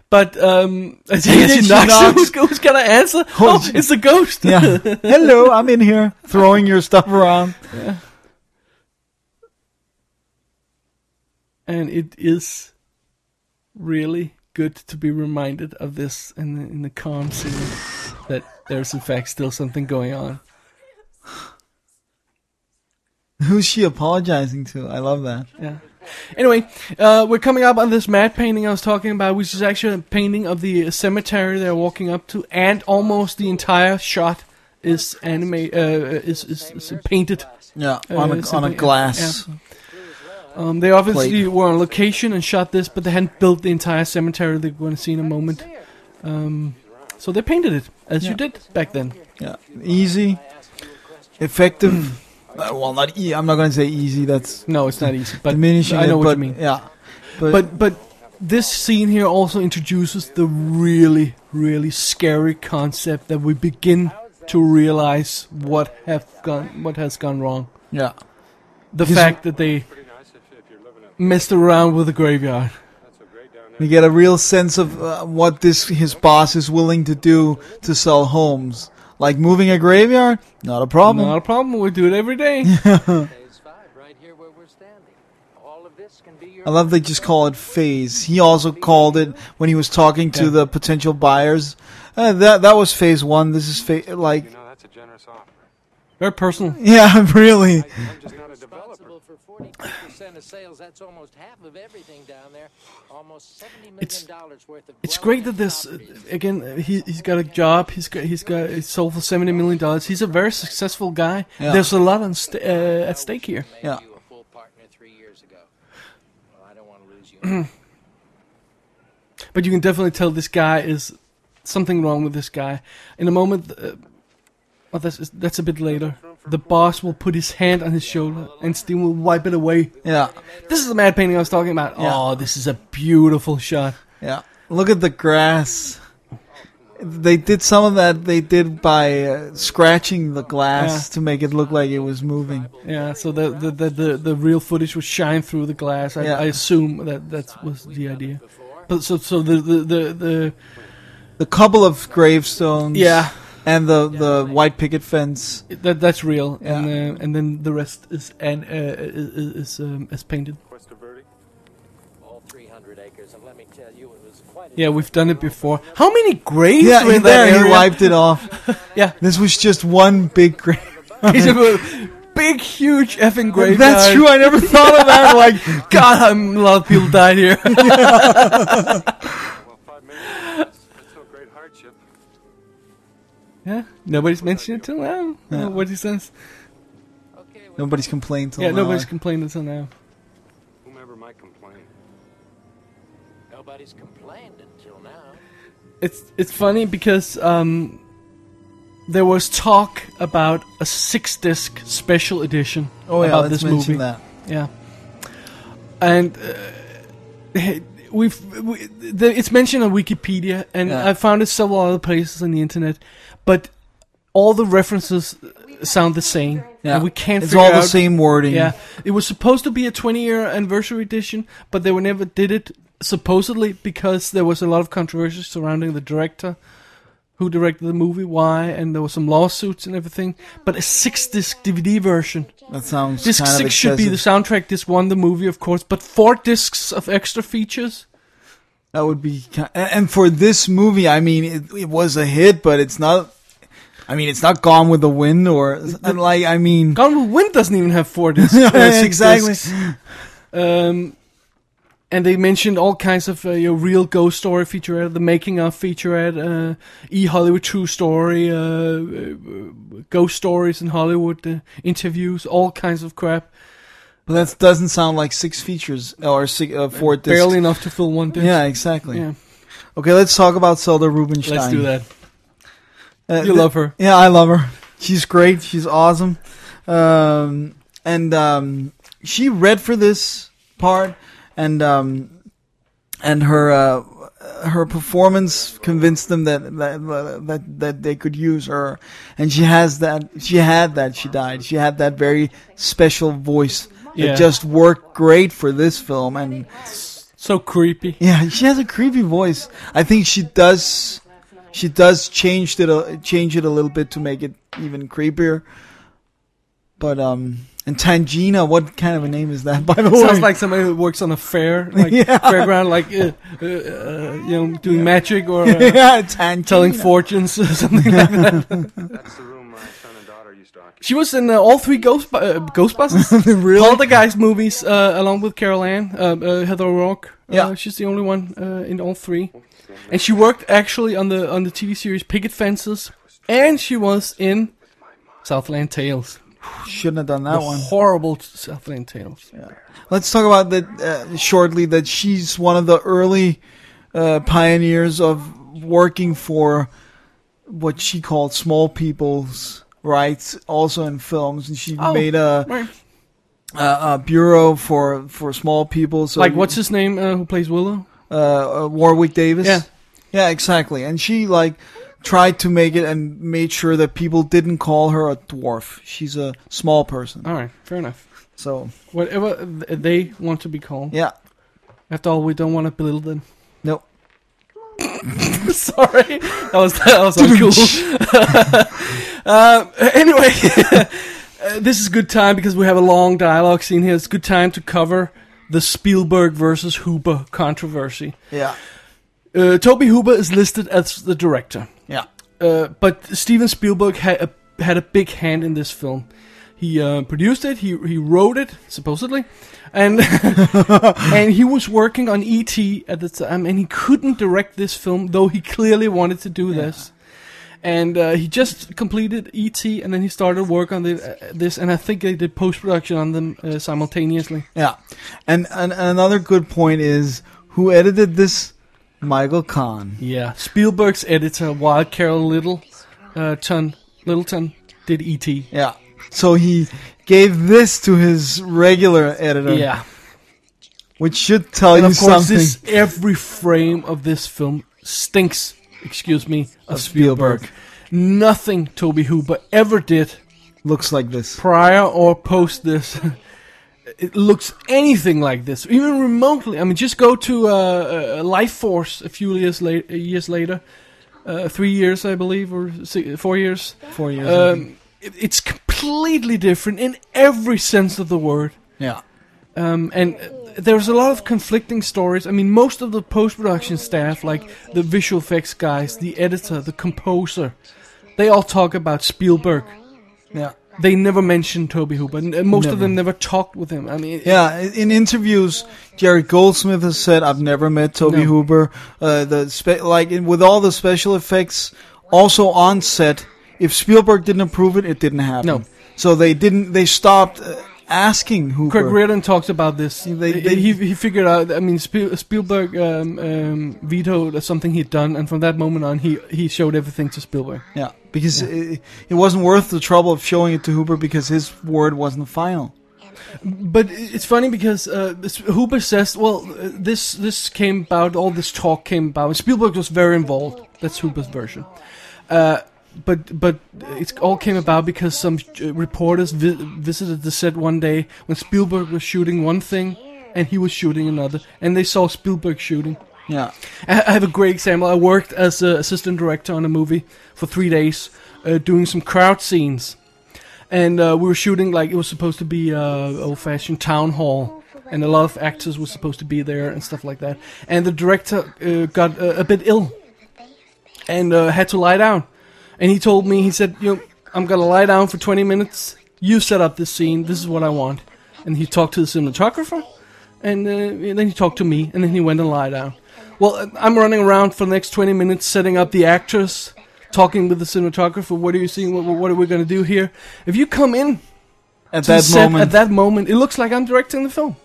Speaker 2: But um, as
Speaker 1: And then
Speaker 2: she
Speaker 1: she
Speaker 2: knocks,
Speaker 1: knocks.
Speaker 2: who's, who's gonna answer?
Speaker 1: Oh,
Speaker 2: Oh, it's a ghost.
Speaker 1: Yeah. Hello, I'm in here throwing your stuff around.
Speaker 2: and it is really good to be reminded of this in the, in the calm scene that there's in fact still something going on.
Speaker 1: Who's she apologizing to? I love that.
Speaker 2: Yeah. Anyway, uh, we're coming up on this mad painting I was talking about, which is actually a painting of the cemetery they're walking up to, and almost the entire shot is anime uh, is, is, is painted.
Speaker 1: Yeah, on
Speaker 2: Uh,
Speaker 1: a, on a
Speaker 2: something-
Speaker 1: glass.
Speaker 2: Um, they obviously were on location and shot this, but they hadn't built the entire cemetery they're going to see in a moment. Um, so they painted it as you
Speaker 1: Yeah.
Speaker 2: did back then.
Speaker 1: Yeah, easy, effective. uh, well, not. E- I'm not gonna say easy. That's
Speaker 2: No, it's not easy, but
Speaker 1: diminishing.
Speaker 2: I know
Speaker 1: it,
Speaker 2: what
Speaker 1: but,
Speaker 2: you mean.
Speaker 1: Yeah, but,
Speaker 2: But but this scene here also introduces the really really scary concept that we begin to realize what have gone what has gone wrong.
Speaker 1: yeah,
Speaker 2: The
Speaker 1: Because-
Speaker 2: fact that they messed around with the graveyard.
Speaker 1: we get a real sense of uh, what this his boss is willing to do to sell homes. Like moving a graveyard, not a problem.
Speaker 2: Not a problem. We do it every day.
Speaker 9: Phase five, right here where we're standing. All of this can be your
Speaker 1: I love they just call it phase. He also called it when he was talking to
Speaker 2: Yeah.
Speaker 1: the potential buyers. Uh, that that was phase one. This is phase like
Speaker 4: You know, that's a generous offer.
Speaker 2: Very personal.
Speaker 1: yeah, really.
Speaker 4: I'm just not a developer.
Speaker 9: for 42% of sales. That's almost half of everything down there. Almost 70 million
Speaker 2: It's-
Speaker 9: dollars worth of
Speaker 2: It's
Speaker 9: dwelling
Speaker 2: great that
Speaker 9: and
Speaker 2: this uh,
Speaker 9: properties.
Speaker 2: again. uh, He he's got a job. He's got he's got he's sold for seventy million dollars. He's a very successful guy.
Speaker 1: Yeah.
Speaker 2: There's a lot on st- uh, at stake here.
Speaker 9: Made
Speaker 1: Yeah.
Speaker 9: you a full partner three years ago. Well, I don't want to lose you.
Speaker 2: But you can definitely tell this guy is something wrong with this guy. In a moment, uh, well, that's that's a bit later. The boss will put his hand on his shoulder, and Steam will wipe it away.
Speaker 1: Yeah.
Speaker 2: This is the mad painting I was talking about.
Speaker 1: Yeah.
Speaker 2: Oh, this is a beautiful shot.
Speaker 1: Yeah. Look at the grass. They did some of that. They did by uh, scratching the glass
Speaker 2: Yeah.
Speaker 1: to make it look like it was moving.
Speaker 2: Yeah, so the the, the, the, the real footage would shine through the glass. I,
Speaker 1: Yeah.
Speaker 2: I assume that that was the idea. But so so the the, the, the
Speaker 1: The couple of gravestones.
Speaker 2: Yeah.
Speaker 1: And the the white picket fence.
Speaker 2: that that's real, and
Speaker 1: Yeah.
Speaker 2: uh, and then the rest is and uh, is is, um, is painted.
Speaker 9: All 300 acres, and let me tell you, it was quite a
Speaker 2: Yeah, we've done it before. How many graves
Speaker 1: Yeah,
Speaker 2: were in
Speaker 1: in there
Speaker 2: that area?
Speaker 1: he wiped it off.
Speaker 2: Yeah,
Speaker 1: This was just one big grave.
Speaker 2: He's a big, huge effing graveyard.
Speaker 1: That's true. I never thought of that. Like,
Speaker 2: God, I'm- a lot of people died here.
Speaker 4: Well, five million. That's, that's no great hardship.
Speaker 2: yeah, nobody's mentioned it till now. Nobody says.
Speaker 9: Okay, well,
Speaker 1: nobody's complained. till
Speaker 2: Yeah,
Speaker 1: now.
Speaker 2: nobody's complained until now.
Speaker 4: Whomever might complain.
Speaker 9: nobody's complained until now.
Speaker 2: It's it's funny because um, there was talk about a six disc special edition
Speaker 1: Oh yeah,
Speaker 2: about
Speaker 1: let's
Speaker 2: this
Speaker 1: mention
Speaker 2: movie.
Speaker 1: that.
Speaker 2: Yeah, and uh, we've we, the, it's mentioned on Wikipedia, and
Speaker 1: Yeah.
Speaker 2: I found it several other places on the internet, but all the references sound the same,
Speaker 1: Yeah,
Speaker 2: and we can't.
Speaker 1: It's
Speaker 2: figure
Speaker 1: all the
Speaker 2: out-
Speaker 1: same wording.
Speaker 2: Yeah, it was supposed to be a 20 year anniversary edition, but they were never did it supposedly because there was a lot of controversy surrounding the director who directed the movie, why, and there were some lawsuits and everything. But a six disc DVD version.
Speaker 1: That sounds
Speaker 2: Disc
Speaker 1: kind of
Speaker 2: six should be the
Speaker 1: excessive.
Speaker 2: soundtrack. This won the movie, of course, but four discs of extra features.
Speaker 1: That would be. Kind and and for this movie, I mean, it, it was a hit, but it's not. I mean, it's not Gone with the Wind or and like. I mean,
Speaker 2: Gone with the Wind doesn't even have four discs. uh,
Speaker 1: Yeah,
Speaker 2: six
Speaker 1: exactly.
Speaker 2: discs. Um, and they mentioned all kinds of uh, your real ghost story featurette, the making of featurette, uh, e Hollywood true story, uh, uh, ghost stories in Hollywood, uh, interviews, all kinds of crap.
Speaker 1: But that doesn't sound like six features or six, uh, four discs.
Speaker 2: Barely enough to fill one disc.
Speaker 1: Yeah, exactly.
Speaker 2: Yeah.
Speaker 1: Okay, let's talk about Zelda Rubinstein.
Speaker 2: let's do that.
Speaker 1: Uh,
Speaker 2: You love her.
Speaker 1: Yeah, I love her. She's great. She's awesome. Um, and um, she read for this part, and um, and her uh, her performance convinced them that that, that that they could use her. And she has that. She had that. She died. She had that very special voice that
Speaker 2: Yeah.
Speaker 1: just worked great for this film. And
Speaker 2: So creepy.
Speaker 1: yeah, she has a creepy voice. I think she does. She does change it a, change it a little bit to make it even creepier. But um, and Tangina, what kind of a name is that? By the way,
Speaker 2: Sounds like somebody who works on a fair, like fairground, like uh, uh, uh, you know, doing magic or uh,
Speaker 1: yeah, Tangina.
Speaker 2: telling fortunes or something like that.
Speaker 4: That's the room my son and daughter used to occupy.
Speaker 2: She was in uh, all three Ghost uh, Ghostbusters, really? Poltergeist movies, uh, along with Carol Ann, uh, uh, Heather O'Rourke. Uh,
Speaker 1: Yeah.
Speaker 2: she's the only one uh, in all three, and she worked actually on the on the TV series Picket Fences, and she was in Southland Tales,
Speaker 1: Shouldn't have done that one.
Speaker 2: horrible Southland Tales.
Speaker 1: Let's talk about that uh, shortly. That she's one of the early uh, pioneers of working for what she called small people's rights, also in films, and she
Speaker 2: Oh,
Speaker 1: made a.
Speaker 2: Right.
Speaker 1: uh, a bureau for for small people. So
Speaker 2: Like
Speaker 1: you-
Speaker 2: what's his name uh, who plays Willow?
Speaker 1: uh, uh, Warwick Davis?
Speaker 2: Yeah.
Speaker 1: yeah, exactly. And she like tried to make it and made sure that people didn't call her a dwarf. She's a small person.
Speaker 2: All right, fair enough.
Speaker 1: So
Speaker 2: Whatever th- they want to be called.
Speaker 1: yeah,
Speaker 2: After all, we don't want to belittle them.
Speaker 1: no,
Speaker 2: Sorry, that was that was uncool. um, anyway, uh, this is good time because we have a long dialogue scene here. It's good time to cover the Spielberg versus Hooper controversy.
Speaker 1: yeah,
Speaker 2: Uh, Toby Hooper is listed as the director,
Speaker 1: yeah,
Speaker 2: uh, but Steven Spielberg had a, had a big hand in this film. He uh, produced it. He he wrote it supposedly, and and he was working on ET at the time, and he couldn't direct this film, though he clearly wanted to do this. And uh, he just completed ET, and then he started work on the, uh, this, and I think they did post production on them uh, simultaneously.
Speaker 1: Yeah. And, and another good point is who edited this? Michael Kahn.
Speaker 2: Yeah, Spielberg's editor, Wild Carol Little, uh, Ton Littleton, did E ET.
Speaker 1: Yeah. So he gave this to his regular editor,
Speaker 2: Yeah,
Speaker 1: which should tell
Speaker 2: and
Speaker 1: you
Speaker 2: of course,
Speaker 1: something.
Speaker 2: this every frame of this film stinks. Excuse me, of
Speaker 1: Spielberg.
Speaker 2: Spielberg. Nothing Toby Hooper ever did
Speaker 1: Looks like this.
Speaker 2: prior or post this. It looks anything like this, even remotely. I mean, just go to uh, uh, Life Force a few years, la- years later, uh, three years, I believe, or si four years.
Speaker 1: Four years.
Speaker 2: Um, it, it's completely different in every sense of the word.
Speaker 1: yeah.
Speaker 2: Um, and uh, there's a lot of conflicting stories. I mean, most of the post production staff, like the visual effects guys, the editor, the composer, they all talk about Spielberg.
Speaker 1: Yeah.
Speaker 2: They never mention Toby Hooper. and and most of
Speaker 1: Never.
Speaker 2: them never talked with him. I mean,
Speaker 1: Yeah, i- in interviews, Jerry Goldsmith has said, "I've never met Toby
Speaker 2: No.
Speaker 1: Hooper." Uh, the spe- like in, with all the special effects, also on set. If Spielberg didn't approve it, it didn't happen.
Speaker 2: No.
Speaker 1: So they didn't. They stopped uh, asking Hooper.
Speaker 2: Craig Reardon talks about this.
Speaker 1: They- they-
Speaker 2: he, he figured out. I mean, Spiel, Spielberg um, um, vetoed something he'd done, and from that moment on, he he showed everything to Spielberg.
Speaker 1: Yeah, because It, it wasn't worth the trouble of showing it to Hooper because his word wasn't the final.
Speaker 2: But it's funny because uh, this- Hooper says, "Well, uh, this this came about. All this talk came about. Spielberg was very involved. That's Hooper's version. Uh, but but it all came about because some uh, reporters vi- visited the set one day when Spielberg was shooting one thing, and he was shooting another, and they saw Spielberg shooting.
Speaker 1: Yeah,
Speaker 2: I I have a great example. I worked as an assistant director on a movie for three days, uh, doing some crowd scenes, and uh, we were shooting like it was supposed to be uh, old-fashioned town hall, and a lot of actors were supposed to be there and stuff like that. And the director uh, got uh, a bit ill, and uh, had to lie down. And he told me, he said, "You, know, I'm gonna lie down for 20 minutes. You set up this scene. This is what I want." And he talked to the cinematographer, and, uh, and then he talked to me, and then he went and lied down. Well, uh, I'm running around for the next 20 minutes setting up the actors, talking with the cinematographer. What are you seeing? What, what are we gonna do here? If you come in
Speaker 1: at
Speaker 2: to the
Speaker 1: that
Speaker 2: set
Speaker 1: moment,
Speaker 2: at that moment, it looks like I'm directing the film.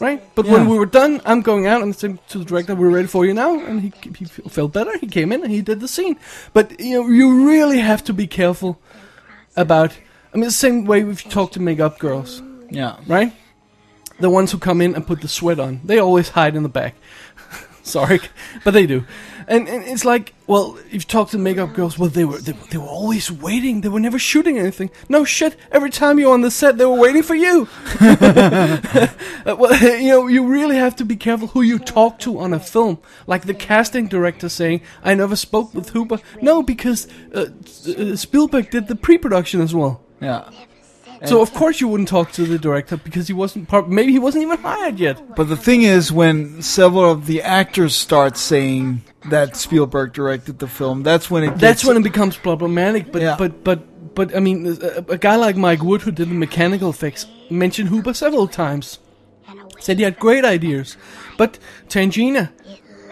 Speaker 2: Right, but when
Speaker 1: Yeah.
Speaker 2: we were done, I'm going out and saying to the director, "We're ready for you now." And he he felt better. He came in and he did the scene. But you know, you really have to be careful about. I mean, the same way we've talked to makeup girls,
Speaker 1: yeah,
Speaker 2: right? The ones who come in and put the sweat on, they always hide in the back. Sorry, but they do. And, and it's like, well, if you talk to makeup girls, well, they were they, were- they were always waiting. They were never shooting anything. No shit. Every time you're on the set, they were waiting for you. Uh, well, you know, you really have to be careful who you talk to on a film. Like the casting director saying, "I never spoke with Hooper." No, because uh, uh, Spielberg did the pre-production as well.
Speaker 1: yeah.
Speaker 2: So of course you wouldn't talk to the director because he wasn't part. Maybe he wasn't even hired yet.
Speaker 1: But the thing is, when several of the actors start saying that Spielberg directed the film, that's when it. Gets,
Speaker 2: That's when it becomes problematic. But
Speaker 1: Yeah.
Speaker 2: but but but I mean, uh, a, a guy like Mike Wood who did the mechanical effects mentioned Hooper several times. Said he had great ideas, but Tangina,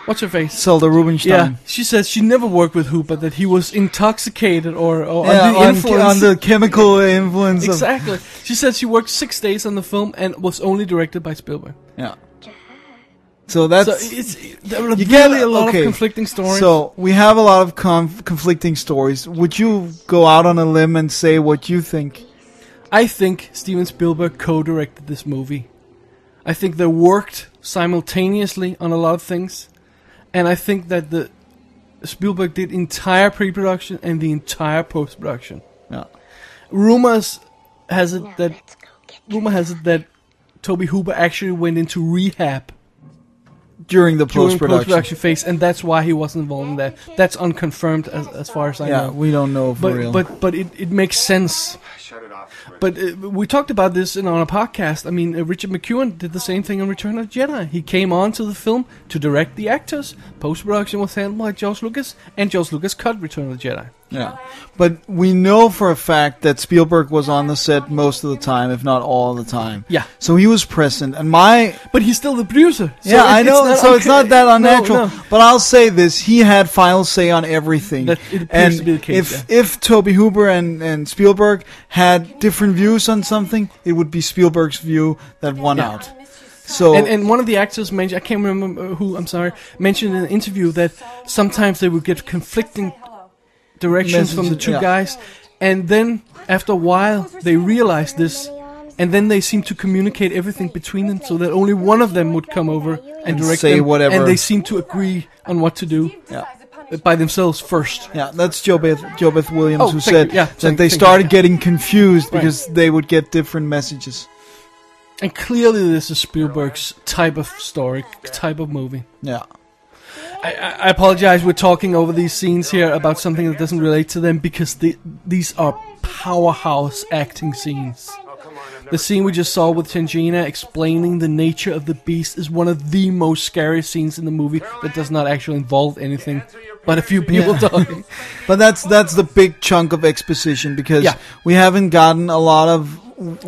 Speaker 2: what's her face?
Speaker 1: Zelda Rubinstein.
Speaker 2: Yeah, she says she never worked with Hooper, that he was intoxicated or, or
Speaker 1: Yeah,
Speaker 2: under
Speaker 1: on,
Speaker 2: influence.
Speaker 1: on the chemical influence of
Speaker 2: exactly. She said she worked six days on the film and was only directed by Spielberg.
Speaker 1: yeah. So that's
Speaker 2: So it's there are
Speaker 1: You get-
Speaker 2: really a lot
Speaker 1: okay.
Speaker 2: of conflicting stories.
Speaker 1: So we have a lot of conf- conflicting stories. Would you go out on a limb and say what you think?
Speaker 2: I think Steven Spielberg co-directed this movie. I think they worked simultaneously on a lot of things, and I think that the Spielberg did entire pre-production and the entire post-production.
Speaker 1: Yeah.
Speaker 2: Rumors has it that rumor has it that Toby Hooper actually went into rehab
Speaker 1: During the
Speaker 2: during
Speaker 1: post production.
Speaker 2: post-production phase, and that's why he wasn't involved in that. That's unconfirmed as, as far as I
Speaker 1: Yeah,
Speaker 2: know.
Speaker 1: we don't know for
Speaker 2: but
Speaker 1: real.
Speaker 2: but but it, it makes sense.
Speaker 4: Shut it off. Rick.
Speaker 2: But uh, we talked about this in on a podcast. I mean, uh, Richard McEwen did the same thing on Return of the Jedi. He came on to the film to direct the actors. Post-production was handled by George Lucas, and George Lucas cut Return of the Jedi.
Speaker 1: Yeah. But we know for a fact that Spielberg was on the set most of the time, if not all the time.
Speaker 2: Yeah.
Speaker 1: So he was present. And my
Speaker 2: But he's still the producer. so
Speaker 1: yeah,
Speaker 2: it-
Speaker 1: I know.
Speaker 2: not
Speaker 1: so it's
Speaker 2: unc-
Speaker 1: not that
Speaker 2: No,
Speaker 1: unnatural.
Speaker 2: no.
Speaker 1: But I'll say this: he had final say on everything.
Speaker 2: That- it appears
Speaker 1: and
Speaker 2: to be the case,
Speaker 1: if if Toby Hooper and, and Spielberg had different views on something, it would be Spielberg's view that won out. So
Speaker 2: And, and one of the actors mentioned, I can't remember uh, who, I'm sorry, mentioned in an interview that sometimes they would get conflicting directions from the
Speaker 1: Messages,
Speaker 2: two
Speaker 1: yeah.
Speaker 2: guys, and then after a while they realized this, and then they seemed to communicate everything between them so that only one of them would come over and direct
Speaker 1: say
Speaker 2: them,
Speaker 1: whatever.
Speaker 2: and they seemed to agree on what to do
Speaker 1: Yeah.
Speaker 2: uh, by themselves first.
Speaker 1: yeah, that's Jobeth Jobeth Williams
Speaker 2: Oh,
Speaker 1: who
Speaker 2: thank
Speaker 1: said
Speaker 2: you. Yeah,
Speaker 1: that
Speaker 2: thank-
Speaker 1: they
Speaker 2: thank you.
Speaker 1: started getting confused because they would get different messages.
Speaker 2: And clearly, this is Spielberg's type of story, type of movie.
Speaker 1: Yeah.
Speaker 2: I, I I apologize. We're talking over these scenes here about something that doesn't relate to them because the, these are powerhouse acting scenes. The scene we just saw with Tangina explaining the nature of the beast is one of the most scary scenes in the movie that does not actually involve anything but a few people talking.
Speaker 1: But that's that's the big chunk of exposition because
Speaker 2: Yeah.
Speaker 1: we haven't gotten a lot of.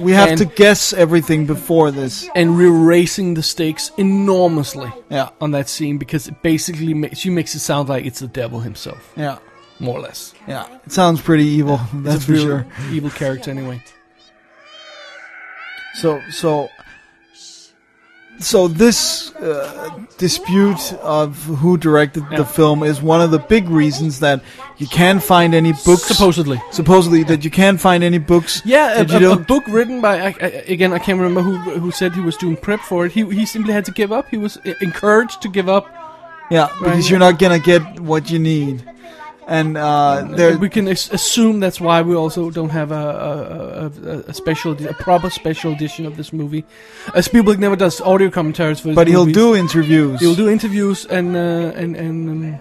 Speaker 1: We have
Speaker 2: And-
Speaker 1: to guess everything before this.
Speaker 2: And we're raising the stakes enormously
Speaker 1: Yeah.
Speaker 2: on that scene because it basically ma- she makes it sound like it's the devil himself,
Speaker 1: Yeah,
Speaker 2: more or less.
Speaker 1: yeah. It sounds pretty evil.
Speaker 2: It's
Speaker 1: That's
Speaker 2: a
Speaker 1: for
Speaker 2: real
Speaker 1: sure.
Speaker 2: evil character anyway.
Speaker 1: So so so this uh, dispute of who directed the film is one of the big reasons that you can't find any books.
Speaker 2: Supposedly.
Speaker 1: supposedly that you can't find any books.
Speaker 2: Yeah, uh,
Speaker 1: that
Speaker 2: a,
Speaker 1: you
Speaker 2: a, a
Speaker 1: don't.
Speaker 2: book written by I, I, again I can't remember who who said he was doing prep for it. He he simply had to give up. He was e- encouraged to give up.
Speaker 1: yeah, because you're not gonna get what you need. And uh, there,
Speaker 2: we can as- assume that's why we also don't have a a, a- a, a special edi- a proper special edition of this movie. Uh, Spielberg never does audio commentaries for his
Speaker 1: but he'll
Speaker 2: movies.
Speaker 1: do interviews.
Speaker 2: he'll do interviews and uh, and and. Um,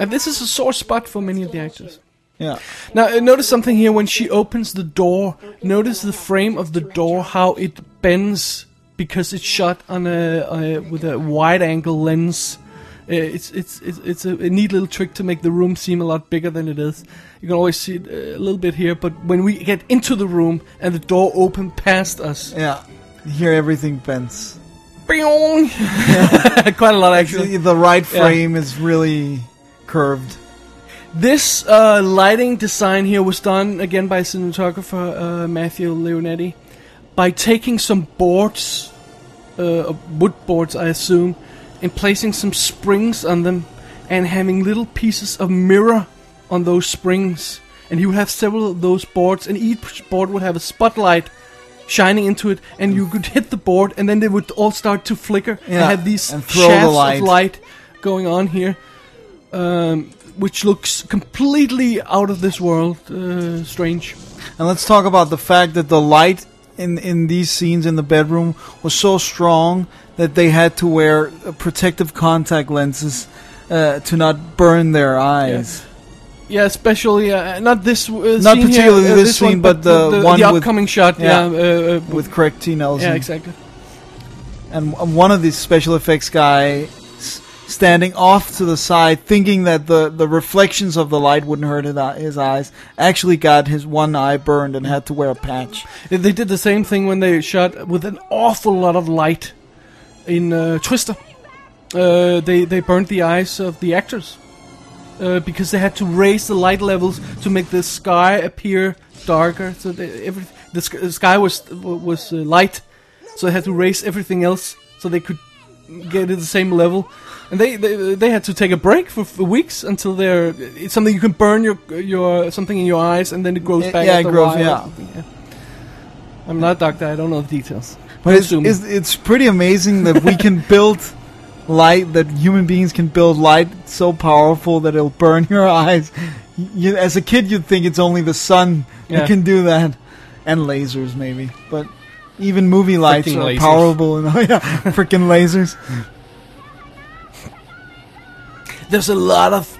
Speaker 2: and this is a sore spot for many of the actors.
Speaker 1: Yeah.
Speaker 2: Now, uh, notice something here when she opens the door. Notice the frame of the door, how it bends because it's shot on a, a with a wide-angle lens. Uh, It's it's it's, it's a, a neat little trick to make the room seem a lot bigger than it is. You can always see it uh, a little bit here, but when we get into the room and the door open past us,
Speaker 1: Yeah. Here everything bends.
Speaker 2: Boing! quite a lot actually.
Speaker 1: The, the right frame is really curved.
Speaker 2: This uh, lighting design here was done again by cinematographer uh, Matthew Leonetti by taking some boards, uh, wood boards, I assume, and placing some springs on them and having little pieces of mirror on those springs. And you would have several of those boards, and each board would have a spotlight shining into it, and you could hit the board, and then they would all start to flicker and
Speaker 1: Mm. Yeah,
Speaker 2: have these
Speaker 1: and throw the
Speaker 2: shafts
Speaker 1: light.
Speaker 2: of light going on here um, which looks completely out of this world, uh, strange.
Speaker 1: And let's talk about the fact that the light in in these scenes in the bedroom was so strong that they had to wear uh, protective contact lenses uh, to not burn their eyes.
Speaker 2: Yeah, especially uh, not this. Uh,
Speaker 1: Not
Speaker 2: scene
Speaker 1: particularly
Speaker 2: here, uh,
Speaker 1: this
Speaker 2: one,
Speaker 1: scene, but the one
Speaker 2: the
Speaker 1: with-
Speaker 2: upcoming shot.
Speaker 1: yeah,
Speaker 2: Yeah, uh, uh,
Speaker 1: With Craig T. Nelson
Speaker 2: yeah, exactly.
Speaker 1: and w- one of these special effects guys standing off to the side, thinking that the, the reflections of the light wouldn't hurt his, eye- his eyes, actually got his one eye burned and had to wear a patch.
Speaker 2: They- They did the same thing when they shot with an awful lot of light in uh, Twister. Uh, they they burned the eyes of the actors uh, because they had to raise the light levels to make the sky appear darker. So they, every the, sk- the sky was was uh, light, so they had to raise everything else so they could get it the same level. And they, they they had to take a break for, for weeks until they're it's something you can burn your your something in your eyes and then it grows
Speaker 1: Yeah,
Speaker 2: back.
Speaker 1: yeah, it
Speaker 2: after a
Speaker 1: grows,
Speaker 2: while or
Speaker 1: yeah.
Speaker 2: something, yeah. I'm not a doctor. I don't know the details.
Speaker 1: But it's,
Speaker 2: Zoom.
Speaker 1: it's, it's pretty amazing that we can build light, that human beings can build light so powerful that it'll burn your eyes. You, as a kid, you'd think it's only the sun
Speaker 2: Yeah.
Speaker 1: that can do that, and lasers maybe. But even movie lights
Speaker 2: Frickin'
Speaker 1: are
Speaker 2: lasers.
Speaker 1: powerful, and oh yeah, freaking lasers.
Speaker 2: There's a lot of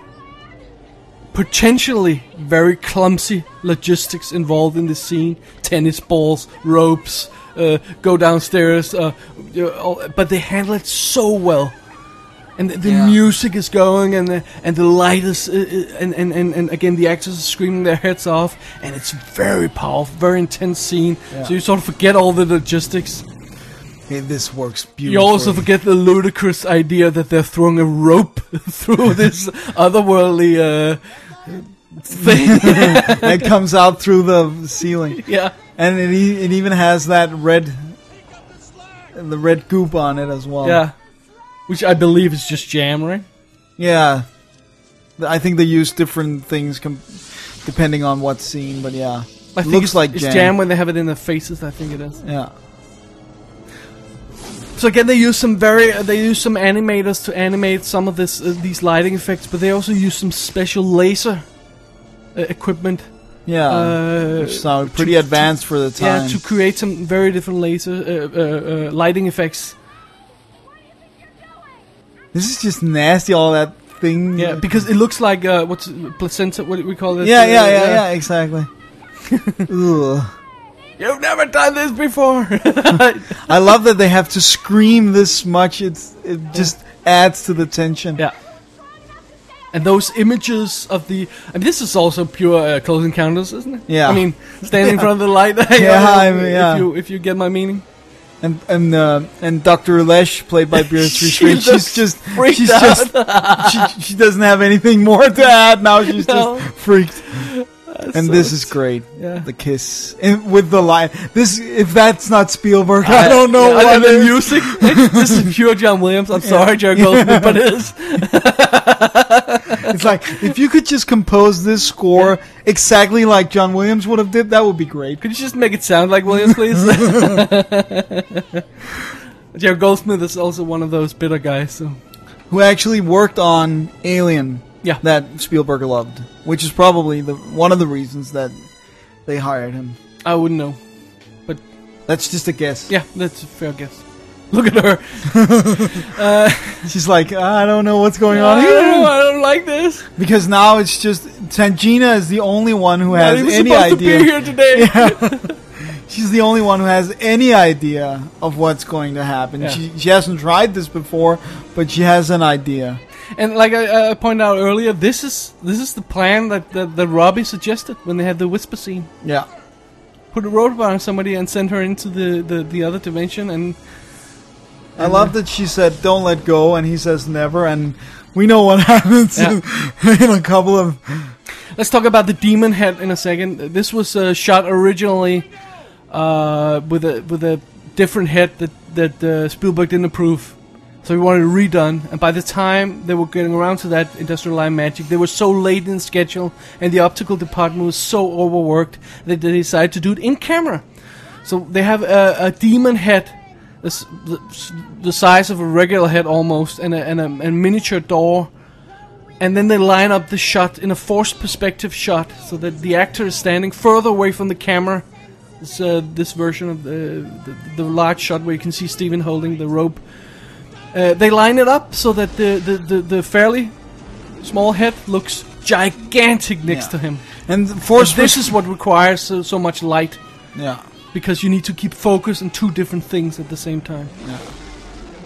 Speaker 2: potentially very clumsy logistics involved in this scene: tennis balls, ropes, uh, go downstairs. Uh, you know, all- but they handle it so well. and the, the
Speaker 9: Yeah.
Speaker 2: music is going, and the and the light is, uh, uh, and, and and and again the actors are screaming their heads off, and it's very powerful, very intense scene. So you sort of forget all the logistics.
Speaker 1: Hey, this works beautifully.
Speaker 2: You also forget the ludicrous idea that they're throwing a rope through this otherworldly uh, thing.
Speaker 1: it comes out through the ceiling,
Speaker 2: yeah.
Speaker 1: and it, e- it even has that red, the red goop on it as well.
Speaker 2: Yeah. Which I believe is just jam, right?
Speaker 1: yeah. Th- I think they use different things com- depending on what scene, but yeah,
Speaker 2: I think
Speaker 1: looks
Speaker 2: it's,
Speaker 1: like
Speaker 2: it's
Speaker 1: jam.
Speaker 2: jam when they have it in their faces. I think it is.
Speaker 1: Yeah,
Speaker 2: So again, they use some very uh, they use some animators to animate some of this uh, these lighting effects, but they also use some special laser uh, equipment.
Speaker 1: yeah,
Speaker 2: Uh,
Speaker 1: which sound pretty
Speaker 2: to-
Speaker 1: advanced for the
Speaker 2: Yeah,
Speaker 1: time.
Speaker 2: to create some very different laser uh, uh, uh, lighting effects.
Speaker 1: this is just nasty. All that thing.
Speaker 2: Yeah, because it looks like uh, what's it, placenta? What do we call it?
Speaker 1: Mm. yeah, yeah,
Speaker 2: Uh,
Speaker 1: yeah, yeah, exactly. Ugh.
Speaker 2: You've never done this before.
Speaker 1: I love that they have to scream this much. It's it just adds to the tension.
Speaker 2: yeah. And those images of the, I mean, this is also pure uh, close encounters, isn't it?
Speaker 1: Yeah.
Speaker 2: I mean, standing in front of the light.
Speaker 1: Yeah, I mean, yeah.
Speaker 2: If you if you get my meaning.
Speaker 1: And and uh, and Dr. Lesh, played by Beatrice
Speaker 2: She
Speaker 1: Straight, she's
Speaker 2: looks
Speaker 1: just
Speaker 2: freaked
Speaker 1: she's just she, she doesn't have anything more to add now. She's
Speaker 2: No.
Speaker 1: just freaked. And
Speaker 2: so
Speaker 1: this is great.
Speaker 2: yeah.
Speaker 1: The kiss and with the line. This if that's not Spielberg, I, don't know
Speaker 2: Yeah,
Speaker 1: what
Speaker 2: and the
Speaker 1: is.
Speaker 2: music. this is pure John Williams. I'm sorry, Jerry Goldsmith, but it is.
Speaker 1: It's like if you could just compose this score exactly like John Williams would have did, that would be great.
Speaker 2: Could you just make it sound like Williams, please? Jerry Goldsmith is also one of those bitter guys. So
Speaker 1: Who actually worked on Alien
Speaker 2: yeah,
Speaker 1: that Spielberg loved, which is probably the one of the reasons that they hired him.
Speaker 2: I wouldn't know.
Speaker 1: That's just a guess.
Speaker 2: Yeah, that's a fair guess. Look at her.
Speaker 1: She's like, "Ah, I don't know what's going on
Speaker 2: I don't, know,
Speaker 1: here.
Speaker 2: I don't like this.
Speaker 1: Because now it's just Tangina is the only one who
Speaker 2: I
Speaker 1: has
Speaker 2: was
Speaker 1: any
Speaker 2: supposed to be
Speaker 1: idea.
Speaker 2: here today.
Speaker 1: She's the only one who has any idea of what's going to happen.
Speaker 2: Yeah.
Speaker 1: She she hasn't tried this before, but she has an idea.
Speaker 2: And like I, I pointed out earlier, this is this is the plan that, that, that Robbie suggested when they had the whisper scene.
Speaker 1: Yeah.
Speaker 2: Put a robot on somebody and send her into the, the, the other dimension and
Speaker 1: I love that she said, "Don't let go," and he says, "Never." And we know what happens
Speaker 2: Yeah.
Speaker 1: in a couple of
Speaker 2: Let's talk about the demon head in a second. This was uh, shot originally uh, with a with a different head that that uh, Spielberg didn't approve, so he wanted it redone. And by the time they were getting around to that Industrial Light and Magic, they were so late in schedule, and the optical department was so overworked that they decided to do it in camera. So they have a, a demon head, the, s- the s- the size of a regular head almost, and a, and a, a miniature door and then they line up the shot in a forced perspective shot so that the actor is standing further away from the camera. It's uh, this version of the, the the large shot where you can see Steven holding the rope. Uh, they line it up so that the, the, the, the fairly small head looks gigantic next
Speaker 1: Yeah.
Speaker 2: to him.
Speaker 1: and
Speaker 2: And
Speaker 1: force
Speaker 2: this is what requires so, so much light
Speaker 1: yeah.
Speaker 2: because you need to keep focus on two different things at the same time.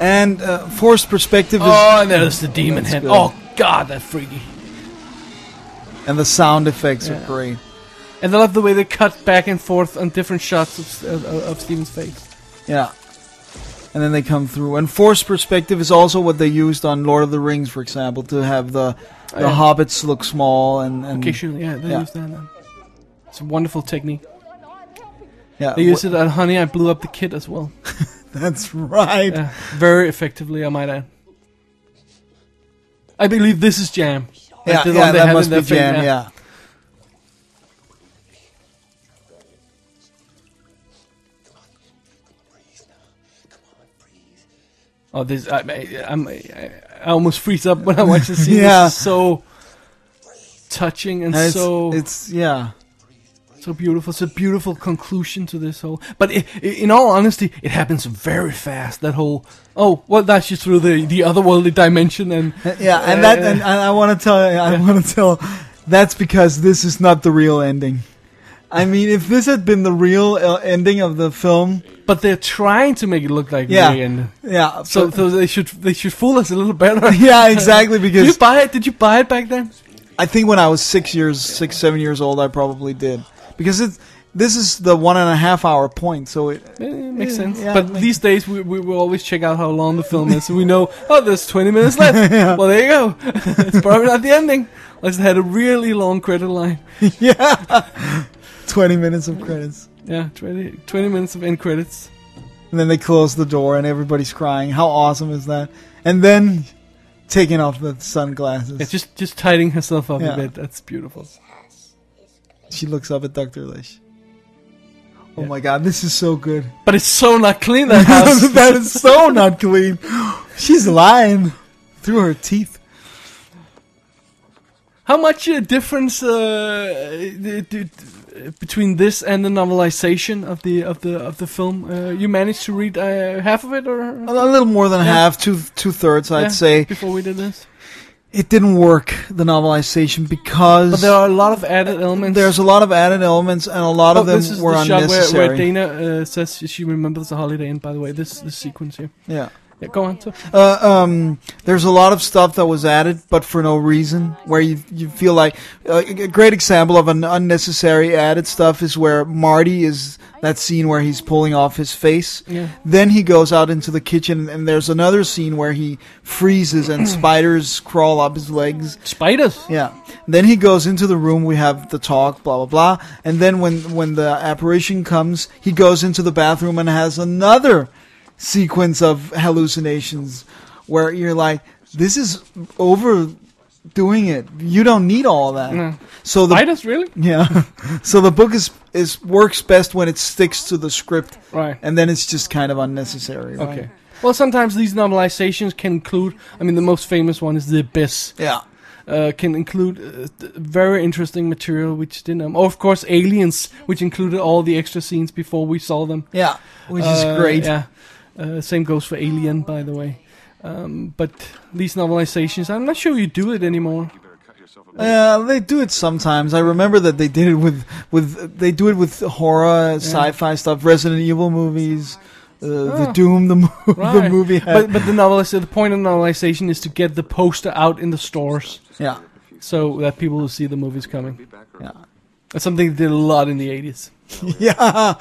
Speaker 1: And uh, forced perspective is,
Speaker 2: Oh, and there's the demon
Speaker 1: That's
Speaker 2: head.
Speaker 1: good.
Speaker 2: Oh God, that freaky.
Speaker 1: and the sound effects are great.
Speaker 2: And I love the way they cut back and forth on different shots of, of, of Steven's face.
Speaker 1: Yeah. And then they come through. And forced perspective is also what they used on Lord of the Rings, for example, to have the the
Speaker 2: Oh, yeah.
Speaker 1: hobbits look small and, and
Speaker 2: Occasionally, Mm. yeah, they
Speaker 1: Yeah.
Speaker 2: use that. um, It's a wonderful technique.
Speaker 1: yeah,
Speaker 2: They use
Speaker 1: wh-
Speaker 2: it on Honey, I Blew Up the Kid as well.
Speaker 1: That's right.
Speaker 2: Yeah, very effectively, I might add. I believe this is Jam.
Speaker 1: Yeah,
Speaker 2: Like the
Speaker 1: yeah,
Speaker 2: one they have
Speaker 1: that
Speaker 2: in
Speaker 1: must
Speaker 2: their
Speaker 1: be
Speaker 2: thing,
Speaker 1: jam.
Speaker 2: yeah.
Speaker 1: yeah.
Speaker 2: Oh, this I, I, I'm, I, I almost freeze up when I watch this scene.
Speaker 1: Yeah.
Speaker 2: It's so touching and,
Speaker 1: And it's,
Speaker 2: so
Speaker 1: it's yeah.
Speaker 2: so beautiful. It's a beautiful conclusion to this whole. But i i in all honesty, it happens very fast. That whole oh, well, that's just through the the otherworldly dimension and
Speaker 1: Yeah,
Speaker 2: Uh,
Speaker 1: and that, and, and I want to tell, I want to tell, that's because this is not the real ending. I mean, if this had been the real uh, ending of the film,
Speaker 2: But they're trying to make it look like
Speaker 1: yeah,
Speaker 2: the end.
Speaker 1: yeah.
Speaker 2: So,
Speaker 1: So,
Speaker 2: so they should they should fool us a little better.
Speaker 1: yeah, exactly.
Speaker 2: Did you
Speaker 1: Because
Speaker 2: buy it? Did you buy it back then?
Speaker 1: I think when I was six years, six, seven years old, I probably did. Because it's this is the one and a half hour point, so it
Speaker 2: Eh, It makes sense.
Speaker 1: yeah,
Speaker 2: but
Speaker 1: it makes-
Speaker 2: these days, we, we will always check out how long the film is, so we know, oh, there's 20 minutes left. Well, there you go. it's probably not the ending. Let's had a really long credit line.
Speaker 1: yeah, twenty minutes of credits,
Speaker 2: Yeah, 20, 20 minutes of end credits.
Speaker 1: and then they close the door, and everybody's crying. How awesome is that? And then taking off the sunglasses,
Speaker 2: Yeah, just just tidying herself up
Speaker 1: Yeah.
Speaker 2: a bit. That's beautiful.
Speaker 1: she looks up at Doctor Lish. Oh my god, this is so good.
Speaker 2: But it's so not clean that house.
Speaker 1: that is so not clean. She's lying through her teeth.
Speaker 2: How much uh, difference uh, d- d- d- between this and the novelization of the of the of the film? Uh, you managed to read uh, half of it, or
Speaker 1: A little more than half, two two thirds, I'd
Speaker 2: Yeah,
Speaker 1: say.
Speaker 2: before we did this.
Speaker 1: It didn't work the novelization because
Speaker 2: But there are a lot of added elements.
Speaker 1: there's a lot of added elements and a lot
Speaker 2: Oh,
Speaker 1: of them
Speaker 2: this is
Speaker 1: were
Speaker 2: the shot where,
Speaker 1: unnecessary.
Speaker 2: where Dana uh, says she remembers the Holiday Inn. By the way, this this sequence here.
Speaker 1: yeah.
Speaker 2: Yeah, go on. So.
Speaker 1: Uh, um, there's a lot of stuff that was added, but for no reason. Where you you feel like uh, a great example of an unnecessary added stuff is where Marty is that scene where he's pulling off his face.
Speaker 2: Yeah.
Speaker 1: Then he goes out into the kitchen, and there's another scene where he freezes and spiders crawl up his legs.
Speaker 2: Spiders.
Speaker 1: Yeah. Then he goes into the room. We have the talk, blah blah blah. And then when when the apparition comes, he goes into the bathroom and has another sequence of hallucinations, where you're like, this is overdoing it. You don't need all that. So the
Speaker 2: Spiders, really?
Speaker 1: yeah. so the book is is works best when it sticks to the script,
Speaker 2: Right.
Speaker 1: and then it's just kind of unnecessary. right?
Speaker 2: Okay. Uh-huh. Well, sometimes these novelizations can include. I mean, the most famous one is The Abyss.
Speaker 1: Yeah.
Speaker 2: uh, can include uh, th- very interesting material, which didn't. Um, or of course, Aliens, which included all the extra scenes before we saw them,
Speaker 1: Yeah. Which
Speaker 2: Uh,
Speaker 1: is great.
Speaker 2: Yeah. Uh, same goes for Alien, by the way. Um, but these novelizations, I'm not sure you do it anymore.
Speaker 1: Yeah, they do it sometimes. I remember that they did it with with they do it with horror, sci-fi stuff, Resident Evil movies, uh, the Doom the, mo- the
Speaker 2: Oh. Right.
Speaker 1: movie. Had,
Speaker 2: But but the novelization, the point of novelization is to get the poster out in the stores
Speaker 1: yeah,
Speaker 2: so that people will see the movies coming.
Speaker 1: yeah,
Speaker 2: That's something they did a lot in the 80s.
Speaker 1: yeah,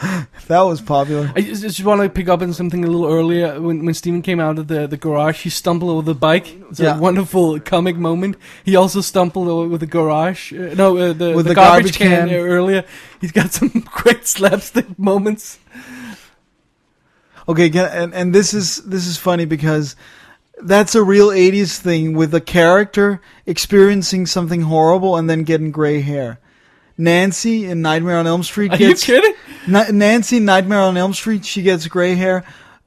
Speaker 1: that was popular.
Speaker 2: I just, just want to pick up on something a little earlier. When when Steven came out of the, the garage, he stumbled over the bike. It's
Speaker 1: Yeah.
Speaker 2: a wonderful comic moment. He also stumbled over with the garage. Uh, no, uh, the,
Speaker 1: With
Speaker 2: the,
Speaker 1: the garbage
Speaker 2: garbage, can,
Speaker 1: can.
Speaker 2: uh, earlier. He's got some great slapstick moments.
Speaker 1: Okay, can- and and this is this is funny because that's a real '80s thing with a character experiencing something horrible and then getting gray hair. Nancy in Nightmare on Elm Street
Speaker 2: Are
Speaker 1: gets
Speaker 2: you kidding?
Speaker 1: Na- Nancy in Nightmare on Elm Street, she gets gray hair.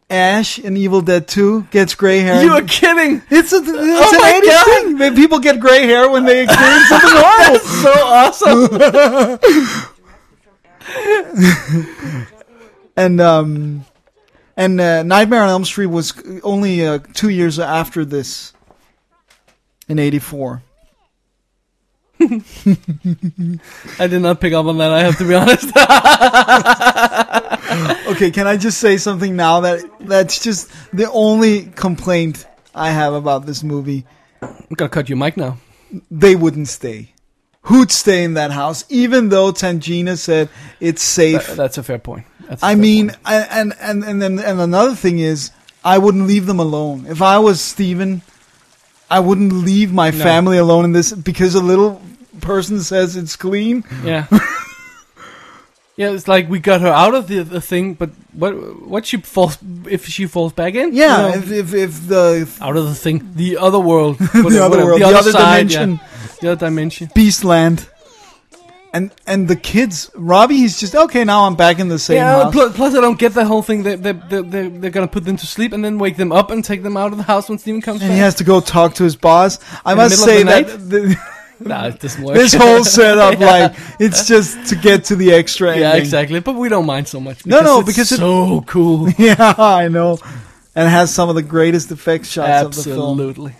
Speaker 1: Ash in Evil Dead 2 gets gray hair. Oh
Speaker 2: You are kidding!
Speaker 1: it's a, it's an
Speaker 2: my
Speaker 1: 80s
Speaker 2: God.
Speaker 1: thing. that People get gray hair when they experience something horrible.
Speaker 2: So awesome!
Speaker 1: And um, and uh, Nightmare on Elm Street was only uh, two years after this, in '84.
Speaker 2: I did not pick up on that. I have to be honest.
Speaker 1: Okay, can I just say something now that that's just the only complaint I have about this movie.
Speaker 2: I'm gonna cut your mic now.
Speaker 1: they wouldn't stay. Who'd stay in that house, even though Tangina said it's safe?
Speaker 2: Th- that's a fair point. That's a
Speaker 1: I
Speaker 2: fair
Speaker 1: mean,
Speaker 2: point.
Speaker 1: I- and and and then and another thing is, I wouldn't leave them alone. If I was Steven, I wouldn't leave my family alone in this because a little person says it's clean.
Speaker 2: yeah. Yeah, it's like we got her out of the, the thing, but what what she falls if she falls back in?
Speaker 1: Yeah,
Speaker 2: You know?
Speaker 1: if, if if the
Speaker 2: out of the thing, the other world, the
Speaker 1: other world, the other dimension.
Speaker 2: the other dimension.
Speaker 1: beast land. And and the kids, Robbie, he's just okay. Now I'm back in the same
Speaker 2: Yeah,
Speaker 1: house.
Speaker 2: plus, plus I don't get the whole thing. They they they they they're gonna put them to sleep and then wake them up and take them out of the house when Steven comes.
Speaker 1: and
Speaker 2: back.
Speaker 1: he has to go talk to his boss. I
Speaker 2: the
Speaker 1: must
Speaker 2: middle
Speaker 1: say
Speaker 2: of the
Speaker 1: that the,
Speaker 2: nah, it doesn't work.
Speaker 1: this whole setup, like it's just to get to the extra ending.
Speaker 2: yeah, exactly. But we don't mind so much.
Speaker 1: No, no,
Speaker 2: it's
Speaker 1: because it-
Speaker 2: so cool.
Speaker 1: Yeah, I know, and has some of the greatest effect shots of the film.
Speaker 2: Absolutely.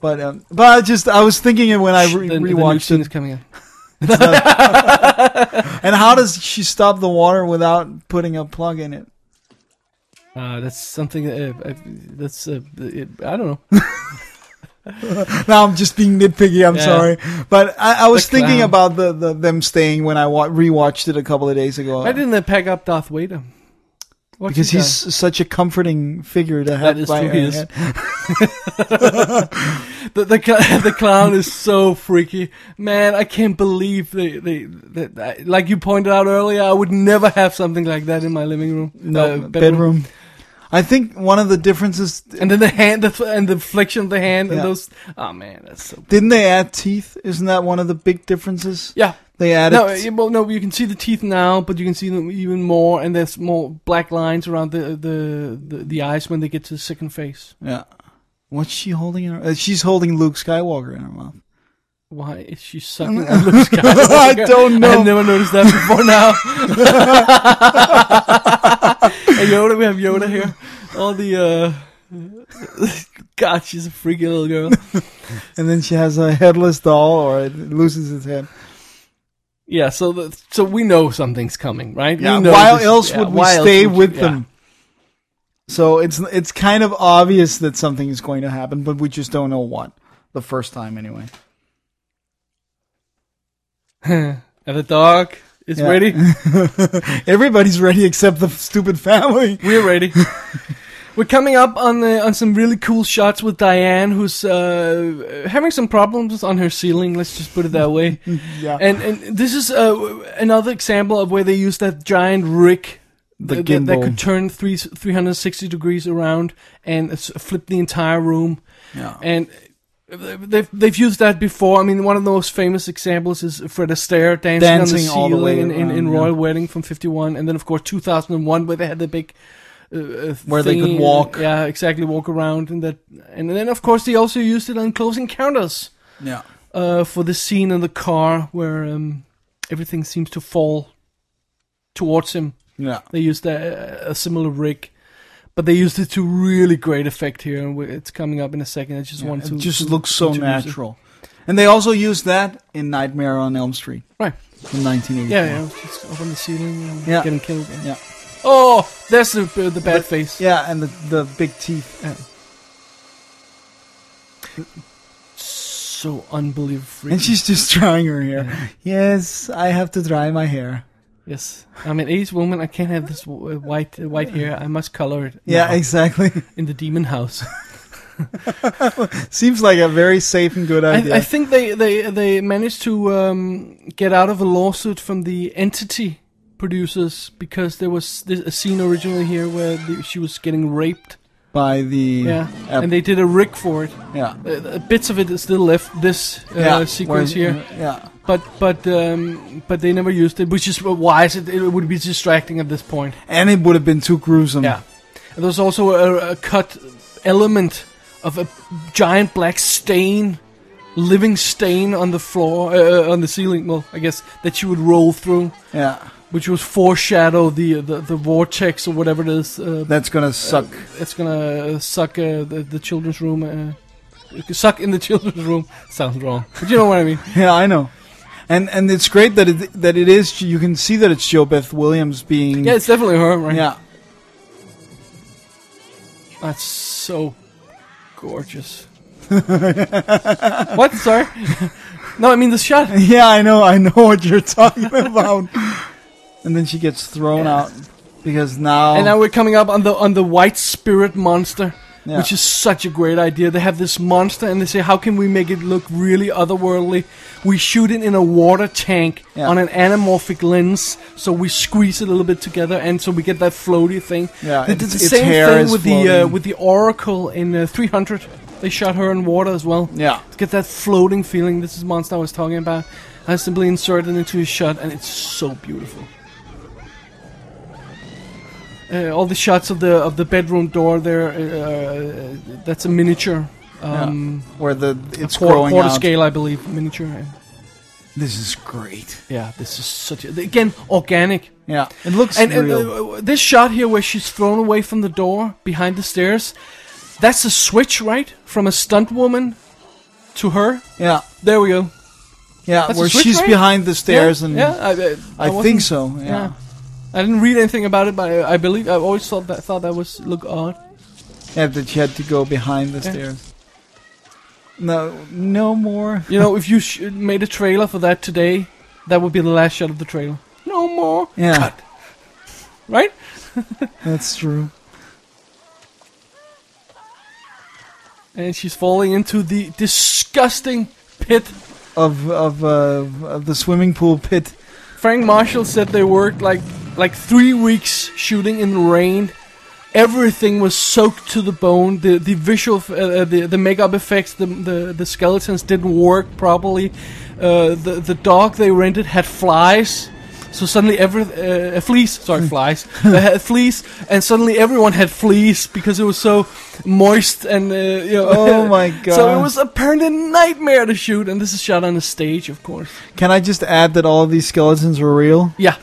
Speaker 1: But um, but I just I was thinking it when I
Speaker 2: The-
Speaker 1: re-
Speaker 2: the new
Speaker 1: rewatched
Speaker 2: scene
Speaker 1: it.
Speaker 2: is coming up.
Speaker 1: It's not- and how does she stop the water without putting a plug in it?
Speaker 2: Uh, that's something. Uh, I, that's uh, it, I don't know.
Speaker 1: Now I'm just being nitpicky. I'm
Speaker 2: Yeah.
Speaker 1: sorry, but I, I was
Speaker 2: The
Speaker 1: thinking
Speaker 2: clown.
Speaker 1: about the, the them staying when I wa- rewatched it a couple of days ago.
Speaker 2: Why didn't they pack up Darth Vader? What's
Speaker 1: because
Speaker 2: he
Speaker 1: he's such a comforting figure to have.
Speaker 2: That is
Speaker 1: by
Speaker 2: true, he
Speaker 1: her
Speaker 2: is.
Speaker 1: head.
Speaker 2: done? the the, cl- the clown is so freaky, man. I can't believe they they, they, I- like you pointed out earlier. I would never have something like that in my living room.
Speaker 1: No
Speaker 2: uh,
Speaker 1: bedroom. I think one of the differences
Speaker 2: And then the hand, the, f- and the flexion of the hand, and
Speaker 1: Yeah.
Speaker 2: those. Oh man, that's so.
Speaker 1: didn't they add teeth? Isn't that one of the big differences?
Speaker 2: Yeah.
Speaker 1: they added.
Speaker 2: No, uh, well, no, you can see the teeth now, but you can see them even more, and there's more black lines around the the the, the eyes when they get to the second phase.
Speaker 1: yeah, what's she holding in her? uh, she's holding Luke Skywalker in her mouth.
Speaker 2: Why is she sucking on Luke Skywalker?
Speaker 1: I don't
Speaker 2: I
Speaker 1: know.
Speaker 2: had never noticed that before now. hey Yoda, we have Yoda here. All the uh God, she's a freaky little girl.
Speaker 1: And then she has a headless doll, or it loses its head.
Speaker 2: Yeah, so the, so we know something's coming, right?
Speaker 1: Yeah,
Speaker 2: we know
Speaker 1: why
Speaker 2: this-
Speaker 1: else
Speaker 2: yeah,
Speaker 1: would we
Speaker 2: why else
Speaker 1: stay
Speaker 2: would you-
Speaker 1: with
Speaker 2: yeah.
Speaker 1: them? So it's it's kind of obvious that something is going to happen, but we just don't know what. The first time, anyway.
Speaker 2: And the dog is
Speaker 1: Yeah.
Speaker 2: ready.
Speaker 1: Everybody's ready except the stupid family.
Speaker 2: We're ready. We're coming up on the, on some really cool shots with Diane, who's uh, having some problems on her ceiling. Let's just put it that way.
Speaker 1: Yeah.
Speaker 2: And and this is uh, another example of where they use that giant rig.
Speaker 1: The
Speaker 2: th- that, that
Speaker 1: gimbal.
Speaker 2: could turn three, 360 degrees around and s- flip the entire room.
Speaker 1: Yeah.
Speaker 2: And they've, they've used that before. I mean, one of the most famous examples is Fred Astaire dancing,
Speaker 1: Dancing all
Speaker 2: on
Speaker 1: the
Speaker 2: the
Speaker 1: way
Speaker 2: ceiling in, in, in
Speaker 1: around,
Speaker 2: Royal
Speaker 1: yeah.
Speaker 2: Wedding from 51. And then, of course, 2001, where they had the big
Speaker 1: Where they could
Speaker 2: thingy,
Speaker 1: walk.
Speaker 2: uh, Yeah, exactly. Walk around and that, and then of course they also used it on Close Encounters
Speaker 1: Yeah.
Speaker 2: uh, for the scene in the car where um, everything seems to fall towards him.
Speaker 1: Yeah.
Speaker 2: They used a, a similar rig, but they used it to really great effect here, and we- it's coming up in a second. I just wanted to
Speaker 1: It
Speaker 2: to
Speaker 1: just looks so
Speaker 2: introduce it.
Speaker 1: natural. And they also used that in Nightmare on Elm Street
Speaker 2: right?
Speaker 1: from 1984.
Speaker 2: Yeah, yeah. Just up on the ceiling, and
Speaker 1: Yeah.
Speaker 2: getting killed.
Speaker 1: Yeah.
Speaker 2: Oh, that's the the bad face.
Speaker 1: Yeah, and the, the big teeth.
Speaker 2: So unbelievable.
Speaker 1: And she's just drying her hair. Yes, I have to dry my hair.
Speaker 2: Yes, I'm an Asian woman. I can't have this w- uh, white uh, white hair. I must color it.
Speaker 1: Yeah,
Speaker 2: now
Speaker 1: exactly.
Speaker 2: in the demon house.
Speaker 1: Seems like a very safe and good idea.
Speaker 2: I, I think they they they managed to um, get out of a lawsuit from the entity producers because there was this, a scene originally here where the, she was getting raped.
Speaker 1: By the
Speaker 2: Yeah,
Speaker 1: app-
Speaker 2: and they did a rig for it.
Speaker 1: yeah.
Speaker 2: Uh, Uh, bits of it is still left. This uh,
Speaker 1: yeah, mm-hmm.
Speaker 2: sequence
Speaker 1: where- uh,
Speaker 2: here.
Speaker 1: Yeah,
Speaker 2: But but um, but they never used it, which is why is it, it would be distracting at this point.
Speaker 1: and it would have been too gruesome.
Speaker 2: Yeah. And there's also a, a cut element of a giant black stain, living stain on the floor, uh, on the ceiling. Well, I guess that you would roll through,
Speaker 1: yeah,
Speaker 2: which would foreshadow the the, the vortex or whatever it is. Uh,
Speaker 1: that's gonna suck.
Speaker 2: it's gonna suck uh, the, the children's room. Uh, suck in the children's room sounds wrong, but you know what I mean.
Speaker 1: yeah, I know. And and it's great that it that it is. You can see that it's Jo Beth Williams being.
Speaker 2: Yeah, it's definitely her, right?
Speaker 1: yeah,
Speaker 2: That's so gorgeous. what? Sorry. no, I mean the shot.
Speaker 1: yeah. I know. I know what you're talking about. and then she gets thrown out because now.
Speaker 2: And now we're coming up on the on the white spirit monster,
Speaker 1: Yeah.
Speaker 2: which is such a great idea. They have this monster, and they say, "How can we make it look really otherworldly? We shoot it in a water tank
Speaker 1: Yeah.
Speaker 2: on an anamorphic lens, so we squeeze it a little bit together, and so we get that floaty thing."
Speaker 1: Yeah,
Speaker 2: they did
Speaker 1: its-
Speaker 2: the
Speaker 1: its
Speaker 2: same
Speaker 1: hair
Speaker 2: thing
Speaker 1: is
Speaker 2: with the uh,
Speaker 1: floating.
Speaker 2: with the Oracle in uh, 300. They shot her in water as well.
Speaker 1: Yeah.
Speaker 2: to get that floating feeling. This is the monster I was talking about. I simply inserted it into a shot, and it's so beautiful uh, all the shots of the of the bedroom door there. Uh, that's a miniature, um,
Speaker 1: where the it's
Speaker 2: quar-
Speaker 1: growing
Speaker 2: quarter
Speaker 1: out.
Speaker 2: scale, I believe, miniature.
Speaker 1: This is great.
Speaker 2: Yeah, this is such a, again organic.
Speaker 1: Yeah, it looks
Speaker 2: And, and
Speaker 1: real.
Speaker 2: uh, this shot here, where she's thrown away from the door behind the stairs, that's a switch, right, from a stunt woman to her.
Speaker 1: yeah,
Speaker 2: There we go.
Speaker 1: Yeah,
Speaker 2: That's a
Speaker 1: where
Speaker 2: switch,
Speaker 1: she's
Speaker 2: right?
Speaker 1: behind the stairs,
Speaker 2: yeah,
Speaker 1: and
Speaker 2: yeah, I, I,
Speaker 1: I, think
Speaker 2: wasn't-
Speaker 1: so. Yeah. yeah,
Speaker 2: I didn't read anything about it, but I, I believe I always thought that thought that was look odd.
Speaker 1: that she had to go behind the
Speaker 2: Yeah.
Speaker 1: stairs. No, no more.
Speaker 2: You know, if you sh- made a trailer for that today, that would be the last shot of the trailer. No more.
Speaker 1: Yeah.
Speaker 2: Cut. Right?
Speaker 1: That's true.
Speaker 2: And she's falling into the disgusting pit.
Speaker 1: Of of uh, of the swimming pool pit.
Speaker 2: Frank Marshall said they worked like like three weeks shooting in the rain. Everything was soaked to the bone. The the visual, f- uh, uh, the the makeup effects, the the, the skeletons didn't work properly. Uh, the the dog they rented had flies, so suddenly every uh, fleas
Speaker 1: Hmm.
Speaker 2: sorry flies they had fleas, and suddenly everyone had fleas because it was so moist and uh, you know.
Speaker 1: Oh my
Speaker 2: So it
Speaker 1: God.
Speaker 2: was apparently a nightmare to shoot, and this is shot on a stage, of course.
Speaker 1: Can I just add that all of these skeletons were real?
Speaker 2: Yeah.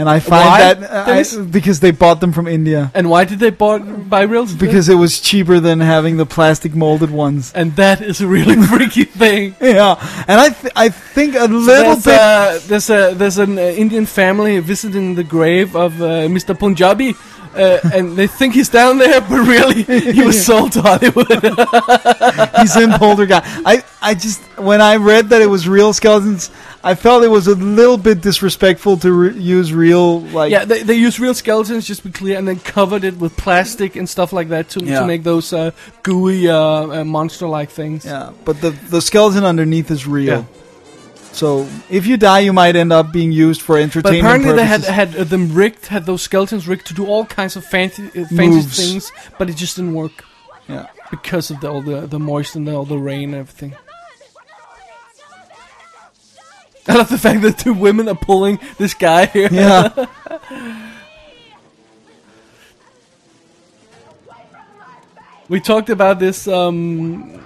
Speaker 1: And I find
Speaker 2: Why,
Speaker 1: that uh, I,
Speaker 2: Dennis?
Speaker 1: because they bought them from India
Speaker 2: And why did they bought buy reels?
Speaker 1: because it was cheaper than having the plastic molded ones.
Speaker 2: and that is a really freaky thing.
Speaker 1: Yeah, and I th- I think a little
Speaker 2: there's,
Speaker 1: bit.
Speaker 2: uh, there's a there's an uh, Indian family visiting the grave of uh, Mr. Punjabi, uh, and they think he's down there, but really he was sold to Hollywood. uh,
Speaker 1: He's in Poltergeist. I, I just when I read that it was real skeletons, I felt it was a little bit disrespectful to re- use real like.
Speaker 2: yeah, they, they use real skeletons just to be clear, and then covered it with plastic and stuff like that to,
Speaker 1: Yeah.
Speaker 2: to make those uh, gooey uh, uh, monster-like things.
Speaker 1: Yeah, but the the skeleton underneath is real.
Speaker 2: Yeah.
Speaker 1: So if you die, you might end up being used for
Speaker 2: But
Speaker 1: entertainment.
Speaker 2: apparently they had
Speaker 1: purposes.
Speaker 2: had uh, them rigged, had those skeletons rigged to do all kinds of fancy uh, fancy
Speaker 1: Moves.
Speaker 2: things, but it just didn't work.
Speaker 1: Yeah.
Speaker 2: because of the, all the the moist and all the rain and everything. I love the fact that two women are pulling this guy here.
Speaker 1: Yeah.
Speaker 2: We talked about this um,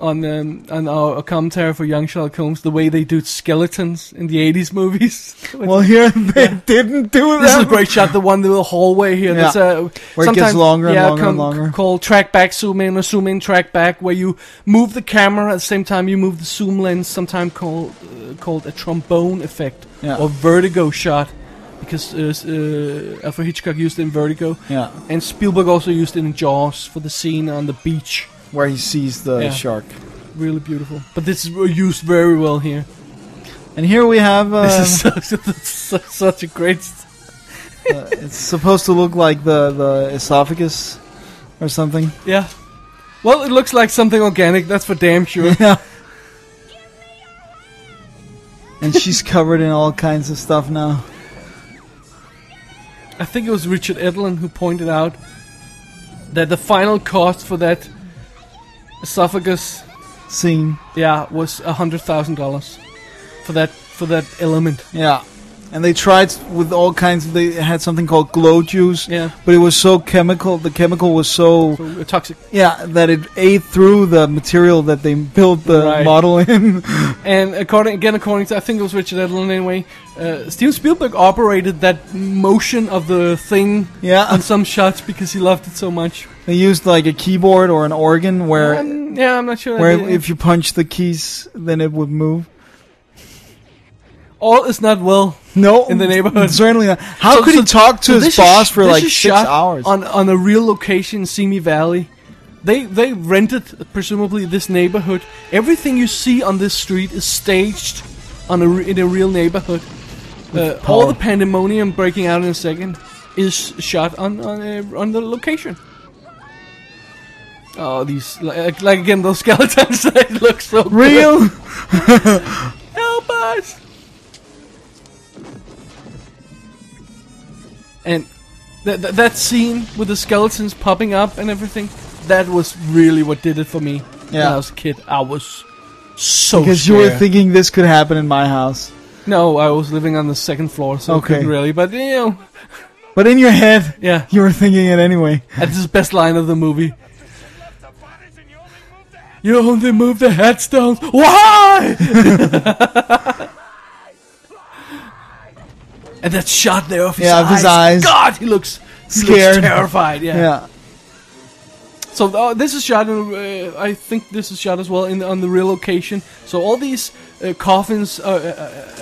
Speaker 2: on um, on our commentary for Young Sherlock Holmes, the way they do skeletons in the '80s movies.
Speaker 1: well, here they didn't do
Speaker 2: This is a
Speaker 1: that.
Speaker 2: great shot, the one in the hallway here. That's
Speaker 1: Yeah.
Speaker 2: uh,
Speaker 1: Where it gets
Speaker 2: sometimes-
Speaker 1: longer and
Speaker 2: yeah,
Speaker 1: longer and longer.
Speaker 2: Called track back, zoom in, or zoom in, track back, where you move the camera at the same time you move the zoom lens, sometimes called uh, called a trombone effect
Speaker 1: Yeah.
Speaker 2: or vertigo shot, because uh, s- uh, Alfred Hitchcock used it in Vertigo.
Speaker 1: Yeah.
Speaker 2: And Spielberg also used it in Jaws for the scene on the beach.
Speaker 1: Where he sees the
Speaker 2: Yeah.
Speaker 1: shark.
Speaker 2: Really beautiful. But this is uh, used very well here.
Speaker 1: And here we have. Uh,
Speaker 2: this is such, such, such a great. s-
Speaker 1: it's supposed to look like the the esophagus or something.
Speaker 2: Yeah. Well, it looks like something organic, that's for damn sure.
Speaker 1: Yeah. And she's covered in all kinds of stuff now.
Speaker 2: I think it was Richard Edlin who pointed out that the final cost for that esophagus,
Speaker 1: Scene.
Speaker 2: yeah, was a hundred thousand dollars for that for that element.
Speaker 1: Yeah. And they tried with all kinds. They had something called glow juice.
Speaker 2: Yeah.
Speaker 1: But it was so chemical. The chemical was so
Speaker 2: So uh, toxic.
Speaker 1: yeah that it ate through the material that they built the
Speaker 2: Right.
Speaker 1: model in.
Speaker 2: And according again, according to I think it was Richard Edlin anyway. Uh, Steven Spielberg operated that motion of the thing
Speaker 1: yeah.
Speaker 2: on some shots because he loved it so much.
Speaker 1: They used like a keyboard or an organ where
Speaker 2: Um, yeah, I'm not sure.
Speaker 1: uh, where
Speaker 2: Yeah.
Speaker 1: if you punch the keys, then it would move.
Speaker 2: all is not well
Speaker 1: No,
Speaker 2: In the neighborhood.
Speaker 1: Certainly not. How
Speaker 2: So-
Speaker 1: could
Speaker 2: so-
Speaker 1: he talk to
Speaker 2: so
Speaker 1: his
Speaker 2: this
Speaker 1: boss
Speaker 2: is-
Speaker 1: for
Speaker 2: this
Speaker 1: like
Speaker 2: is
Speaker 1: six
Speaker 2: shot
Speaker 1: hours?
Speaker 2: on on a real location, Simi Valley? They they rented presumably this neighborhood. Everything you see on this street is staged on a re- in a real neighborhood. Uh, all
Speaker 1: power.
Speaker 2: the pandemonium breaking out in a second is shot on on, uh, on the location. Oh, these like, like again those skeletons. they look so good.
Speaker 1: Real?
Speaker 2: Help us! And th- th- that scene with the skeletons popping up and everything, that was really what did it for me when
Speaker 1: Yeah.
Speaker 2: I was a kid. I was so
Speaker 1: Because you were
Speaker 2: scared.
Speaker 1: thinking this could happen in my house,
Speaker 2: No, I was living on the second floor, so
Speaker 1: Okay.
Speaker 2: okay. couldn't really. But you know,
Speaker 1: but in your head,
Speaker 2: yeah,
Speaker 1: you were thinking it anyway.
Speaker 2: that's the best line of the movie. You only move the headstones. Why? and that shot there of his,
Speaker 1: Yeah, of
Speaker 2: eyes.
Speaker 1: his eyes.
Speaker 2: God, he looks he looks
Speaker 1: Scared.
Speaker 2: terrified. Yeah.
Speaker 1: Yeah.
Speaker 2: So uh, this is shot. In, uh, I think this is shot as well in on the real location. So all these uh, coffins uh, uh, uh,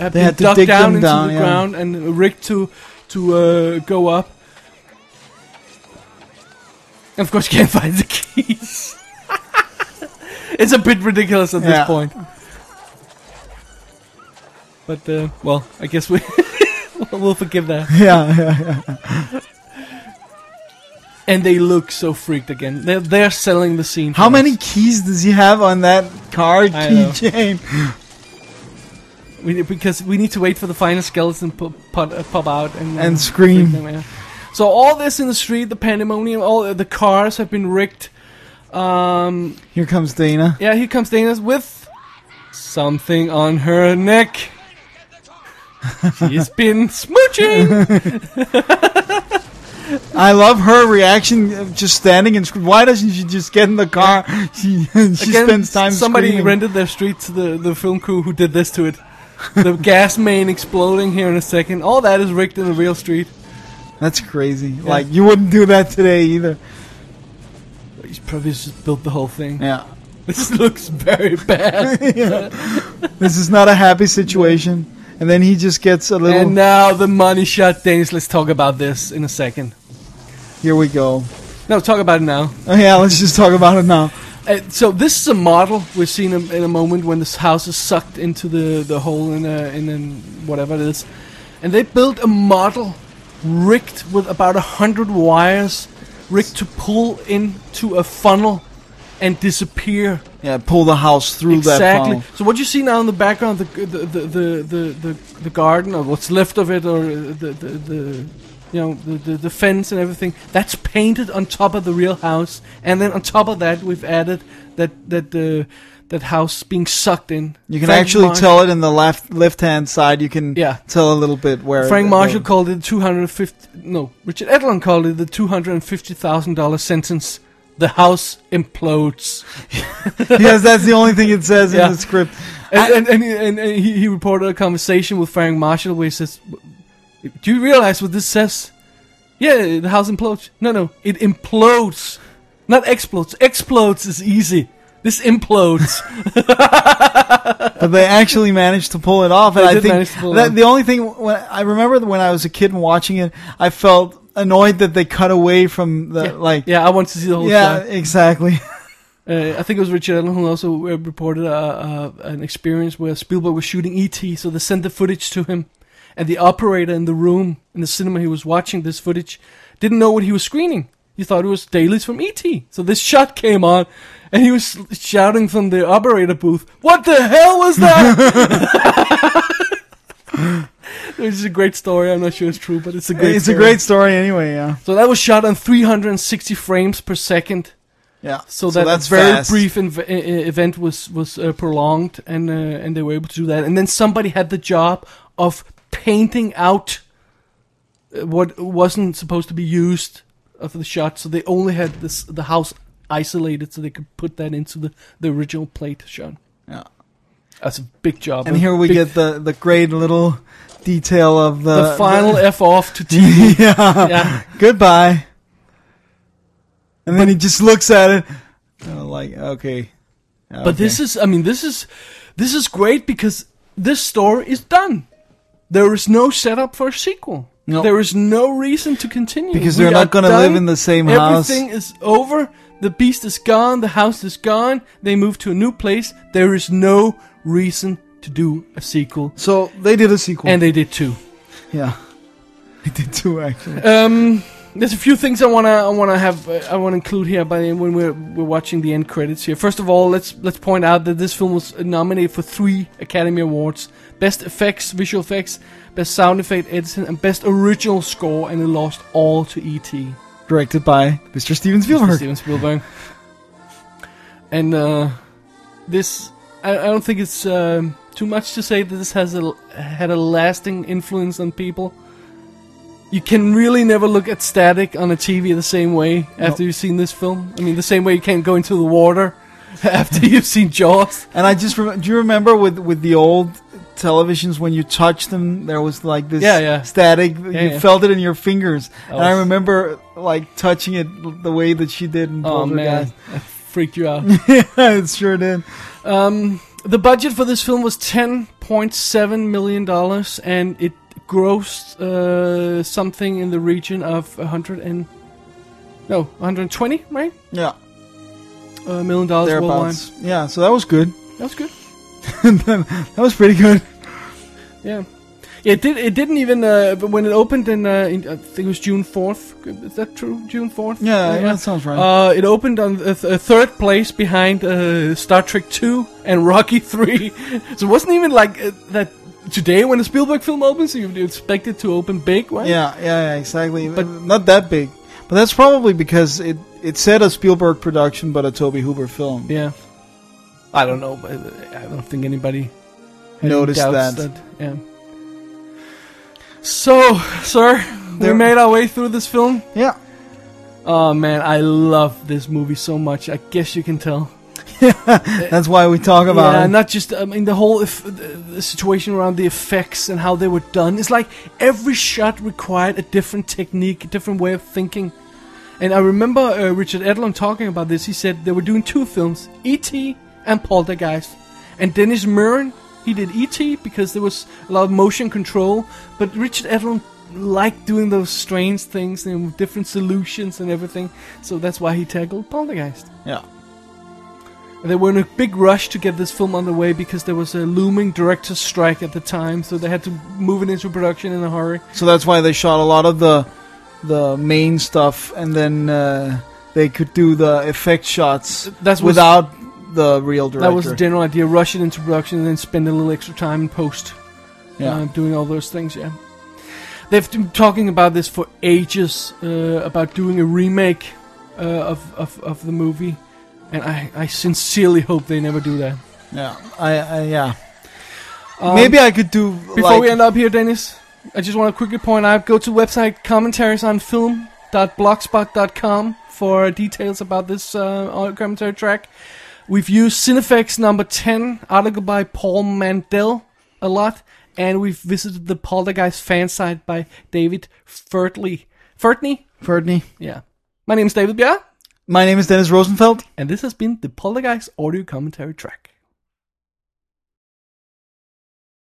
Speaker 2: have
Speaker 1: They
Speaker 2: been
Speaker 1: had to
Speaker 2: dug
Speaker 1: dig
Speaker 2: down
Speaker 1: them
Speaker 2: into
Speaker 1: down,
Speaker 2: the
Speaker 1: yeah.
Speaker 2: ground and rigged to to uh, go up. And of course, you can't find the keys. it's a bit ridiculous at
Speaker 1: Yeah.
Speaker 2: this point. But uh, well, I guess we we'll forgive that.
Speaker 1: Yeah, yeah, yeah.
Speaker 2: And they look so freaked again. They're, they're selling the scene.
Speaker 1: How
Speaker 2: for
Speaker 1: many
Speaker 2: us.
Speaker 1: keys does he have on that car
Speaker 2: I know.
Speaker 1: keychain?
Speaker 2: We, because we need to wait for the final skeleton pop, pop, uh, pop out and,
Speaker 1: And
Speaker 2: uh,
Speaker 1: scream.
Speaker 2: freak them, yeah. So all this in the street, the pandemonium, all uh, the cars have been rigged. Um,
Speaker 1: Here comes Dana.
Speaker 2: yeah, here comes Dana with something on her neck. She's been smooching.
Speaker 1: I love her reaction, of just standing and scream. Why doesn't she just get in the car? She she
Speaker 2: Again,
Speaker 1: spends time.
Speaker 2: Somebody
Speaker 1: screaming.
Speaker 2: rendered their street to the, the film crew who did this to it. The gas main exploding here in a second. All that is rigged in the real street.
Speaker 1: That's crazy. Like you wouldn't do that today either.
Speaker 2: He's probably just built the whole thing.
Speaker 1: Yeah,
Speaker 2: This looks very bad.
Speaker 1: this is not a happy situation. And then he just gets a little.
Speaker 2: and now the money shot things. Let's talk about this in a second.
Speaker 1: here we go.
Speaker 2: No, talk about it now.
Speaker 1: Oh yeah, let's just talk about it now.
Speaker 2: Uh, so this is a model we're seeing in, in a moment when this house is sucked into the, the hole in a, in an whatever it is, and they built a model rigged with about a hundred wires, rigged to pull into a funnel and disappear
Speaker 1: Yeah, pull the house through that
Speaker 2: exactly.
Speaker 1: funnel.
Speaker 2: So what you see now in the background, the the the the the, the, the garden or what's left of it, or uh, the the, the you know the, the the fence and everything, that's painted on top of the real house, and then on top of that we've added that that the that house being sucked in.
Speaker 1: You can
Speaker 2: Frank
Speaker 1: actually
Speaker 2: Marsh-
Speaker 1: tell it in the left left hand side. You can
Speaker 2: Yeah.
Speaker 1: tell a little bit where
Speaker 2: Frank
Speaker 1: it-
Speaker 2: Marshall
Speaker 1: where-
Speaker 2: called it the 250 no Richard Edlund called it the $250,000 sentence the house implodes
Speaker 1: yes, that's the only thing it says
Speaker 2: Yeah.
Speaker 1: in the script.
Speaker 2: And, and, and, and, and he, he reported a conversation with Frank Marshall where he says, Do you realize what this says? Yeah, the house implodes. No, no, it implodes. Not explodes. Explodes is easy. This implodes.
Speaker 1: But they actually managed to pull it off, and
Speaker 2: They
Speaker 1: I
Speaker 2: did
Speaker 1: think
Speaker 2: manage to pull it
Speaker 1: that
Speaker 2: off.
Speaker 1: the only thing when I remember that when I was a kid and watching it, I felt annoyed that they cut away from the like.
Speaker 2: yeah, I want to see the whole
Speaker 1: Yeah,
Speaker 2: shot.
Speaker 1: exactly.
Speaker 2: Uh, I think it was Richard Allen who also uh, reported uh, uh, an experience where Spielberg was shooting E.T., so they sent the footage to him. And the operator in the room, in the cinema he was watching this footage, didn't know what he was screening. He thought it was dailies from E.T. So this shot came on, and he was shouting from the operator booth, What the hell was that? Which is a great story. I'm not sure it's true, but it's a great
Speaker 1: it's a
Speaker 2: story.
Speaker 1: great story anyway. Yeah,
Speaker 2: So that was shot on 360 frames per second.
Speaker 1: yeah.
Speaker 2: So, that
Speaker 1: that's
Speaker 2: very
Speaker 1: fast.
Speaker 2: brief inv- e- e- event was was uh, prolonged, and uh, and they were able to do that. And then somebody had the job of painting out uh, what wasn't supposed to be used of the shot. So they only had this the house isolated, so they could put that into the the original plate shot.
Speaker 1: Yeah.
Speaker 2: That's a big job.
Speaker 1: And
Speaker 2: a
Speaker 1: here we
Speaker 2: big-
Speaker 1: get the the great little detail of the,
Speaker 2: the final f off to TV.
Speaker 1: yeah.
Speaker 2: yeah.
Speaker 1: Goodbye. And then he just looks at it, uh, like okay.
Speaker 2: But this is, I mean, this is, this is great because this story is done. There is no setup for a sequel.
Speaker 1: No.
Speaker 2: There is no reason to continue
Speaker 1: Because
Speaker 2: We
Speaker 1: they're not
Speaker 2: are
Speaker 1: gonna live
Speaker 2: done.
Speaker 1: in the same house.
Speaker 2: Everything is over. The beast is gone. The house is gone. They move to a new place. There is no reason to do a sequel,
Speaker 1: so they did a sequel.
Speaker 2: and they did too.
Speaker 1: yeah, they did two actually.
Speaker 2: Um, there's a few things I wanna I wanna have uh, I wanna include here by the, when we're we're watching the end credits here. First of all, let's let's point out that this film was nominated for three Academy Awards: Best Effects, Visual Effects, Best Sound Effect Editing, and Best Original Score, and it lost all to E E.T.
Speaker 1: Directed by Mr. Steven
Speaker 2: Mr.
Speaker 1: Spielberg.
Speaker 2: Steven Spielberg. And uh, this, I, I don't think it's um, too much to say that this has a, had a lasting influence on people. You can really never look at static on a TV the same way after you've seen this film. I mean, the same way you can't go into the water after you've seen Jaws.
Speaker 1: And I just remember, do you remember with with the old televisions when you touched them there was like this
Speaker 2: Yeah, yeah.
Speaker 1: static you
Speaker 2: yeah.
Speaker 1: felt it in your fingers and I
Speaker 2: was-
Speaker 1: remember like touching it l- the way that she did in
Speaker 2: Oh man,
Speaker 1: Poltergeist.
Speaker 2: I freaked you out.
Speaker 1: yeah it sure did
Speaker 2: The budget for this film was ten point seven million dollars, and it grossed uh, something in the region of a hundred and no, one hundred and twenty, right?
Speaker 1: yeah
Speaker 2: Uh, million dollars worldwide.
Speaker 1: thereabouts yeah so that was good
Speaker 2: That's good.
Speaker 1: that was pretty good
Speaker 2: Yeah. Yeah, it did. It didn't even uh, but when it opened in, uh, in I think it was June fourth. Is that true? June fourth.
Speaker 1: yeah, that sounds right
Speaker 2: Uh, it opened on uh, th- uh, third place behind uh, Star Trek Two and Rocky Three. so it wasn't even like uh, that today when a Spielberg film opens. You would expect it to open big, right?
Speaker 1: Yeah, yeah, yeah, exactly. But not that big. But that's probably because it it said a Spielberg production, but a Toby Hooper film.
Speaker 2: Yeah. I don't know. But uh, I don't think anybody had any
Speaker 1: Noticed
Speaker 2: doubts
Speaker 1: that.
Speaker 2: Yeah. So, sir, we
Speaker 1: There-
Speaker 2: made our way through this film.
Speaker 1: Yeah,
Speaker 2: Oh man, I love this movie so much. I guess you can tell.
Speaker 1: that's why we talk about
Speaker 2: yeah,
Speaker 1: it.
Speaker 2: not just I mean the whole if, the situation around the effects and how they were done. It's like every shot required a different technique, a different way of thinking. And I remember uh, Richard Edlund talking about this. He said they were doing two films, E.T. and Poltergeist. And Dennis Muren, he did E.T. because there was a lot of motion control. But Richard Edlund liked doing those strange things and different solutions and everything. So that's why he tackled Poltergeist.
Speaker 1: yeah,
Speaker 2: They were in a big rush to get this film underway because there was a looming director's strike at the time, so they had to move it into production in a hurry.
Speaker 1: so that's why they shot a lot of the the main stuff, and then uh, they could do the effect shots
Speaker 2: That was-
Speaker 1: without the real director.
Speaker 2: That was the general idea: rush it into production and then spend a little extra time in post
Speaker 1: yeah.
Speaker 2: uh, doing all those things. Yeah, they've been talking about this for ages uh, about doing a remake uh, of, of of the movie, and I I sincerely hope they never do that.
Speaker 1: yeah, I, I yeah. Maybe I could do
Speaker 2: Um, Before
Speaker 1: like,
Speaker 2: we end up here, Dennis, I just want to quickly point out go to website commentaries on film.blogspot.com for details about this uh, our commentary track. We've used Cinefex number 10, article by Paul Mandel, a lot, and we've visited the Poltergeist fan site by David Fertley. Fertney?
Speaker 1: Fertney.
Speaker 2: Yeah. My name's David Bjerre,
Speaker 1: My name is Dennis Rosenfeld.
Speaker 2: and this has been the Poltergeist audio commentary track.